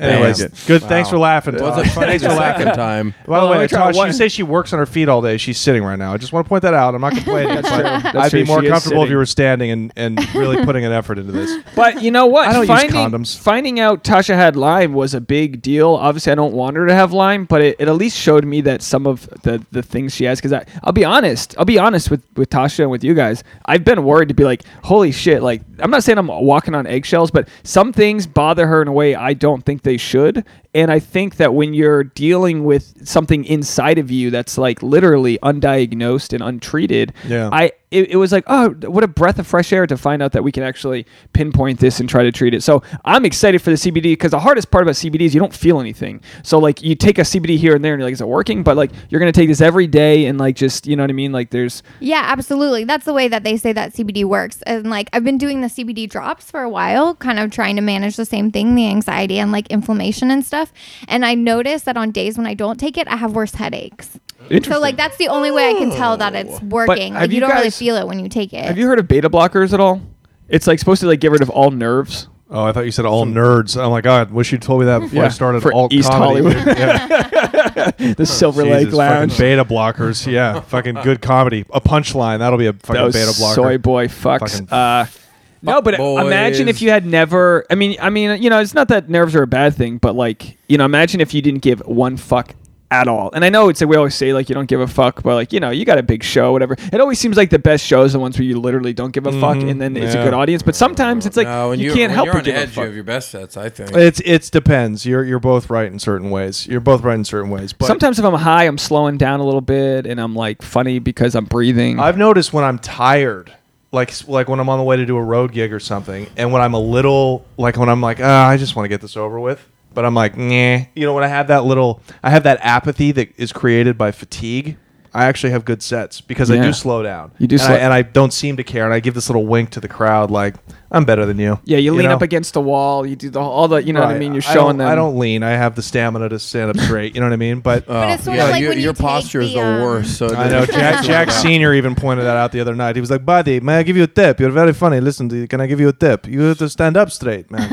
Speaker 4: Anyways,
Speaker 3: Damn.
Speaker 4: good. Thanks for laughing.
Speaker 3: Was
Speaker 4: Todd.
Speaker 3: it funny
Speaker 4: Thanks
Speaker 3: the
Speaker 4: for laughing.
Speaker 3: second time?
Speaker 4: By the
Speaker 1: Well,
Speaker 4: way,
Speaker 1: we tried
Speaker 4: Todd,
Speaker 1: one-
Speaker 4: you say she works on her feet all day. She's sitting right now. I just want to point that out. I'm not complaining. That's
Speaker 1: true. That's
Speaker 4: I'd
Speaker 1: true.
Speaker 4: be more
Speaker 1: She is
Speaker 4: comfortable if
Speaker 1: sitting.
Speaker 4: you were standing and, and really putting an effort into this.
Speaker 1: But you know what?
Speaker 4: I don't use
Speaker 1: finding,
Speaker 4: condoms.
Speaker 1: Finding out Tasha had Lyme was a big deal. Obviously, I don't want her to have Lyme, but it, it at least showed me that some of the, the things she has. Because I'll be honest, I'll be honest with, with Tasha and with you guys. I've been worried to be like, holy shit! Like, I'm not saying I'm walking on eggshells, but some things bother her in a way I don't think they should. And I think that when you're dealing with something inside of you that's like literally undiagnosed and untreated,
Speaker 4: Yeah.
Speaker 1: I it, it was like, oh, what a breath of fresh air to find out that we can actually pinpoint this and try to treat it. So I'm excited for the CBD because the hardest part about CBD is you don't feel anything. So like you take a CBD here and there and you're like, is it working? But like you're gonna take this every day and like just you know what I mean? Like there's
Speaker 5: Yeah, absolutely. That's the way that they say that CBD works. And like I've been doing the CBD drops for a while, kind of trying to manage the same thing, the anxiety and like inflammation and stuff. And I notice that on days when I don't take it, I have worse headaches. So like that's the only way I can tell that it's working.
Speaker 1: have
Speaker 5: Like, you,
Speaker 1: you
Speaker 5: don't really
Speaker 1: guys-
Speaker 5: feel it when you take it.
Speaker 1: Have you heard of beta blockers at all? It's like supposed to like get rid of all nerves.
Speaker 4: Oh, I thought you said all nerds. I'm like, God, wish you told me that before
Speaker 1: Yeah,
Speaker 4: I started
Speaker 1: for
Speaker 4: all
Speaker 1: East
Speaker 4: comedy.
Speaker 1: Hollywood.
Speaker 4: Yeah.
Speaker 1: The Silver
Speaker 4: Oh, Jesus,
Speaker 1: Lake Lounge.
Speaker 4: fucking beta blockers. Yeah, fucking good comedy. A punchline that'll be a fucking
Speaker 1: Those
Speaker 4: beta blocker.
Speaker 1: soy boy fucks.
Speaker 4: Fucking
Speaker 1: Uh, no, but
Speaker 3: boys.
Speaker 1: imagine if you had never. I mean, I mean, you know, it's not that nerves are a bad thing, but like, you know, imagine if you didn't give one fuck at all. And I know it's like we always say like you don't give a fuck, but like you know, you got a big show, whatever. It always seems like the best shows are the ones where you literally don't give a fuck, and then it's a
Speaker 4: yeah.
Speaker 1: good audience. But sometimes it's like
Speaker 3: No, when
Speaker 1: you,
Speaker 3: you're-
Speaker 1: can't
Speaker 3: when
Speaker 1: help
Speaker 3: you're
Speaker 1: but
Speaker 3: on
Speaker 1: give a
Speaker 3: edge. You
Speaker 1: fuck.
Speaker 3: have your best sets, I think.
Speaker 4: It's it's depends. You're you're both right in certain ways. You're both right in certain ways. But
Speaker 1: Sometimes if I'm high, I'm slowing down a little bit, and I'm like funny because I'm breathing.
Speaker 4: I've noticed when I'm tired, like like when I'm on the way to do a road gig or something, and when I'm a little like when I'm like, ah, I just want to get this over with, but I'm like, nah, you know, when I have that little, I have that apathy that is created by fatigue. I actually have good sets because I
Speaker 1: Yeah.
Speaker 4: do slow down.
Speaker 1: You do
Speaker 4: and,
Speaker 1: slow-
Speaker 4: I, and I don't seem to care, and I give this little wink to the crowd, like I'm better than you.
Speaker 1: yeah, you, lean
Speaker 4: know?
Speaker 1: up against the wall. You do the, all the, you know what I
Speaker 4: Right.
Speaker 1: mean. You're showing
Speaker 4: don't-
Speaker 1: them.
Speaker 4: I don't lean. I have the stamina to stand up straight. You know what I mean? But
Speaker 1: Uh,
Speaker 5: But it's sort
Speaker 3: yeah,
Speaker 5: of like
Speaker 3: you-
Speaker 5: when you
Speaker 3: your
Speaker 5: take
Speaker 3: posture is
Speaker 5: the,
Speaker 3: the
Speaker 5: um,
Speaker 3: worst. So
Speaker 4: I know. Jack, Jack Senior even pointed that out the other night. He was like, "Buddy, may I give you a tip? You're very funny. Listen, to you. can I give you a tip? You have to stand up straight, man."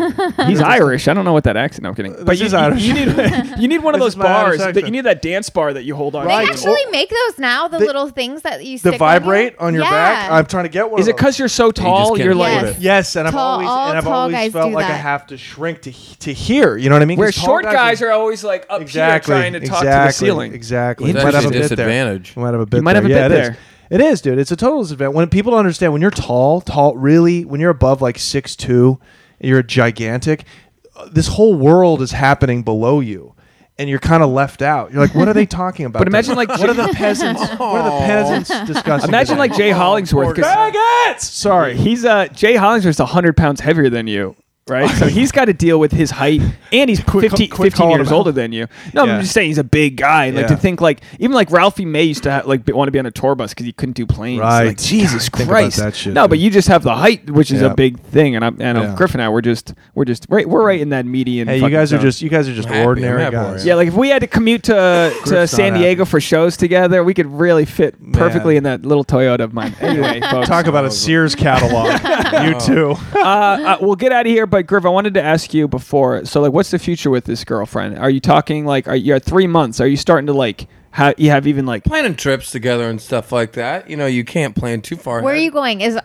Speaker 1: He's Irish. I don't know what that accent. No, I'm kidding. But you,
Speaker 4: Uh, is
Speaker 1: you-
Speaker 4: Irish.
Speaker 1: you need you need one of those
Speaker 4: This is my Irish
Speaker 1: bars. That you
Speaker 4: accent.
Speaker 1: need that dance bar that you hold on.
Speaker 5: They
Speaker 1: to.
Speaker 4: Right.
Speaker 5: actually make those now, the, little things that you
Speaker 4: the
Speaker 5: stick on your-
Speaker 4: vibrate on your
Speaker 5: Yeah.
Speaker 4: back. I'm trying to get one.
Speaker 1: Is
Speaker 4: of
Speaker 1: it
Speaker 4: those.
Speaker 1: because you're so tall?
Speaker 3: can't
Speaker 1: You are
Speaker 3: afford
Speaker 1: like
Speaker 5: Yes. it.
Speaker 1: yeah.
Speaker 4: Yes, and I've
Speaker 5: Tall-
Speaker 4: always
Speaker 5: all
Speaker 4: and I've
Speaker 5: tall
Speaker 4: always
Speaker 5: guys
Speaker 4: felt
Speaker 5: do
Speaker 4: like I
Speaker 5: that.
Speaker 4: have to shrink to he- to hear. You know what I mean?
Speaker 1: where
Speaker 4: 'Cause tall
Speaker 1: short guys
Speaker 4: are-
Speaker 1: are always like up
Speaker 4: exactly
Speaker 1: here trying to talk to
Speaker 4: exactly,
Speaker 1: the ceiling.
Speaker 4: Exactly.
Speaker 3: It's
Speaker 4: You might have a
Speaker 3: actually a
Speaker 4: bit there.
Speaker 3: disadvantage.
Speaker 4: You might have a bit.
Speaker 1: You might
Speaker 4: there.
Speaker 1: have a
Speaker 4: yeah,
Speaker 1: bit
Speaker 4: it is.
Speaker 1: there.
Speaker 4: It is, dude. It's a total disadvantage. When people don't understand, when you're tall, tall, really, when you're above like six two, you're gigantic. uh, This whole world is happening below you, and you're kind of left out. You're like, what are they talking about?
Speaker 1: But imagine, like,
Speaker 4: what are the peasants? what are the peasants discussing?
Speaker 1: Imagine
Speaker 4: today?
Speaker 1: like Oh, Jay Hollingsworth. 'cause
Speaker 4: faggots. Sorry.
Speaker 1: he's uh Jay Hollingsworth's hundred pounds heavier than you. Right, so he's got to deal with his height, and he's
Speaker 4: Quick-
Speaker 1: 15,
Speaker 4: quick
Speaker 1: 15
Speaker 4: call
Speaker 1: years
Speaker 4: him out.
Speaker 1: older than you. No,
Speaker 4: Yeah.
Speaker 1: I'm just saying he's a big guy, and like to
Speaker 4: Yeah.
Speaker 1: think like even like Ralphie May used to ha- like be, want to be on a tour bus because he couldn't do planes.
Speaker 4: Right.
Speaker 1: Like, Jesus
Speaker 4: Think about
Speaker 1: Christ,
Speaker 4: that shit,
Speaker 1: no, but
Speaker 4: dude.
Speaker 1: you just have the height, which is a
Speaker 4: Yeah.
Speaker 1: big thing, and I'm and I'm
Speaker 4: Yeah.
Speaker 1: Griffin. And I we're just we're just right we're right in that median.
Speaker 4: Hey, you
Speaker 1: fucking
Speaker 4: guys are
Speaker 1: zone.
Speaker 4: just you guys are just
Speaker 3: I'm happy. I'm
Speaker 4: ordinary
Speaker 3: happy where I
Speaker 4: guys.
Speaker 3: am.
Speaker 1: yeah. Like if we had to commute to to
Speaker 4: not
Speaker 1: San Diego for shows together, we could really fit perfectly in that little Toyota of mine. Anyway, folks.
Speaker 4: Talk about a Sears catalog. you too.
Speaker 1: uh, uh, we'll get out of here. But Griff, I wanted to ask you before. So, like, what's the future with this girlfriend? Are you talking like are you at three months? Are you starting to like have you have even like
Speaker 3: planning trips together and stuff like that. You know, you can't plan too far.
Speaker 5: Where are
Speaker 3: ahead.
Speaker 5: you going? Is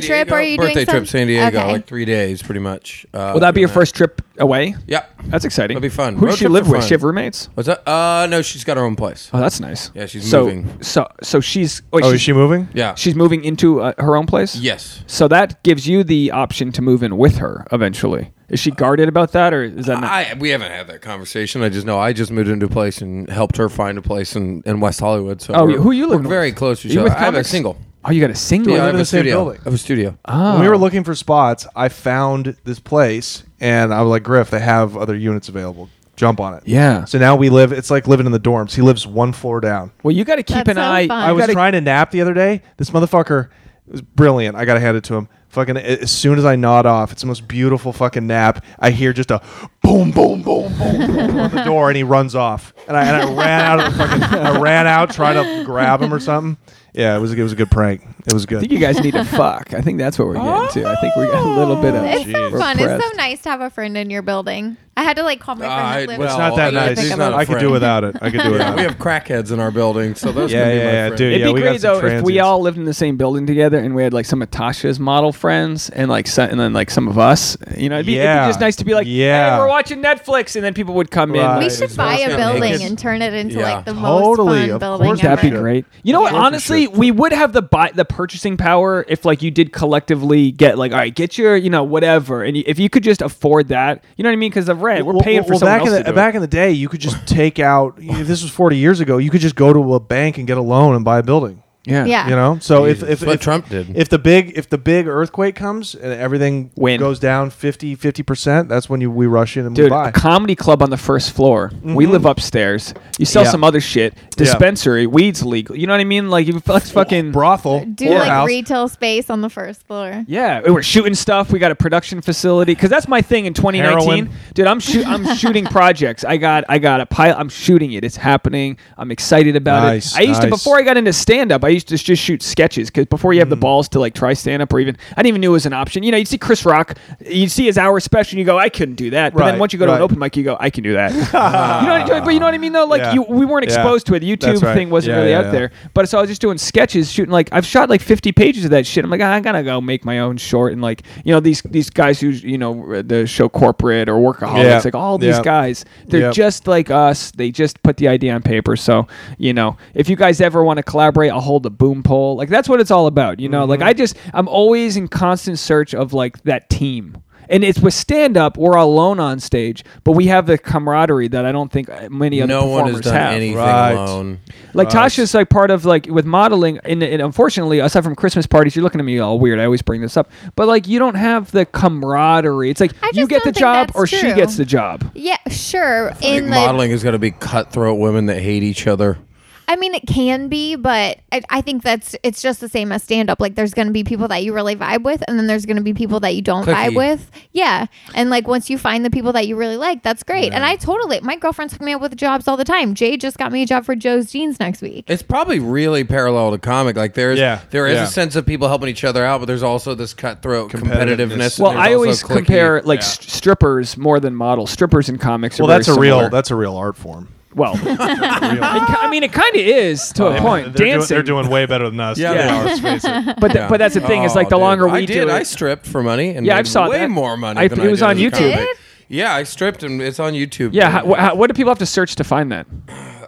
Speaker 3: San
Speaker 5: trip? Or are
Speaker 3: Diego-
Speaker 5: you
Speaker 3: birthday trip?
Speaker 5: doing some-
Speaker 3: San Diego,
Speaker 5: Okay.
Speaker 3: like three days, pretty much. Uh,
Speaker 1: will that be your
Speaker 3: doing
Speaker 1: first trip away?
Speaker 3: Yeah.
Speaker 1: That's exciting.
Speaker 3: That'll be fun.
Speaker 1: Who
Speaker 3: Road
Speaker 1: does she
Speaker 3: trips
Speaker 1: live
Speaker 3: are
Speaker 1: with?
Speaker 3: fun.
Speaker 1: She have roommates?
Speaker 3: What's that? Uh, no, she's got her own place.
Speaker 1: Oh, that's nice.
Speaker 3: Yeah, she's
Speaker 1: so,
Speaker 3: moving.
Speaker 1: So, so she's. wait,
Speaker 4: Oh,
Speaker 1: she's,
Speaker 4: is she moving?
Speaker 3: Yeah.
Speaker 1: She's moving into uh, her own place.
Speaker 3: yes.
Speaker 1: So that gives you the option to move in with her eventually. Is she guarded about that, or is that not?
Speaker 3: I we haven't had that conversation. I just know I just moved into a place and helped her find a place in, in West Hollywood. So
Speaker 1: oh,
Speaker 3: we're-
Speaker 1: who are you
Speaker 3: we're
Speaker 1: living with?
Speaker 3: Very close
Speaker 1: Are
Speaker 3: to each
Speaker 1: you
Speaker 3: other.
Speaker 1: with
Speaker 3: I have a
Speaker 1: comics?
Speaker 3: single.
Speaker 1: Oh, you got a single.
Speaker 3: Yeah, I
Speaker 4: live
Speaker 3: have a
Speaker 4: in the same
Speaker 3: studio.
Speaker 4: building.
Speaker 3: I have a studio.
Speaker 1: Ah. Oh.
Speaker 4: When we were looking for spots, I found this place, and I was like, Griff, they have other units available. Jump on it.
Speaker 1: Yeah.
Speaker 4: So now we live. It's like living in the dorms. He lives one floor down.
Speaker 1: Well, you got to keep
Speaker 5: That
Speaker 1: an
Speaker 5: sounds
Speaker 1: eye.
Speaker 5: fun.
Speaker 1: you
Speaker 4: I was
Speaker 1: gotta-
Speaker 4: trying to nap the other day. This motherfucker was brilliant. I gotta hand it to him. Fucking as soon as I nod off, it's the most beautiful fucking nap. I hear just a boom, boom, boom, boom, boom on the door, and he runs off. And I, and I ran out of the fucking. I ran out trying to grab him or something. Yeah, it was it was a good prank. It was
Speaker 1: I think
Speaker 4: good.
Speaker 1: you guys need to fuck. I think that's what we're getting to. I think we got a little
Speaker 3: Oh,
Speaker 1: bit of.
Speaker 5: It's so
Speaker 1: we're
Speaker 5: fun. It's so
Speaker 1: pressed.
Speaker 5: nice to have a friend in your building. I had to like call my friend
Speaker 3: I-
Speaker 5: that lives.
Speaker 3: well,
Speaker 4: It's not that
Speaker 5: I
Speaker 4: nice.
Speaker 5: think
Speaker 3: He's
Speaker 5: I'm
Speaker 3: not
Speaker 5: a-
Speaker 3: a
Speaker 4: Oh, I could do
Speaker 3: friend.
Speaker 4: without it. I could do
Speaker 3: Yeah,
Speaker 4: without
Speaker 3: we
Speaker 4: it.
Speaker 3: have crackheads in our building, so those.
Speaker 4: Yeah,
Speaker 3: gonna be
Speaker 4: yeah,
Speaker 3: my
Speaker 4: yeah,
Speaker 3: friend.
Speaker 4: dude.
Speaker 1: It'd
Speaker 4: Yeah,
Speaker 1: be
Speaker 4: we got
Speaker 1: great
Speaker 4: some
Speaker 1: though if we
Speaker 4: transies.
Speaker 1: all lived in the same building together and we had like some of Tasha's model friends and like some, and then like some of us. You know, it'd be, it'd
Speaker 4: Yeah.
Speaker 1: be just nice to be like,
Speaker 4: Yeah.
Speaker 1: hey, we're watching Netflix, and then people would come in.
Speaker 4: Right.
Speaker 5: We
Speaker 1: Like,
Speaker 5: should buy a
Speaker 3: Yeah.
Speaker 5: building
Speaker 3: It's-
Speaker 5: and turn it into
Speaker 3: yeah.
Speaker 5: like the
Speaker 4: Totally,
Speaker 5: most fun
Speaker 4: of
Speaker 5: building
Speaker 4: course
Speaker 5: ever.
Speaker 1: That'd be great. You know what?
Speaker 4: Yeah.
Speaker 1: Honestly, we would have the buy, the purchasing power if like you did collectively get like, all right, get your you know whatever, and you, if you could just afford that, you know what I mean? Because of rent, we're
Speaker 4: Well,
Speaker 1: paying
Speaker 4: well,
Speaker 1: for
Speaker 4: well,
Speaker 1: someone
Speaker 4: back
Speaker 1: else
Speaker 4: in the,
Speaker 1: to do it.
Speaker 4: back in the day. You could just take out. If this was forty years ago, you could just go to a bank and get a loan and buy a building.
Speaker 1: Yeah.
Speaker 5: Yeah.
Speaker 4: You know, so if
Speaker 3: Jesus.
Speaker 4: if,
Speaker 3: That's what
Speaker 4: if
Speaker 3: Trump did.
Speaker 4: if the big if the big earthquake comes and everything
Speaker 1: Win.
Speaker 4: goes down 50 50 percent, that's when you we rush in and we
Speaker 1: Dude,
Speaker 4: buy. Mm-hmm.
Speaker 1: a comedy club on the first floor. We live upstairs. You sell
Speaker 4: Yeah.
Speaker 1: some other shit. Dispensary, weeds legal. You know what I mean? Like you fuck- fucking
Speaker 4: brothel,
Speaker 5: Do like retail space on the first floor.
Speaker 1: Yeah, we we're shooting stuff. We got a production facility because that's my thing in 2019,
Speaker 4: Heroin.
Speaker 1: dude. I'm shoot, I'm shooting projects. I got I got a pilot. I'm shooting it. It's happening. I'm excited about
Speaker 4: Nice,
Speaker 1: it. I used to
Speaker 4: nice.
Speaker 1: before I got into stand up. I used to just shoot sketches because before you have the
Speaker 4: Mm.
Speaker 1: balls to like try stand up or even I didn't even knew it was an option. You know, you'd see Chris Rock, you'd see his hour special, and you go, I couldn't do that. But then
Speaker 4: Right,
Speaker 1: once you go to an
Speaker 4: right.
Speaker 1: open mic, you go, I can do that. you know, what I- but you know what I mean though. Like
Speaker 4: Yeah.
Speaker 1: you, we weren't
Speaker 4: Yeah.
Speaker 1: exposed to it. The YouTube
Speaker 4: That's right.
Speaker 1: thing wasn't
Speaker 4: Yeah,
Speaker 1: really
Speaker 4: yeah,
Speaker 1: out
Speaker 4: yeah.
Speaker 1: there. But so I was just doing sketches, shooting like I've shot like 50 pages of that shit. I'm like, "Ah, I gotta go make my own short and like you know these these guys who you know uh, the show corporate or workaholics,
Speaker 4: Yeah.
Speaker 1: like all these
Speaker 4: Yeah.
Speaker 1: guys, they're
Speaker 4: Yep.
Speaker 1: just like us. They just put the idea on paper. So you know, if you guys ever want to collaborate, I'll hold a boom poll. Like that's what it's all about. You know, like
Speaker 3: Mm-hmm.
Speaker 1: I just I'm always in constant search of like that team. And it's with stand up, we're alone on stage, but we have the camaraderie that I don't think uh, many other
Speaker 3: no
Speaker 1: performers
Speaker 3: one has done
Speaker 1: have.
Speaker 3: anything
Speaker 4: Right.
Speaker 3: alone.
Speaker 1: Like Tasha's like part of like with modeling, and, and unfortunately, aside from Christmas parties, you're looking at me all weird. I always bring this up, but like you don't have the camaraderie. It's like
Speaker 5: I
Speaker 1: you
Speaker 5: just
Speaker 1: get the
Speaker 5: don't think
Speaker 1: job
Speaker 5: that's
Speaker 1: or she
Speaker 5: true.
Speaker 1: gets the job.
Speaker 5: Yeah, sure.
Speaker 3: Like,
Speaker 5: In the
Speaker 3: modeling is going to be cutthroat women that hate each other.
Speaker 5: I mean, it can be, but I, I think that's it's just the same as stand up. Like, there's going to be people that you really vibe with, and then there's going to be people that you don't
Speaker 3: Clicky.
Speaker 5: vibe with. Yeah, and like once you find the people that you really like, that's great. And I totally, my girlfriends hook me up with jobs all the time. Jay just got me a job for Joe's Jeans next week.
Speaker 3: It's probably really parallel to comic. Like there's
Speaker 4: Yeah,
Speaker 3: there is
Speaker 4: yeah.
Speaker 3: a sense of people helping each other out, but there's also this cutthroat competitiveness.
Speaker 4: Competitiveness.
Speaker 3: and
Speaker 1: Well,
Speaker 3: there's
Speaker 1: I
Speaker 3: also
Speaker 1: always
Speaker 3: clicky-
Speaker 1: compare like s- strippers more than models. Strippers in comics. Are
Speaker 4: Well, that's a
Speaker 1: very
Speaker 4: real
Speaker 1: similar.
Speaker 4: that's a real art form.
Speaker 1: well. it ki- I mean, it kind of is to a point.
Speaker 4: Oh, They're doing,
Speaker 1: Dancing,
Speaker 4: they're doing way better than us.
Speaker 3: Yeah,
Speaker 1: Yeah.
Speaker 4: they are. Let's face it.
Speaker 1: but th- but that's the thing. is like the
Speaker 3: Oh, dude.
Speaker 1: longer we
Speaker 3: I
Speaker 1: do
Speaker 3: did.
Speaker 1: it,
Speaker 3: I stripped for money and
Speaker 1: Yeah, I
Speaker 3: made
Speaker 1: saw
Speaker 3: way
Speaker 1: that.
Speaker 3: more money.
Speaker 1: I-
Speaker 3: than
Speaker 1: it was
Speaker 3: did
Speaker 1: on
Speaker 3: as a
Speaker 1: YouTube.
Speaker 3: comic.
Speaker 5: Did it?
Speaker 3: Yeah, I stripped and it's on YouTube.
Speaker 1: yeah. How, wh- how, what do people have to search to find that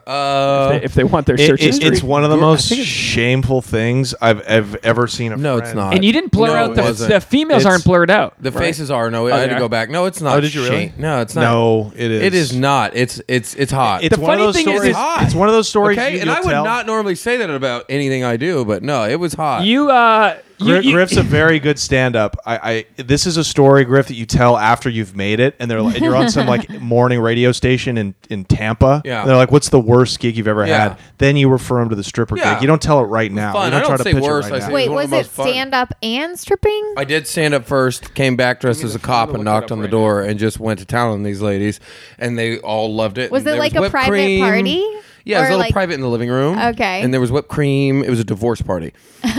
Speaker 3: uh,
Speaker 1: if they want their
Speaker 4: It-
Speaker 1: search
Speaker 4: it-
Speaker 1: history?
Speaker 4: it's one of the
Speaker 3: I
Speaker 4: most
Speaker 3: think it's-
Speaker 4: shameful things I've, I've ever seen. A
Speaker 3: No, it's
Speaker 4: friend-
Speaker 3: not.
Speaker 1: and you didn't blur
Speaker 3: No,
Speaker 1: out
Speaker 3: it
Speaker 1: the,
Speaker 3: wasn't.
Speaker 1: the females
Speaker 4: It's-
Speaker 1: aren't blurred out.
Speaker 3: The
Speaker 1: right? Oh,
Speaker 3: faces are no. I had
Speaker 1: they
Speaker 3: to
Speaker 1: are?
Speaker 3: go back. No, it's not.
Speaker 4: Oh, did you really?
Speaker 3: shame. No, it's not.
Speaker 4: No, it is.
Speaker 3: It is not. It's it's it's hot.
Speaker 4: It's
Speaker 1: The
Speaker 4: one
Speaker 1: funny
Speaker 4: of those
Speaker 1: thing is-
Speaker 4: stories.
Speaker 1: is-
Speaker 4: it's one of those stories.
Speaker 3: Okay,
Speaker 4: you,
Speaker 3: and I
Speaker 4: you'll
Speaker 3: would
Speaker 4: tell.
Speaker 3: not normally say that about anything I do, but no, it was hot.
Speaker 1: You uh, you,
Speaker 4: Gri-
Speaker 1: you-
Speaker 4: Griff's a very good stand-up. I, I this is a story, Griff, that you tell after you've made it, and they're like, and you're on some like morning radio station in in Tampa.
Speaker 3: Yeah.
Speaker 4: and they're like, "What's the worst gig you've ever
Speaker 3: Yeah.
Speaker 4: had?" Then you refer them to the stripper
Speaker 3: Yeah.
Speaker 4: gig. You don't tell it right now.
Speaker 3: fun.
Speaker 4: You don't
Speaker 3: I
Speaker 4: try
Speaker 3: don't
Speaker 4: to
Speaker 3: say
Speaker 4: pitch
Speaker 3: worse,
Speaker 4: It
Speaker 3: I
Speaker 4: right
Speaker 3: say-
Speaker 4: now.
Speaker 5: Wait,
Speaker 3: one of
Speaker 5: was
Speaker 3: the
Speaker 5: it
Speaker 3: most fun.
Speaker 5: stand up and stripping?
Speaker 3: I did stand up first, came back dressed as a cop, and knocked on the door, and just went to town on these ladies, and they all loved it.
Speaker 5: Was
Speaker 3: And
Speaker 5: it
Speaker 3: there
Speaker 5: like a
Speaker 3: whipped
Speaker 5: private
Speaker 3: cream.
Speaker 5: party?
Speaker 3: Yeah, it was
Speaker 5: Or
Speaker 3: a little
Speaker 5: like-
Speaker 3: private in the living room.
Speaker 5: Okay.
Speaker 3: and there was whipped cream. It was a divorce party.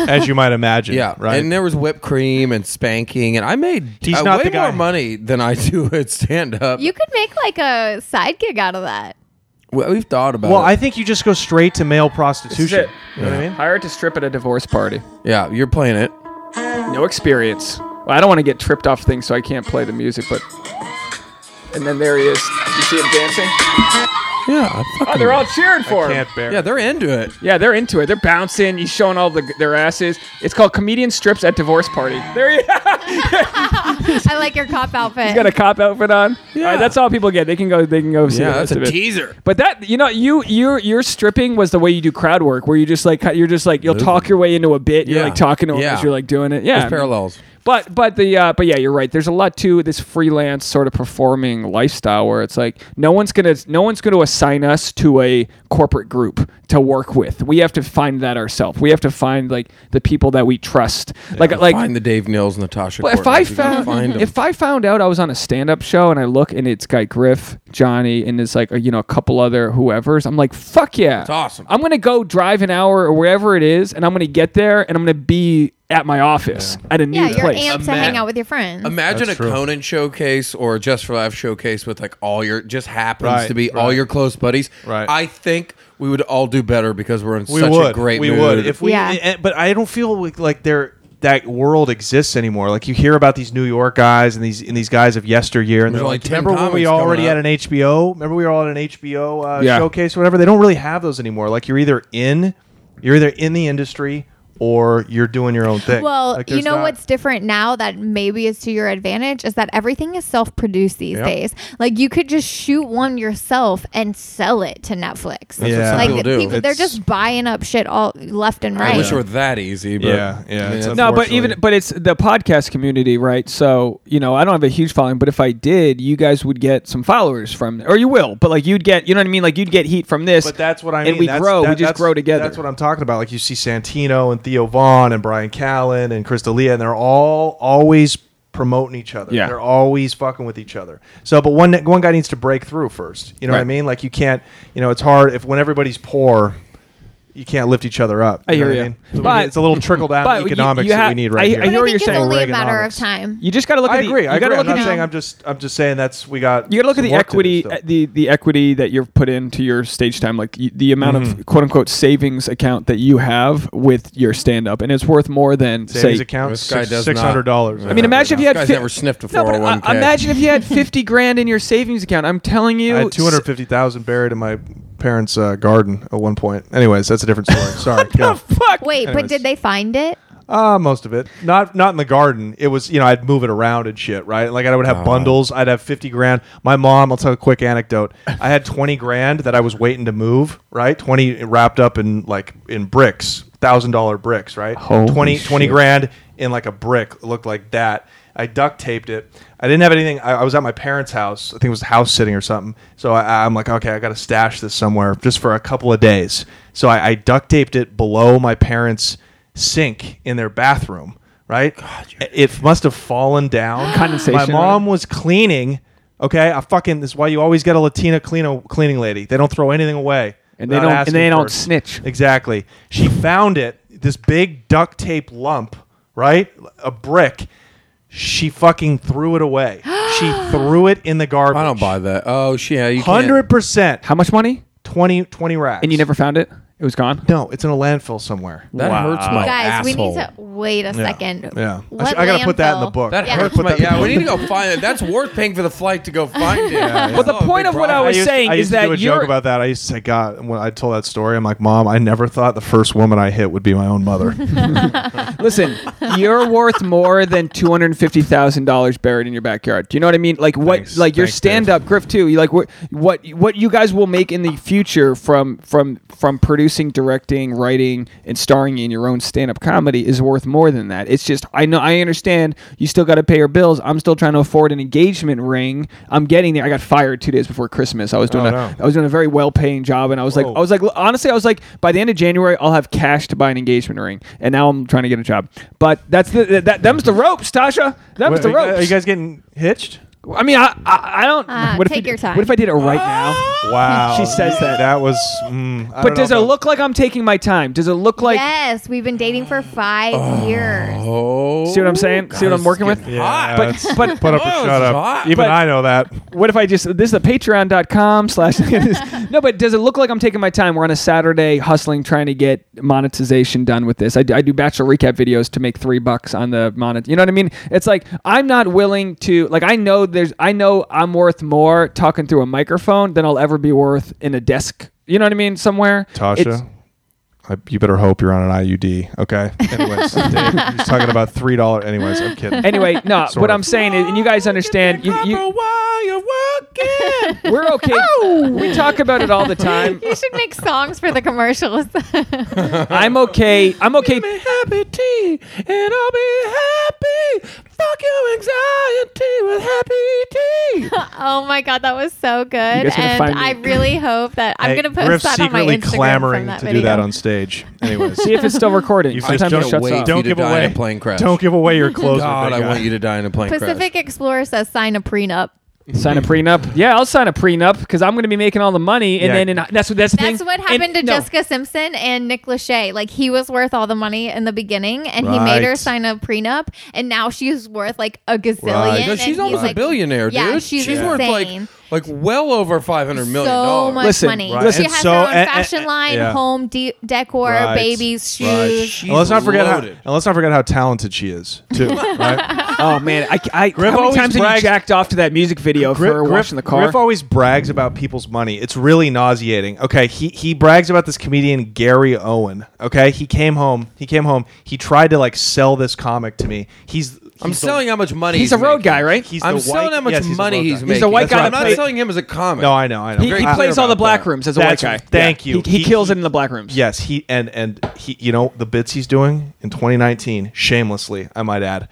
Speaker 4: as you might imagine.
Speaker 3: Yeah,
Speaker 4: right.
Speaker 3: And there was whipped cream and spanking, and I made
Speaker 4: He's
Speaker 3: uh,
Speaker 4: not
Speaker 3: way
Speaker 4: the guy.
Speaker 3: more money than I do at stand up.
Speaker 5: You could make like a side gig out of that.
Speaker 3: We've thought about
Speaker 4: well,
Speaker 3: it.
Speaker 4: I think you just go straight to male prostitution.
Speaker 1: That's it.
Speaker 4: You know what I mean?
Speaker 1: Hire to strip at a divorce party.
Speaker 3: yeah, you're playing it.
Speaker 1: No experience. Well, I don't want to get tripped off things, so I can't play the music. But and then there he is. You see him dancing?
Speaker 3: Yeah, I fucking-
Speaker 1: Oh, they're all cheering for him.
Speaker 4: Can't bear.
Speaker 3: yeah, they're into it.
Speaker 1: Yeah, they're into it. They're bouncing. He's showing all the, their asses. It's called comedian strips at divorce party. There he is.
Speaker 5: I like your cop outfit.
Speaker 1: Got a cop outfit on.
Speaker 3: Yeah.
Speaker 1: All right, that's all people get. They can go. They can go see.
Speaker 3: Yeah,
Speaker 1: the rest
Speaker 3: that's a
Speaker 1: of it.
Speaker 3: teaser.
Speaker 1: But that you know you your your stripping was the way you do crowd work where you just like you're just like you'll talk your way into a bit you're
Speaker 3: Yeah.
Speaker 1: like talking to 'em
Speaker 3: Yeah.
Speaker 1: as you're like doing it yeah I
Speaker 3: There's
Speaker 1: mean-
Speaker 3: parallels.
Speaker 1: But but the uh, but yeah, you're right. There's a lot to this freelance sort of performing lifestyle where it's like no one's gonna no one's gonna assign us to a corporate group to work with. We have to find that ourselves. We have to find like the people that we trust. like like
Speaker 3: find the Dave Nils, Natasha.
Speaker 1: but if
Speaker 3: Courtneys.
Speaker 1: I
Speaker 3: You gotta
Speaker 1: found
Speaker 3: find 'em.
Speaker 1: if I found out I was on a stand up show and I look and it's Guy Griff, Johnny, and it's like uh, you know a couple other whoever's, I'm like fuck yeah, it's
Speaker 3: awesome.
Speaker 1: I'm gonna go drive an hour or wherever it is, and I'm gonna get there and I'm gonna be at my office at a
Speaker 5: yeah,
Speaker 1: new
Speaker 5: you're
Speaker 1: place.
Speaker 5: amped to
Speaker 3: Ima-
Speaker 5: hang out with your friends.
Speaker 3: Imagine
Speaker 4: That's
Speaker 3: a
Speaker 4: true.
Speaker 3: Conan showcase or a Just for Life showcase with like all your just happens
Speaker 4: Right,
Speaker 3: to be
Speaker 4: right.
Speaker 3: all your close buddies.
Speaker 4: Right.
Speaker 3: I think we would all do better because we're in
Speaker 4: we
Speaker 3: such
Speaker 4: would.
Speaker 3: a great
Speaker 4: we
Speaker 3: mood.
Speaker 4: would if we.
Speaker 5: Yeah.
Speaker 4: eh, But I don't feel like, like there that world exists anymore. Like you hear about these New York guys and these and these guys of yesteryear, and
Speaker 3: There's
Speaker 4: they're
Speaker 3: only
Speaker 4: like,
Speaker 3: 10
Speaker 4: remember when we
Speaker 3: comics coming
Speaker 4: already
Speaker 3: up."
Speaker 4: had an HBO? Remember we were all at an HBO uh,
Speaker 1: Yeah.
Speaker 4: showcase or whatever? They don't really have those anymore. Like you're either in, you're either in the industry or you're doing your own thing.
Speaker 5: Well,
Speaker 4: Like,
Speaker 5: you
Speaker 4: there's
Speaker 5: know
Speaker 4: not-
Speaker 5: what's different now that maybe is to your advantage is that everything is self produced these
Speaker 3: Yep.
Speaker 5: days. Like you could just shoot one yourself and sell it to Netflix.
Speaker 4: what Yeah. some
Speaker 5: Like
Speaker 3: people do.
Speaker 5: they're
Speaker 4: It's-
Speaker 5: just buying up shit all left and right.
Speaker 3: I wish it were that easy. But
Speaker 4: Yeah, yeah,
Speaker 3: I mean,
Speaker 4: it's
Speaker 3: that's-
Speaker 4: a-
Speaker 1: No, but even
Speaker 4: Unfortunately.
Speaker 1: but it's the podcast community, right? So you know, I don't have a huge following, but if I did, you guys would get some followers from, or you will. But like you'd get, you know what I mean? Like you'd get heat from this.
Speaker 4: But that's what I mean.
Speaker 1: And we
Speaker 4: That's-
Speaker 1: grow.
Speaker 4: that-
Speaker 1: we just
Speaker 4: that's-
Speaker 1: grow together.
Speaker 4: That's what I'm talking about. Like you see Santino and Theo Vaughn and Brian Callen and Crystalia, and they're all always promoting each other.
Speaker 1: Yeah.
Speaker 4: They're always fucking with each other. So, but one one guy needs to break through first. You know what I
Speaker 1: Right.
Speaker 4: mean? Like you can't. You know, it's hard if when everybody's poor. You can't lift each other up.
Speaker 1: I
Speaker 4: know
Speaker 1: hear
Speaker 4: what
Speaker 1: ya.
Speaker 4: mean? So we
Speaker 1: But-
Speaker 4: need- it's a little trickle
Speaker 1: but
Speaker 4: down
Speaker 1: you-
Speaker 4: economics
Speaker 1: you ha-
Speaker 4: that we need right
Speaker 1: I-
Speaker 4: here.
Speaker 1: I hear what
Speaker 5: But think
Speaker 1: you're
Speaker 5: it's
Speaker 1: saying.
Speaker 5: only a
Speaker 4: Reaganomics.
Speaker 5: matter of time.
Speaker 1: you just got to look.
Speaker 4: I
Speaker 1: at the,
Speaker 4: agree. I
Speaker 1: You got to
Speaker 4: agree. I'm
Speaker 1: look
Speaker 4: not
Speaker 1: at
Speaker 4: saying
Speaker 1: the,
Speaker 4: I'm just. I'm just saying that's we got.
Speaker 1: you got to look at
Speaker 4: some
Speaker 1: the
Speaker 4: work to do
Speaker 1: equity,
Speaker 4: still.
Speaker 1: uh, the the equity that you've put into your stage time, like y- the amount
Speaker 4: Mm-hmm.
Speaker 1: of quote unquote savings account that you have with your stand up, and it's worth more than
Speaker 4: savings
Speaker 1: say
Speaker 4: account.
Speaker 3: This guy does
Speaker 4: Six hundred dollars.
Speaker 1: I mean, imagine if you
Speaker 3: This
Speaker 1: had
Speaker 3: guy's
Speaker 1: fif-
Speaker 3: never sniffed a
Speaker 1: No, but, uh,
Speaker 3: 401k.
Speaker 1: imagine if you had fifty grand in your savings account. I'm telling you,
Speaker 4: I had 250,000 buried in my parents' uh, garden at one point. Anyways, that's a different story. Sorry.
Speaker 1: Oh,
Speaker 4: Go.
Speaker 1: fuck.
Speaker 5: Wait, but
Speaker 4: Anyways.
Speaker 5: did they find it?
Speaker 4: Uh, most of it. Not not in the garden. It was, you know, I'd move it around and shit, right? Like I would
Speaker 1: Oh.
Speaker 4: have bundles. I'd have 50 grand. My mom, I'll tell a quick anecdote. I had 20 grand that I was waiting to move, right? 20 wrapped up in like in bricks, $1,000 bricks, right?
Speaker 1: Holy
Speaker 4: 20 20
Speaker 1: shit.
Speaker 4: grand. grand in like a brick it looked like that i duct taped it i didn't have anything i, I was at my parents house i think it was house sitting or something so I, i'm like okay i gotta stash this somewhere just for a couple of days so i, I duct taped it below my parents sink in their bathroom right it must have fallen down
Speaker 1: Condensation,
Speaker 4: my mom
Speaker 1: right?
Speaker 4: was cleaning okay i fucking this is why you always get a latina clean, cleaning lady they don't throw anything away
Speaker 1: And they
Speaker 4: without
Speaker 1: don't- and
Speaker 4: asking
Speaker 1: they don't snitch.
Speaker 4: Exactly. She found it, this big duct tape lump, right? A brick. She fucking threw it away. she threw it in the garbage.
Speaker 3: I don't buy that. Oh, shit. Yeah, you can't.
Speaker 4: 100%.
Speaker 1: How much money?
Speaker 4: 20, 20 racks.
Speaker 1: And you never found it? It was gone.
Speaker 4: No, it's in a landfill somewhere.
Speaker 3: That hurts my
Speaker 5: Guys, we
Speaker 3: asshole.
Speaker 5: need to wait a second.
Speaker 4: Oh, Yeah.
Speaker 5: What
Speaker 4: I, should- I gotta put that in the
Speaker 5: landfill-
Speaker 4: book.
Speaker 3: That
Speaker 5: Yeah.
Speaker 3: hurts
Speaker 4: Put
Speaker 3: my.
Speaker 4: that in
Speaker 3: Yeah,
Speaker 4: the
Speaker 3: we need to go find it. That's worth paying for the flight to go find it.
Speaker 1: Well, the
Speaker 3: Oh,
Speaker 1: point of
Speaker 3: big
Speaker 1: what I
Speaker 3: problem.
Speaker 1: was
Speaker 4: used,
Speaker 1: saying
Speaker 4: I
Speaker 1: is
Speaker 4: used to
Speaker 1: that
Speaker 4: do a
Speaker 1: you're-
Speaker 4: joke about that. I used to say, God, when I told that story, I'm like, Mom, I never thought the first woman I hit would be my own mother.
Speaker 1: Listen, you're worth more than two hundred fifty thousand dollars buried in your backyard. Do you know what I mean? Like what?
Speaker 4: Thanks.
Speaker 1: like your
Speaker 4: Thanks,
Speaker 1: stand up, Griff too. You like what? What? What you guys will make in the future from from from producing, directing, writing, and starring in your own stand up comedy is worth more than that. It's just I know I understand you still got to pay your bills. I'm still trying to afford an engagement ring. I'm getting there. I got fired two days before Christmas. I was doing
Speaker 4: Oh,
Speaker 1: a
Speaker 4: no.
Speaker 1: I was doing a very well paying job, and I was like,
Speaker 4: Whoa.
Speaker 1: I was like, honestly, I was like, by the end of January, I'll have cash to buy an engagement ring, and now I'm trying to get a job. But that's the that, that them's the ropes, Tasha. Them's the
Speaker 4: Wait, are you guys-
Speaker 1: ropes.
Speaker 4: Are you guys getting hitched?
Speaker 1: I mean, I I, I don't.
Speaker 5: Ah,
Speaker 1: what if
Speaker 5: take
Speaker 1: I-
Speaker 5: your time.
Speaker 1: What if I did it right now?
Speaker 4: Wow.
Speaker 1: She says that.
Speaker 4: That was. Mm, Ah! I
Speaker 1: But
Speaker 4: don't know
Speaker 1: does it
Speaker 4: about-
Speaker 1: look like I'm taking my time? Does it look like?
Speaker 5: yes, we've been dating for five years.
Speaker 3: Oh,
Speaker 1: See what I'm saying? See what I'm working with?
Speaker 4: Yeah,
Speaker 1: But-
Speaker 4: that's-
Speaker 1: but-
Speaker 4: put up or
Speaker 3: Oh,
Speaker 4: shut
Speaker 3: it's
Speaker 4: up.
Speaker 3: hot.
Speaker 4: Even
Speaker 1: But-
Speaker 4: I know that.
Speaker 1: What if I just this is a patreon.com slash no, but does it look like I'm taking my time? We're on a Saturday hustling trying to get monetization done with this. I, do- I do bachelor recap videos to make three bucks on the monet. You know what I mean? It's like I'm not willing to like I know there's I know I'm worth more talking through a microphone than I'll ever be worth in a desk. You know what I mean? Somewhere. It's-
Speaker 4: Tasha, I, you better hope you're on an IUD. Okay. Anyways, Dave, he's talking about three dollar. Anyways, I'm kidding.
Speaker 1: Anyway, no,
Speaker 4: Sort
Speaker 1: what
Speaker 4: of.
Speaker 1: I'm saying is, and you guys understand, you, you,
Speaker 3: while you're working.
Speaker 1: we're okay. We talk about it all the
Speaker 3: Oh.
Speaker 1: time.
Speaker 5: You should make songs for the commercials.
Speaker 1: I'm okay. I'm okay.
Speaker 3: happy tea, and I'll be happy. Fuck your anxiety with happy tea.
Speaker 5: oh my god, that was so good,
Speaker 1: guys gonna
Speaker 5: and
Speaker 1: find me-
Speaker 5: I really hope that I'm
Speaker 4: Hey,
Speaker 5: gonna post
Speaker 4: Griff's
Speaker 5: that on my
Speaker 4: secretly
Speaker 5: Instagram
Speaker 4: clamoring
Speaker 5: from that
Speaker 4: to
Speaker 5: video.
Speaker 4: do that on stage. Anyways,
Speaker 1: See if it's still recording.
Speaker 4: You've
Speaker 1: Sometimes it
Speaker 4: just
Speaker 1: shuts
Speaker 3: wait.
Speaker 1: off.
Speaker 3: Don't you to die in a plane crash.
Speaker 4: Don't give away your clothes.
Speaker 3: God, I want you to die in a plane
Speaker 5: Pacific Explorer says sign a prenup.
Speaker 1: Sign a prenup. Yeah, I'll sign a prenup because I'm going to be making all the money, and
Speaker 4: Yeah.
Speaker 1: then in, that's what that's the thing.
Speaker 5: That's what happened
Speaker 1: And-
Speaker 5: to
Speaker 1: no.
Speaker 5: Jessica Simpson and Nick Lachey. Like he was worth all the money in the beginning, and he
Speaker 4: Right.
Speaker 5: made her sign a prenup, and now she's worth like a gazillion.
Speaker 4: Right.
Speaker 3: No,
Speaker 5: and
Speaker 3: she's
Speaker 5: he's,
Speaker 3: almost
Speaker 5: like,
Speaker 3: a billionaire, dude.
Speaker 5: Yeah, she's
Speaker 3: worth like
Speaker 5: insane.
Speaker 3: like well over five hundred million
Speaker 5: So
Speaker 3: dollars.
Speaker 5: much
Speaker 1: Listen,
Speaker 5: money.
Speaker 1: right.
Speaker 5: She
Speaker 1: And
Speaker 5: has
Speaker 4: so-
Speaker 5: her own
Speaker 4: and- and-
Speaker 5: fashion line,
Speaker 4: yeah.
Speaker 5: home de- decor,
Speaker 4: Right.
Speaker 5: babies, shoes.
Speaker 4: Right. And let's not forget how,
Speaker 3: loaded.
Speaker 4: and let's not forget how talented she is too. Right?
Speaker 1: Oh man, I, I how many
Speaker 4: always
Speaker 1: times have you
Speaker 4: brags-
Speaker 1: jacked off to that music video
Speaker 4: Griff-
Speaker 1: of her
Speaker 4: Griff-
Speaker 1: washing the car.
Speaker 4: Griff always brags about people's money. It's really nauseating. Okay, he he brags about this comedian Gary Owen. Okay, he came home. He came home. He tried to like sell this comic to me. He's,
Speaker 3: I'm
Speaker 4: he's the-
Speaker 3: selling how much money
Speaker 1: He's a
Speaker 3: making.
Speaker 1: road guy, right?
Speaker 4: He's
Speaker 3: I'm
Speaker 4: the
Speaker 3: selling
Speaker 4: white-
Speaker 3: how much
Speaker 4: yes, he's the
Speaker 3: money
Speaker 4: road
Speaker 3: he's
Speaker 4: guy.
Speaker 3: making.
Speaker 1: He's the white
Speaker 3: That's
Speaker 1: guy
Speaker 3: right.
Speaker 1: that
Speaker 3: I'm not
Speaker 1: played-
Speaker 3: selling him as a comic.
Speaker 4: No, I know. I know.
Speaker 1: He- he
Speaker 4: Very
Speaker 1: plays
Speaker 4: clear
Speaker 1: all the
Speaker 4: about
Speaker 1: black
Speaker 4: that.
Speaker 1: rooms as a
Speaker 4: That's-
Speaker 1: white guy.
Speaker 4: Thank
Speaker 1: Yeah.
Speaker 4: you.
Speaker 1: He- he kills it in the black rooms.
Speaker 4: Yes, he and and he. You know the bits he's doing in 2019, shamelessly, I might add.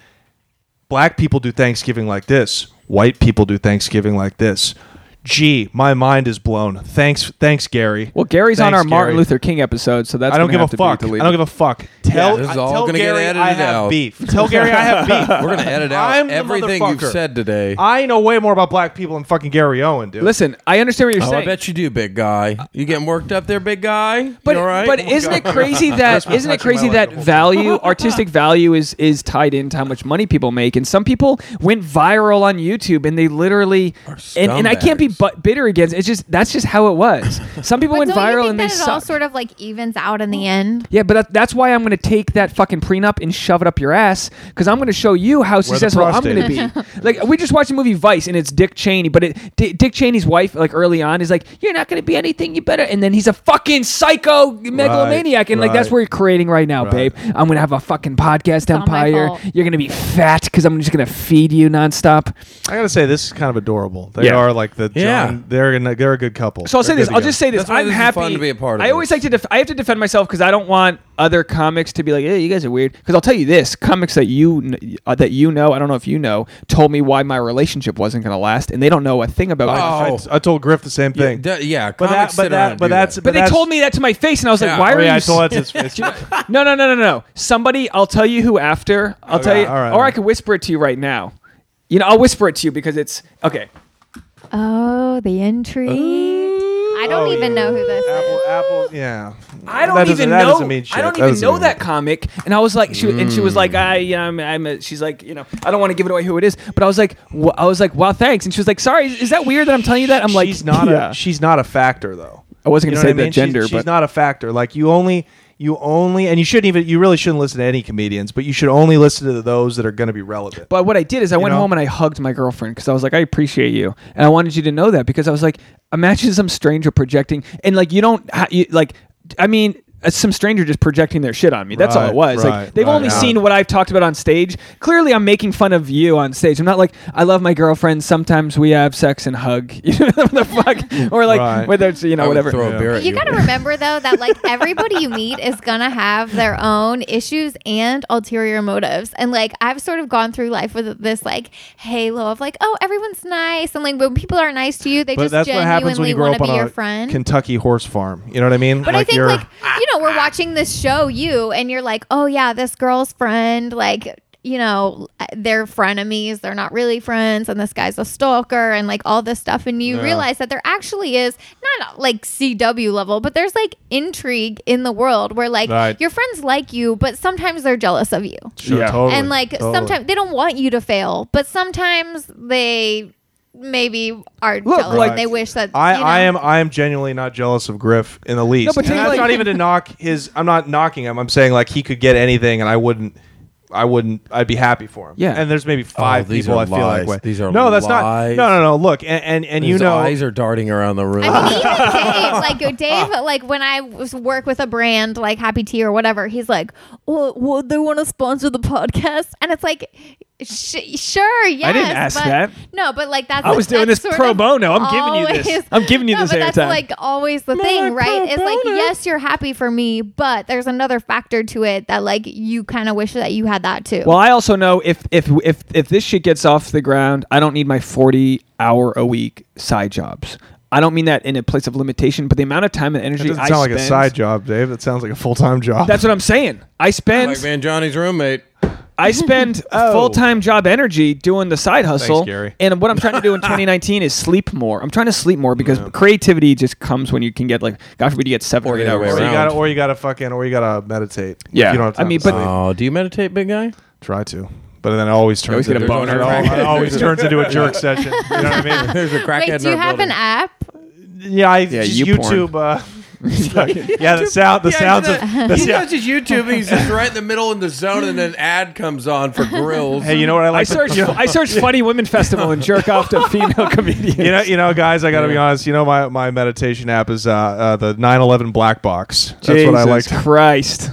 Speaker 4: Black people do Thanksgiving like this. White people do Thanksgiving like this. Gee, my mind is blown. Thanks, thanks, Gary.
Speaker 1: well, Gary's on
Speaker 4: Thanks,
Speaker 1: our Martin
Speaker 4: Gary.
Speaker 1: Luther King episode, so that's
Speaker 4: I don't
Speaker 1: gonna
Speaker 4: give a
Speaker 1: have to be
Speaker 4: fuck. I
Speaker 1: deleted.
Speaker 4: don't give a fuck. Tell,
Speaker 3: this is all
Speaker 4: tell
Speaker 3: gonna get
Speaker 4: Gary
Speaker 3: edited
Speaker 4: I have
Speaker 3: out.
Speaker 4: beef. Tell Gary I have beef.
Speaker 3: We're gonna edit out
Speaker 4: I'm the
Speaker 3: everything you've
Speaker 4: motherfucker.
Speaker 3: said today.
Speaker 4: I know way more about black people than fucking Gary Owen, dude.
Speaker 1: Listen, I understand what you're
Speaker 3: Oh,
Speaker 1: saying.
Speaker 3: I bet you do, big guy. You getting worked up there, big guy?
Speaker 1: But,
Speaker 3: you all right?
Speaker 1: but
Speaker 4: Oh
Speaker 1: isn't it crazy that
Speaker 4: been
Speaker 1: isn't it
Speaker 4: touching my
Speaker 1: crazy
Speaker 4: leg
Speaker 1: that
Speaker 4: the whole
Speaker 1: value artistic value is is tied into how much money people make and some people went viral on YouTube and they literally and, and I can't be
Speaker 3: scumbags.
Speaker 1: but bitter against it's just that's just how it was some people
Speaker 5: But
Speaker 1: went
Speaker 5: don't you
Speaker 1: viral
Speaker 5: think
Speaker 1: and they
Speaker 5: that it all
Speaker 1: suck
Speaker 5: sort of like evens out in the end?
Speaker 1: yeah but that, that's why I'm gonna take that fucking prenup and shove it up your ass because I'm gonna show you how successful I'm gonna be
Speaker 4: prostate
Speaker 1: like we just watched the movie Vice and it's Dick Cheney but it D- Dick Cheney's wife like early on is like you're not gonna be anything you better and then he's a fucking psycho megalomaniac and like that's
Speaker 4: right.
Speaker 1: where you're creating right now,
Speaker 4: Right.
Speaker 1: babe. I'm gonna have a fucking podcast
Speaker 5: not my
Speaker 1: empire.
Speaker 5: fault.
Speaker 1: You're gonna be fat because I'm just gonna feed you nonstop.
Speaker 4: I gotta say this is kind of adorable. They
Speaker 1: Yeah.
Speaker 4: are like the John,
Speaker 3: Yeah.
Speaker 4: they're in a, they're a good couple.
Speaker 1: So I'll say
Speaker 4: They're
Speaker 1: this.
Speaker 4: good
Speaker 1: I'll just say
Speaker 4: together.
Speaker 1: this.
Speaker 3: That's why
Speaker 1: I'm
Speaker 3: this is
Speaker 1: happy.
Speaker 3: fun to be a part of
Speaker 1: I always
Speaker 3: this.
Speaker 1: like to. Def- I have to defend myself because I don't want other comics to be like, "Yeah, you guys are weird." Because I'll tell you this: comics that you kn- uh, that you know, I don't know if you know, told me why my relationship wasn't gonna last, and they don't know a thing about.
Speaker 3: Oh,
Speaker 1: it.
Speaker 4: I-
Speaker 3: Oh.
Speaker 4: I, told Griff the same thing.
Speaker 3: Yeah, d- yeah,
Speaker 4: but
Speaker 3: comics
Speaker 4: that,
Speaker 3: sit
Speaker 4: but
Speaker 3: around
Speaker 4: that,
Speaker 3: and
Speaker 4: but
Speaker 3: do
Speaker 4: that's,
Speaker 3: that.
Speaker 1: But they
Speaker 4: that's-
Speaker 1: told me that to my face, and I was
Speaker 3: Yeah.
Speaker 1: like, "Why
Speaker 4: Oh,
Speaker 1: are
Speaker 4: yeah,
Speaker 1: you?"
Speaker 4: I
Speaker 1: s-
Speaker 4: told that to his face.
Speaker 1: no, no, no, no, no, no. Somebody, I'll tell you who after. I'll
Speaker 4: Okay,
Speaker 1: tell you,
Speaker 4: all right, all
Speaker 1: or I
Speaker 4: right.
Speaker 1: could whisper it to you right now. You know, I'll whisper it to you because it's okay.
Speaker 5: Oh, the intrigue. I don't
Speaker 4: Oh,
Speaker 5: even
Speaker 4: yeah.
Speaker 5: know who this
Speaker 4: Apple,
Speaker 5: is.
Speaker 4: Apple, yeah.
Speaker 1: I don't
Speaker 4: That doesn't-
Speaker 1: even
Speaker 4: that
Speaker 1: know.
Speaker 4: doesn't mean shit.
Speaker 1: I don't
Speaker 4: That
Speaker 1: even
Speaker 4: doesn't
Speaker 1: know
Speaker 4: mean Hmm.
Speaker 1: that comic. And I was like, she and she was like, I, you know, I'm, I'm a, she's like, you know, I don't want to give it away who it is, but I was like, wh- I was like, wow, thanks. And she was like, sorry, is, is that weird that I'm telling you that? I'm like,
Speaker 4: she's not
Speaker 1: yeah.
Speaker 4: a she's not a factor though.
Speaker 1: I wasn't gonna
Speaker 4: You know
Speaker 1: say
Speaker 4: what
Speaker 1: the
Speaker 4: I mean?
Speaker 1: gender,
Speaker 4: she's, she's
Speaker 1: but-
Speaker 4: not a factor. Like you only you only and you shouldn't even you really shouldn't listen to any comedians, but you should only listen to those that are going to be relevant.
Speaker 1: But what I did is I went
Speaker 4: know?
Speaker 1: home and I hugged my girlfriend because I was like, I appreciate you, and I wanted you to know that because I was like, imagine some stranger projecting, and like you don't, ha- you, like, I mean. uh, Some stranger just projecting their shit on me. That's all
Speaker 4: Right,
Speaker 1: it was. like
Speaker 4: right,
Speaker 1: they've
Speaker 4: right,
Speaker 1: only
Speaker 4: yeah.
Speaker 1: seen what I've talked about on stage. Clearly, I'm making fun of you on stage. I'm not like I love my girlfriend. Sometimes we have sex and hug. You know what the fuck? Or like
Speaker 4: Right.
Speaker 1: whether it's you know
Speaker 3: I would
Speaker 1: whatever.
Speaker 3: throw a
Speaker 4: Yeah.
Speaker 3: beer at
Speaker 5: You gotta remember though that like everybody you meet is gonna have their own issues and ulterior motives. And like I've sort of gone through life with this like halo of like, oh, everyone's nice, and like when people are nice to you, they
Speaker 4: But
Speaker 5: just
Speaker 4: that's what happens when
Speaker 5: genuinely
Speaker 4: you grow
Speaker 5: want
Speaker 4: up
Speaker 5: to be
Speaker 4: on
Speaker 5: your
Speaker 4: a
Speaker 5: friend.
Speaker 4: Kentucky horse farm. You know what I mean?
Speaker 5: But I think
Speaker 4: you're-
Speaker 5: like you know we're watching this show you and you're like oh yeah this girl's friend like you know they're frenemies they're not really friends and this guy's a stalker and like all this stuff and you
Speaker 4: Yeah.
Speaker 5: realize that there actually is not uh, like CW level but there's like intrigue in the world where like
Speaker 4: Right.
Speaker 5: your friends like you but sometimes they're jealous of you
Speaker 4: Sure,
Speaker 1: Yeah.
Speaker 4: totally,
Speaker 5: and like
Speaker 4: totally.
Speaker 5: sometimes they don't want you to fail but sometimes they maybe are
Speaker 1: Look,
Speaker 5: jealous
Speaker 1: like-
Speaker 5: and they wish that
Speaker 4: I,
Speaker 5: you know,
Speaker 4: I am I am genuinely not jealous of Griff in the least.
Speaker 1: No, but
Speaker 4: And
Speaker 1: take,
Speaker 4: that's
Speaker 1: like-
Speaker 4: not even to knock his. I'm not knocking him. I'm saying like he could get anything, and I wouldn't. I wouldn't. I'd be happy for him.
Speaker 1: Yeah.
Speaker 4: And there's maybe five
Speaker 3: Oh, these
Speaker 4: people
Speaker 3: are
Speaker 4: I feel like
Speaker 3: lies.
Speaker 4: way.
Speaker 3: These are
Speaker 4: no. That's
Speaker 3: lies.
Speaker 4: not. No, no, no. Look, and and, and
Speaker 3: His
Speaker 4: you know,
Speaker 3: eyes are darting around the room.
Speaker 5: I mean, even Dave, like Dave, like when I was work with a brand like Happy Tea or whatever, he's like, "Well, well they want to sponsor the podcast," and it's like, sh- "Sure, yes."
Speaker 1: didn't ask
Speaker 5: but-
Speaker 1: that.
Speaker 5: No, but like that's
Speaker 1: I was doing
Speaker 5: that's
Speaker 1: this
Speaker 5: sort
Speaker 1: pro
Speaker 5: of
Speaker 1: bono. I'm giving you this. I'm giving you
Speaker 5: no,
Speaker 1: this
Speaker 5: but that's
Speaker 1: airtime.
Speaker 5: like always the thing, right? It's like yes, you're happy for me, but there's another factor to it that like you kind of wish that you had that too.
Speaker 1: Well, I also know if if if if this shit gets off the ground, I don't need my forty hour a week side jobs. I don't mean that in a place of limitation, but the amount of time and
Speaker 4: that
Speaker 1: energy
Speaker 4: doesn't
Speaker 1: I
Speaker 4: sound like
Speaker 1: spend,
Speaker 4: a side job, Dave. That sounds like a full time job.
Speaker 1: That's what I'm saying. I spend
Speaker 3: like Van Johnny's roommate.
Speaker 1: I spend
Speaker 4: Oh.
Speaker 1: full time job energy doing the side hustle.
Speaker 4: Gary.
Speaker 1: And what I'm trying to do in 2019 is sleep more. I'm trying to sleep more because creativity just comes when you can get like, God forbid, you get seven
Speaker 3: Or
Speaker 1: or eight
Speaker 3: the other
Speaker 1: hours.
Speaker 3: way
Speaker 4: or
Speaker 1: sleep.
Speaker 4: you
Speaker 3: around.
Speaker 4: gotta, or you gotta fucking, or you gotta meditate.
Speaker 1: Yeah.
Speaker 4: You don't have
Speaker 1: I
Speaker 4: time
Speaker 1: mean,
Speaker 4: to
Speaker 1: but-
Speaker 4: sleep.
Speaker 3: Oh, do you meditate, big guy?
Speaker 4: try to. But then it always turns
Speaker 1: always get a
Speaker 4: into
Speaker 1: boner.
Speaker 4: It al- it always turns into a jerk session. You know what I mean?
Speaker 3: There's a crackhead.
Speaker 5: Wait,
Speaker 3: in
Speaker 5: do you
Speaker 3: our
Speaker 5: have
Speaker 3: building.
Speaker 5: an app?
Speaker 4: Yeah, I
Speaker 1: Yeah,
Speaker 4: just
Speaker 1: you porn.
Speaker 4: YouTube. Uh, yeah, the sound, the
Speaker 3: Yeah,
Speaker 4: sounds
Speaker 3: he's
Speaker 4: of
Speaker 3: not-
Speaker 4: the
Speaker 3: he does
Speaker 4: sound-
Speaker 3: his YouTube. and He's just right in the middle in the zone, and then an ad comes on for grills.
Speaker 4: Hey, you know what I
Speaker 1: I
Speaker 4: like? to-
Speaker 1: searched
Speaker 4: you know-
Speaker 1: I searched Funny Women Festival and jerk off to female comedians.
Speaker 4: you know, you know, guys, I got to be
Speaker 3: Yeah.
Speaker 4: honest. You know, my, my meditation app is uh, uh, the 911 black box. That's what I like.
Speaker 1: Jesus Christ.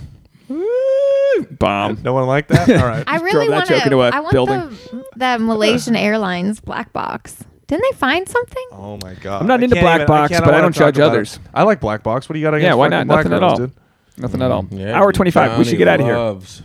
Speaker 1: Bomb.
Speaker 4: No one like that. All right.
Speaker 5: I really
Speaker 1: that
Speaker 5: want
Speaker 1: joke
Speaker 5: to.
Speaker 1: into a
Speaker 5: I want
Speaker 1: building.
Speaker 5: the the Malaysian Airlines black box. Didn't they find something?
Speaker 4: oh my god.
Speaker 1: I'm not
Speaker 4: I
Speaker 1: into
Speaker 4: can't
Speaker 1: black
Speaker 4: even-
Speaker 1: box,
Speaker 4: can't-
Speaker 1: but I don't
Speaker 4: wanna talk
Speaker 1: judge
Speaker 4: about
Speaker 1: others.
Speaker 4: it. I like black box. What do you got against?
Speaker 1: Yeah, why not?
Speaker 4: fucking Black
Speaker 1: Nothing at
Speaker 4: girls,
Speaker 1: all.
Speaker 4: Dude?
Speaker 1: Nothing at all.
Speaker 4: Mm-hmm.
Speaker 3: Yeah,
Speaker 1: Hour 25. we
Speaker 3: Johnny
Speaker 1: should get out of here.
Speaker 3: loves.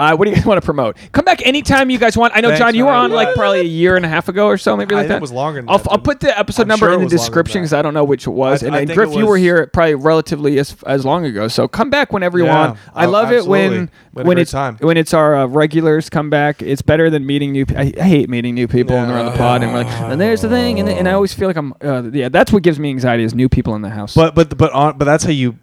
Speaker 1: Uh, what do you guys want to promote? Come back anytime you guys want. I know,
Speaker 4: Thanks,
Speaker 1: John, you were
Speaker 4: man.
Speaker 1: on like
Speaker 4: What?
Speaker 1: probably a year and a half ago or so, maybe
Speaker 4: I
Speaker 1: like
Speaker 4: think
Speaker 1: that.
Speaker 4: it was longer than
Speaker 1: I'll,
Speaker 4: that,
Speaker 1: I'll
Speaker 4: dude.
Speaker 1: put the episode
Speaker 4: I'm
Speaker 1: number
Speaker 4: sure it
Speaker 1: in the
Speaker 4: was longer than
Speaker 1: description
Speaker 4: that.
Speaker 1: because I don't know which it was.
Speaker 4: I-
Speaker 1: and
Speaker 4: I
Speaker 1: and
Speaker 4: think
Speaker 1: Griff,
Speaker 4: it
Speaker 1: you were
Speaker 4: was-
Speaker 1: here probably relatively as, as long ago. So come back whenever you
Speaker 4: Yeah,
Speaker 1: want. I
Speaker 4: oh,
Speaker 1: love it
Speaker 4: absolutely. We
Speaker 1: when
Speaker 4: had a
Speaker 1: when
Speaker 4: great
Speaker 1: it's
Speaker 4: time.
Speaker 1: when it's our uh, regulars come back. It's better than meeting new. pe- I, I hate meeting new people and they're on the pod and we're like, and there's the thing, and, and I always feel like I'm. Uh, yeah, that's what gives me anxiety is new people in the house.
Speaker 4: But but but on but that's how you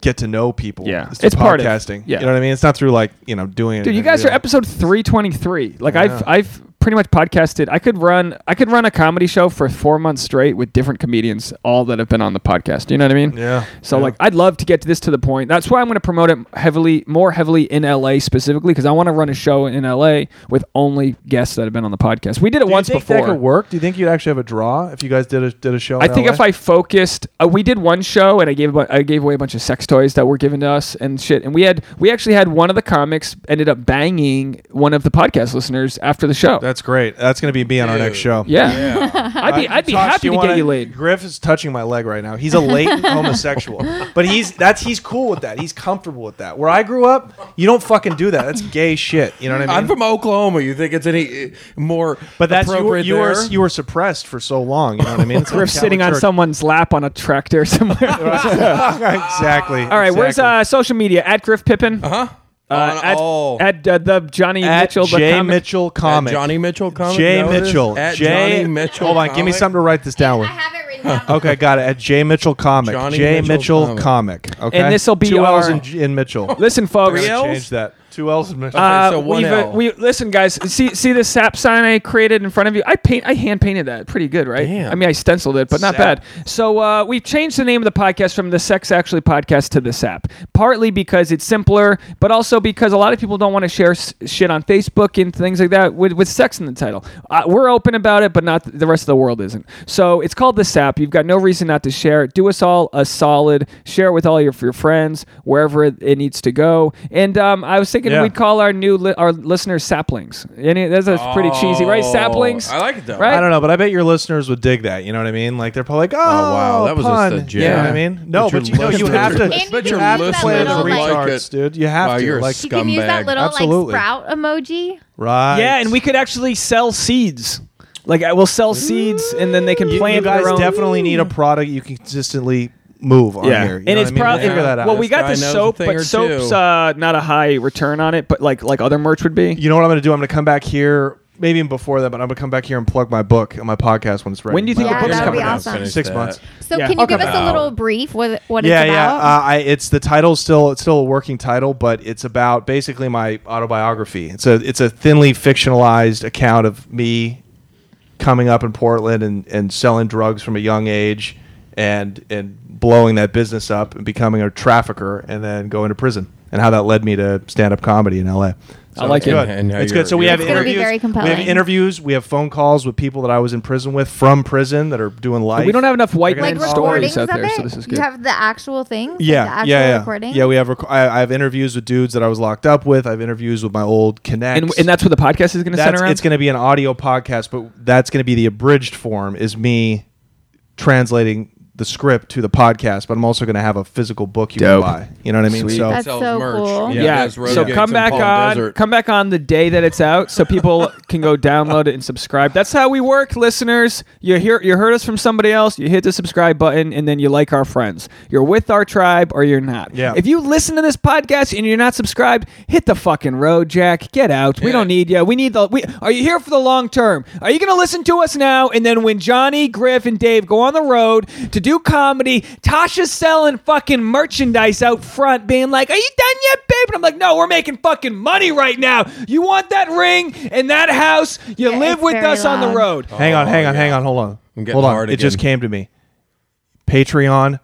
Speaker 4: get to know people.
Speaker 1: Yeah.
Speaker 4: it's, through
Speaker 1: It's part of-
Speaker 4: podcasting.
Speaker 1: yeah.
Speaker 4: you know what I mean. It's not through like you know doing. it
Speaker 1: Dude,
Speaker 4: in
Speaker 1: you guys are
Speaker 4: real-
Speaker 1: episode 323. Like
Speaker 4: Yeah.
Speaker 1: I've I've pretty much podcasted. I could run I could run a comedy show for 4 months straight with different comedians all that have been on the podcast. You know what I mean?
Speaker 4: Yeah.
Speaker 1: So
Speaker 4: Yeah.
Speaker 1: like I'd love to get to this to the point. That's why I'm going to promote it heavily more heavily in LA specifically cuz I want to run a show in LA with only guests that have been on the podcast. We did it
Speaker 4: Do
Speaker 1: once
Speaker 4: you think
Speaker 1: before.
Speaker 4: That could work? Do you think you'd actually have a draw if you guys did a did a show?
Speaker 1: I
Speaker 4: in
Speaker 1: think
Speaker 4: LA?
Speaker 1: if I focused, uh, we did one show and I gave a bu- I gave away a bunch of sex toys that were given to us and shit. And we had we actually had one of the comics ended up banging one of the podcast listeners after the show.
Speaker 4: That's great. That's going to be me on our next
Speaker 3: Dude.
Speaker 4: show.
Speaker 1: yeah. I'd be
Speaker 4: Uh,
Speaker 1: I'd be
Speaker 4: Tosh, do
Speaker 1: happy
Speaker 4: you
Speaker 1: to
Speaker 4: wanna-
Speaker 1: get you laid.
Speaker 4: Griff is touching my leg right now. He's a latent homosexual, but he's that's he's cool with that. He's comfortable with that. Where I grew up, you don't fucking do that. That's gay shit. You know what I
Speaker 3: I'm
Speaker 4: mean?
Speaker 3: from Oklahoma. You think it's any uh, more?
Speaker 4: but that's you were
Speaker 3: appropriate
Speaker 4: you were,
Speaker 3: there?
Speaker 4: you were suppressed for so long. You know what I mean? It's like
Speaker 1: Griff
Speaker 4: Catholic
Speaker 1: sitting on
Speaker 4: Church.
Speaker 1: someone's lap on a tractor somewhere. All right,
Speaker 4: exactly. All
Speaker 1: where's uh, social media? At Griff Pippin. Uh-huh.
Speaker 3: On
Speaker 1: at,
Speaker 3: all.
Speaker 1: at uh, the Johnny
Speaker 4: at
Speaker 1: Mitchell. the
Speaker 4: J
Speaker 1: comic-
Speaker 4: Mitchell
Speaker 3: At
Speaker 4: comic?
Speaker 3: Johnny Mitchell comic. Is
Speaker 4: J
Speaker 3: that what it is?
Speaker 4: Mitchell.
Speaker 3: At
Speaker 4: J
Speaker 3: Johnny Mitchell.
Speaker 4: Hold on, give me
Speaker 3: comic?
Speaker 4: something to write this down with.
Speaker 5: it written down.
Speaker 4: Okay, got it. At J Mitchell comic.
Speaker 3: Johnny
Speaker 4: J
Speaker 3: Mitchell
Speaker 4: Mitchell,
Speaker 3: comic.
Speaker 4: comic. Okay.
Speaker 1: And this'll be
Speaker 4: two
Speaker 1: our-
Speaker 4: L's in, J- in Mitchell.
Speaker 1: Listen, folks.
Speaker 3: Three L's?
Speaker 4: Change that. Two L's in Mitchell.
Speaker 1: Uh,
Speaker 3: so one
Speaker 1: we've,
Speaker 3: L.
Speaker 1: we listen, guys. See, see this sap sign I created in front of you. I paint, I hand painted that. Pretty good, right?
Speaker 3: Damn.
Speaker 1: I mean, I stenciled it, but not
Speaker 4: Sap.
Speaker 1: bad. So uh, we've changed the name of the podcast from the Sex Actually Podcast to the Sap, partly because it's simpler, but also because a lot of people don't want to share s- shit on Facebook and things like that with, with sex in the title. Uh, we're open about it, but not th- the rest of the world isn't. So it's called the Sap. You've got no reason not to share it. Do us all a solid. Share it with all your, your friends wherever it, it needs to go. And um, I was thinking
Speaker 4: Yeah.
Speaker 1: we'd call call our new li- our listeners saplings. Any, that's a pretty cheesy, right?
Speaker 3: Oh,
Speaker 1: Saplings.
Speaker 3: I like it though.
Speaker 1: Right?
Speaker 4: I don't know, but I bet your listeners would dig that. You know what I mean? Like they're probably like, oh,
Speaker 3: wow, that was
Speaker 4: pun.
Speaker 3: just a
Speaker 4: You know
Speaker 1: jab.
Speaker 4: what I mean? No,
Speaker 3: But
Speaker 4: but,
Speaker 3: your
Speaker 4: you know, you
Speaker 3: listeners-
Speaker 4: have to.
Speaker 5: And you
Speaker 4: but
Speaker 5: can
Speaker 4: you
Speaker 5: use
Speaker 4: have to
Speaker 5: that
Speaker 4: play the
Speaker 5: little, like-
Speaker 4: retards, dude. You have
Speaker 3: Wow,
Speaker 4: to.
Speaker 3: you're a
Speaker 4: Like,
Speaker 5: You can use that
Speaker 3: Scumbag.
Speaker 5: little
Speaker 4: Absolutely.
Speaker 5: like sprout emoji.
Speaker 4: right?
Speaker 1: Yeah, and we could actually sell seeds. Like I will sell seeds, and then they can
Speaker 4: You,
Speaker 1: plant
Speaker 4: you guys
Speaker 1: their own.
Speaker 4: definitely need a product you can consistently move on
Speaker 1: yeah,
Speaker 4: here. You
Speaker 1: and
Speaker 4: know
Speaker 1: it's
Speaker 4: what I mean?
Speaker 1: probably
Speaker 4: figure that out.
Speaker 1: well, we
Speaker 3: This
Speaker 1: got
Speaker 3: guy
Speaker 1: the
Speaker 3: knows a
Speaker 1: soap,
Speaker 3: thing
Speaker 1: but
Speaker 3: or
Speaker 1: soap's
Speaker 3: two.
Speaker 1: uh, not a high return on it, but like like other merch would be.
Speaker 4: You know what I'm going to do? I'm going to come back here, maybe even before that, but I'm going to come back here and plug my book and my podcast when it's ready.
Speaker 1: When do you think
Speaker 5: Yeah,
Speaker 1: the book's
Speaker 5: that'd
Speaker 1: coming
Speaker 5: be
Speaker 1: out?
Speaker 5: awesome.
Speaker 3: Finish
Speaker 4: Six
Speaker 3: that.
Speaker 4: months.
Speaker 5: So
Speaker 1: Yeah.
Speaker 5: can you
Speaker 1: Okay.
Speaker 5: give us a little brief with what it's
Speaker 4: yeah,
Speaker 5: about?
Speaker 4: yeah. Uh, I, it's the title's still it's still a working title, but it's about basically my autobiography. It's a it's a thinly fictionalized account of me coming up in Portland and, and selling drugs from a young age and and blowing that business up and becoming a trafficker and then going to prison and how that led me to stand up comedy in LA. So
Speaker 1: I like
Speaker 4: it's
Speaker 1: it.
Speaker 4: Good.
Speaker 3: And how
Speaker 4: it's
Speaker 3: you're-
Speaker 4: good. So we
Speaker 3: you're-
Speaker 4: have
Speaker 3: It's
Speaker 5: gonna be
Speaker 4: interviews.
Speaker 5: very
Speaker 4: we have
Speaker 5: compelling.
Speaker 4: interviews. We have phone calls with people that I was in prison with from prison that are doing life.
Speaker 1: We don't have enough white
Speaker 4: They're gonna
Speaker 1: man
Speaker 5: like
Speaker 4: Good.
Speaker 1: stories
Speaker 5: recordings
Speaker 1: out
Speaker 5: of
Speaker 1: there,
Speaker 5: it.
Speaker 1: so this is
Speaker 5: You
Speaker 1: good.
Speaker 5: have the actual things.
Speaker 4: Yeah,
Speaker 5: like the actual
Speaker 4: yeah, yeah.
Speaker 5: Recording.
Speaker 4: Yeah, we have. Rec- I, I have interviews with dudes that I was locked up with. I have interviews with my old connects,
Speaker 1: and and that's what the podcast is going to
Speaker 4: That's-
Speaker 1: center around.
Speaker 4: it's going to be an audio podcast, but that's going to be the abridged form. Is me translating the script to the podcast, but I'm also going to have a physical book you
Speaker 1: Dope.
Speaker 4: can buy. You know what I mean?
Speaker 1: Sweet.
Speaker 4: So
Speaker 5: That's
Speaker 3: Sells
Speaker 5: so
Speaker 3: merch.
Speaker 5: cool.
Speaker 3: Yeah.
Speaker 1: yeah.
Speaker 3: does road
Speaker 1: So
Speaker 3: gigs
Speaker 1: come
Speaker 3: in
Speaker 1: back
Speaker 3: Palm
Speaker 1: on,
Speaker 3: Desert.
Speaker 1: come back on the day that it's out, so people can go download it and subscribe. That's how we work, listeners. You hear, you heard us from somebody else. You hit the subscribe button, and then you like our friends. You're with our tribe, or you're not.
Speaker 4: Yeah.
Speaker 1: If you listen to this podcast and you're not subscribed, hit the fucking road, Jack. Get out. We don't need you. We need the. We are you here for the long term? Are you going to listen to us now? And then when Johnny, Griff, and Dave go on the road to do comedy, Tasha's selling fucking merchandise out front, being like, "Are you done yet, babe?" And I'm like, "No, we're making fucking money right now. You want that ring and that house? You
Speaker 5: Yeah,
Speaker 1: live
Speaker 5: it's
Speaker 1: with
Speaker 5: very
Speaker 1: us on the
Speaker 5: loud.
Speaker 1: road."
Speaker 4: hang on,
Speaker 3: Oh,
Speaker 4: hang on,
Speaker 3: yeah.
Speaker 4: hang on. Hold on.
Speaker 3: I'm getting
Speaker 4: Hold on.
Speaker 3: hard
Speaker 4: It just
Speaker 3: again.
Speaker 4: came to me. Patreon.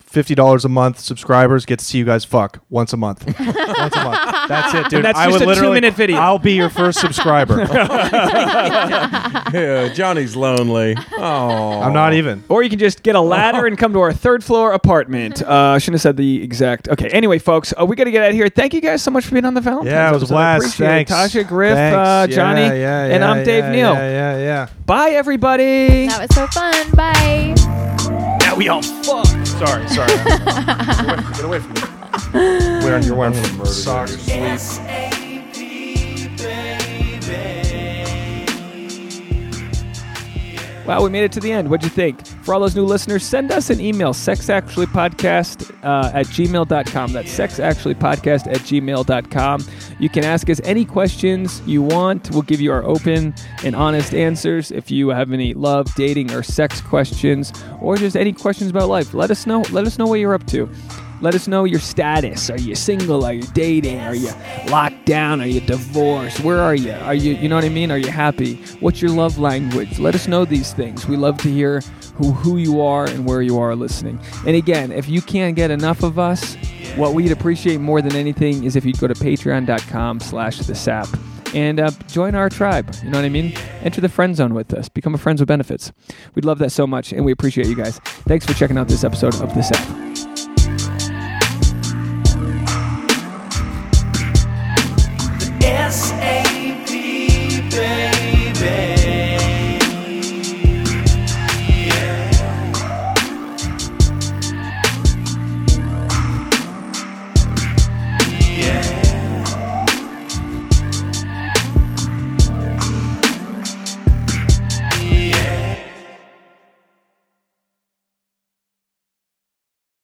Speaker 4: fifty dollars a month subscribers get to see you guys fuck once a month. once a month. That's it, dude.
Speaker 1: And that's
Speaker 4: I
Speaker 1: just
Speaker 4: would
Speaker 1: a
Speaker 4: literally-
Speaker 1: two-minute video.
Speaker 4: I'll be your first subscriber.
Speaker 3: Yeah, Johnny's lonely. Oh,
Speaker 4: I'm not even.
Speaker 1: Or you can just get a
Speaker 4: Oh.
Speaker 1: ladder and come to our third floor apartment. Uh, I shouldn't have said the exact. Okay. Anyway, folks, uh, we got to get out of here. Thank you guys so much for being on the Valentine's.
Speaker 4: Yeah, it was
Speaker 1: episode.
Speaker 4: a
Speaker 1: I
Speaker 4: blast.
Speaker 1: appreciate it.
Speaker 4: Thanks,
Speaker 1: Tasha, Griff,
Speaker 4: Thanks.
Speaker 1: uh,
Speaker 4: Yeah,
Speaker 1: Johnny,
Speaker 4: yeah,
Speaker 1: and
Speaker 4: yeah,
Speaker 1: I'm Dave
Speaker 4: yeah,
Speaker 1: Neal.
Speaker 4: Yeah, yeah, yeah.
Speaker 1: Bye, everybody.
Speaker 5: That was so fun. Bye.
Speaker 1: Now we all fuck.
Speaker 4: Sorry, sorry. get, away, get away from me. We're on your one from socks.
Speaker 1: Wow, we made it to the end. What'd you think? For all those new listeners, send us an email, sexactuallypodcast uh, at gmail.com. That's sexactuallypodcast at gmail.com. You can ask us any questions you want. We'll give you our open and honest answers. If you have any love, dating, or sex questions, or just any questions about life, let us know. Let us know what you're up to. Let us know your status. Are you single? Are you dating? Are you locked down? Are you divorced? Where are you? Are you you know what I mean? Are you happy? What's your love language? Let us know these things. We love to hear who who you are and where you are listening. And again, if you can't get enough of us, what we'd appreciate more than anything is if you'd go to patreon.com slash the sap and uh, join our tribe. You know what I mean? Enter the friend zone with us. Become a friends with benefits. We'd love that so much, and we appreciate you guys. Thanks for checking out this episode of The Sap.